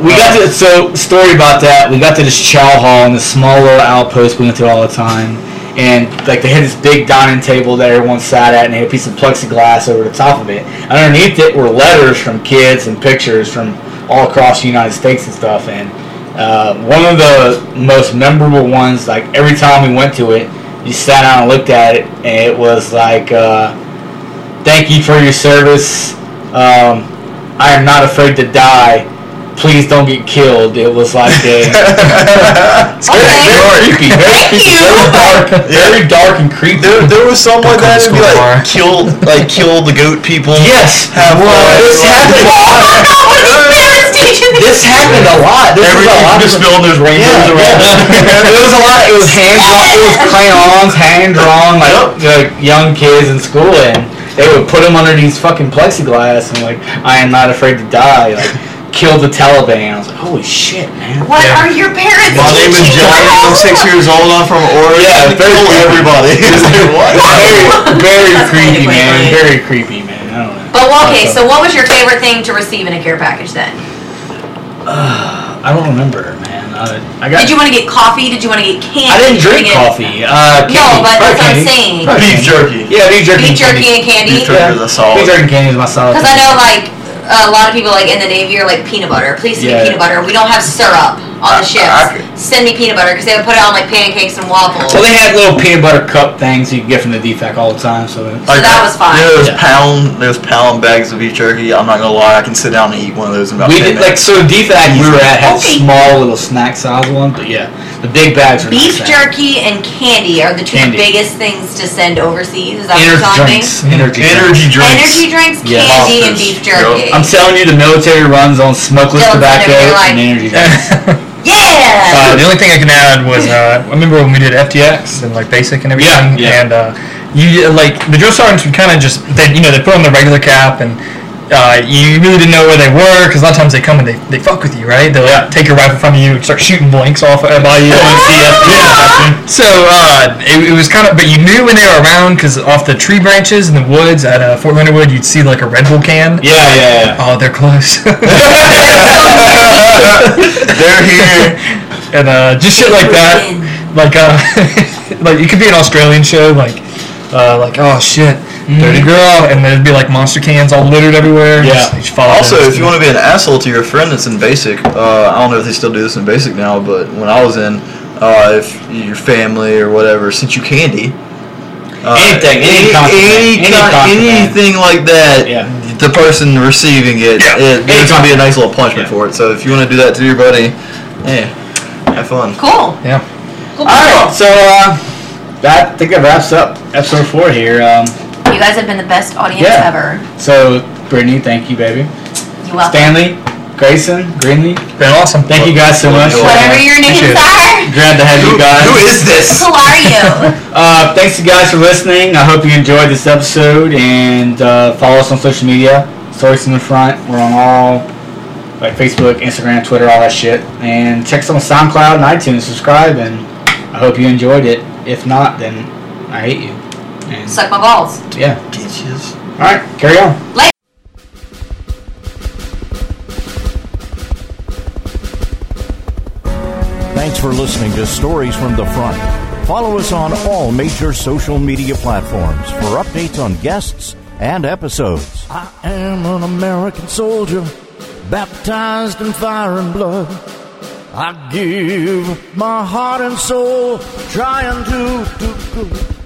[SPEAKER 2] we got to so story about that we got to this chow hall and the small little outpost we went to all the time and like they had this big dining table that everyone sat at and they had a piece of plexiglass over the top of it underneath it were letters from kids and pictures from all across the united states and stuff and uh, one of the most memorable ones like every time we went to it you sat down and looked at it and it was like uh, thank you for your service. Um, I am not afraid to die. Please don't get killed. It was like a
[SPEAKER 3] Okay.
[SPEAKER 2] creepy, very
[SPEAKER 3] Thank
[SPEAKER 2] creepy,
[SPEAKER 3] you.
[SPEAKER 2] very dark, very dark and creepy.
[SPEAKER 5] There, there was some like that. It'd be like kill, like kill the goat people.
[SPEAKER 2] Yes,
[SPEAKER 5] Have fun.
[SPEAKER 2] this happened. This happened a lot. This was a
[SPEAKER 5] Everything
[SPEAKER 2] lot.
[SPEAKER 5] just spilled. There's rainbows
[SPEAKER 2] Yeah,
[SPEAKER 5] around.
[SPEAKER 2] yeah. it was a lot. It was hand drawn. It was crayons, hand drawn, like like young kids in school, and they would put them under these fucking plexiglass and like, I am not afraid to die. Like, kill uh, the Taliban. I was like, holy shit, man.
[SPEAKER 3] What are your parents
[SPEAKER 5] My name is
[SPEAKER 3] teaching you?
[SPEAKER 5] John. I'm six years old. I'm from Oregon.
[SPEAKER 2] Yeah, very
[SPEAKER 5] Kill
[SPEAKER 2] creepy.
[SPEAKER 5] everybody. It's like, what?
[SPEAKER 2] Very, very
[SPEAKER 3] That's
[SPEAKER 2] creepy,
[SPEAKER 3] way
[SPEAKER 2] man.
[SPEAKER 3] weird.
[SPEAKER 2] Very creepy, man. I don't know.
[SPEAKER 3] But Oh, well, okay, so what was your favorite thing to receive in a care package then?
[SPEAKER 2] I don't remember, man. Uh, I, I got.
[SPEAKER 3] Did you want to get coffee? Did you want to get candy?
[SPEAKER 2] I didn't
[SPEAKER 3] Did
[SPEAKER 2] drink
[SPEAKER 3] you wanna
[SPEAKER 2] coffee. Uh, candy.
[SPEAKER 3] No, but
[SPEAKER 2] Probably
[SPEAKER 3] that's what I'm
[SPEAKER 2] candy.
[SPEAKER 3] saying.
[SPEAKER 2] Probably
[SPEAKER 5] Beef
[SPEAKER 2] candy.
[SPEAKER 5] jerky.
[SPEAKER 2] Yeah, beef
[SPEAKER 3] get
[SPEAKER 2] jerky.
[SPEAKER 3] Beef jerky and
[SPEAKER 5] Beef
[SPEAKER 3] candy?
[SPEAKER 5] jerky is a
[SPEAKER 2] Beef
[SPEAKER 5] solid.
[SPEAKER 2] jerky and candy is my solid.
[SPEAKER 3] Because I know, like, a lot of people, like, in the Navy are like, peanut butter. Please send
[SPEAKER 2] Yeah.
[SPEAKER 3] me peanut butter. We don't have syrup on the ships.
[SPEAKER 5] I-
[SPEAKER 3] send me peanut butter because they would put it on, like, pancakes and waffles.
[SPEAKER 2] So they had little peanut butter cup things you could get from the DFAC all the time. So
[SPEAKER 3] So that was fine.
[SPEAKER 5] You know, those
[SPEAKER 2] Yeah.
[SPEAKER 5] pound, those pound bags of beef jerky. I'm not gonna lie, I can sit down and eat one of those in about
[SPEAKER 2] we
[SPEAKER 5] ten
[SPEAKER 2] did like
[SPEAKER 5] minutes.
[SPEAKER 2] so DFAC we were at had
[SPEAKER 3] Okay.
[SPEAKER 2] a small little snack size one, but yeah, the big bags were
[SPEAKER 3] Beef
[SPEAKER 2] not bad.
[SPEAKER 3] jerky and candy are the two
[SPEAKER 2] Candy.
[SPEAKER 3] biggest things to send overseas. Is that
[SPEAKER 2] energy
[SPEAKER 3] what you're telling me?
[SPEAKER 2] drinks, energy,
[SPEAKER 5] energy drinks.
[SPEAKER 3] Energy drinks,
[SPEAKER 2] Yeah.
[SPEAKER 3] candy, and
[SPEAKER 5] Monsters.
[SPEAKER 3] beef jerky.
[SPEAKER 2] I'm telling you, the military runs on smokeless
[SPEAKER 3] Don't
[SPEAKER 2] tobacco
[SPEAKER 3] send it, you're like-
[SPEAKER 2] and energy drinks.
[SPEAKER 3] yeah!
[SPEAKER 2] Uh, the
[SPEAKER 4] only thing I can add was uh, I remember when we did FTX and like basic and everything,
[SPEAKER 2] yeah.
[SPEAKER 4] and uh, you like the drill sergeants would kind of just they you know they put on the regular cap and. Uh, you really didn't know where they were because a lot of times they come and they, they fuck with you, right? They'll like, take your rifle from you and start shooting blanks off at by you. So uh, it, it was kind of, but you knew when they were around because off the tree branches in the woods at uh, Fort Leonard Wood, you'd see like a Red Bull can.
[SPEAKER 2] Yeah, yeah, yeah.
[SPEAKER 4] Oh, they're close.
[SPEAKER 5] They're here.
[SPEAKER 4] and uh, just shit like that. Like uh, like it could be an Australian show, like uh, like oh shit,
[SPEAKER 5] Mm.
[SPEAKER 4] dirty girl, and there'd be like monster cans all littered everywhere.
[SPEAKER 2] Yeah.
[SPEAKER 4] Just- just follow
[SPEAKER 5] Also,
[SPEAKER 4] those.
[SPEAKER 5] if you want to be an asshole to your friend that's in basic, uh, I don't know if they still do this in basic now, but when I was in, uh, if your family or whatever sent you candy, uh,
[SPEAKER 2] Anything, any
[SPEAKER 5] any,
[SPEAKER 2] contraband,
[SPEAKER 5] any
[SPEAKER 2] any
[SPEAKER 5] kind-
[SPEAKER 2] contraband.
[SPEAKER 5] anything like that,
[SPEAKER 2] Yeah.
[SPEAKER 5] the person receiving it, it
[SPEAKER 2] Any
[SPEAKER 5] there's gonna be
[SPEAKER 2] contraband.
[SPEAKER 5] a nice little punishment
[SPEAKER 2] Yeah.
[SPEAKER 5] for it. So if you want to do that to your buddy, hey, have fun.
[SPEAKER 3] Cool.
[SPEAKER 4] yeah.
[SPEAKER 2] All
[SPEAKER 3] Cool. cool.
[SPEAKER 2] right, so uh, that I think that wraps up episode four here. Um,
[SPEAKER 3] You guys have been the best audience
[SPEAKER 2] Yeah.
[SPEAKER 3] ever.
[SPEAKER 2] so Brittany, thank you, baby.
[SPEAKER 3] You welcome.
[SPEAKER 2] Stanley, Grayson, Greenlee,
[SPEAKER 4] Been awesome.
[SPEAKER 2] thank you guys so much.
[SPEAKER 3] Whatever your names
[SPEAKER 4] Appreciate it.
[SPEAKER 3] are,
[SPEAKER 2] Glad to have you guys.
[SPEAKER 5] Who is this?
[SPEAKER 3] who are you?
[SPEAKER 2] Uh, thanks you guys for listening. I hope you enjoyed this episode and uh, follow us on social media. Stories from the front. We're on all like Facebook, Instagram, Twitter, all that shit. And check us on SoundCloud and iTunes. Subscribe and I hope you enjoyed it. If not, then I hate you. And
[SPEAKER 3] Suck my balls.
[SPEAKER 2] yeah. All right, carry on.
[SPEAKER 1] Thanks for listening to Stories from the Front. Follow us on all major social media platforms for updates on guests and episodes. I am an American soldier, baptized in fire and blood. I give my heart and soul, trying to do good.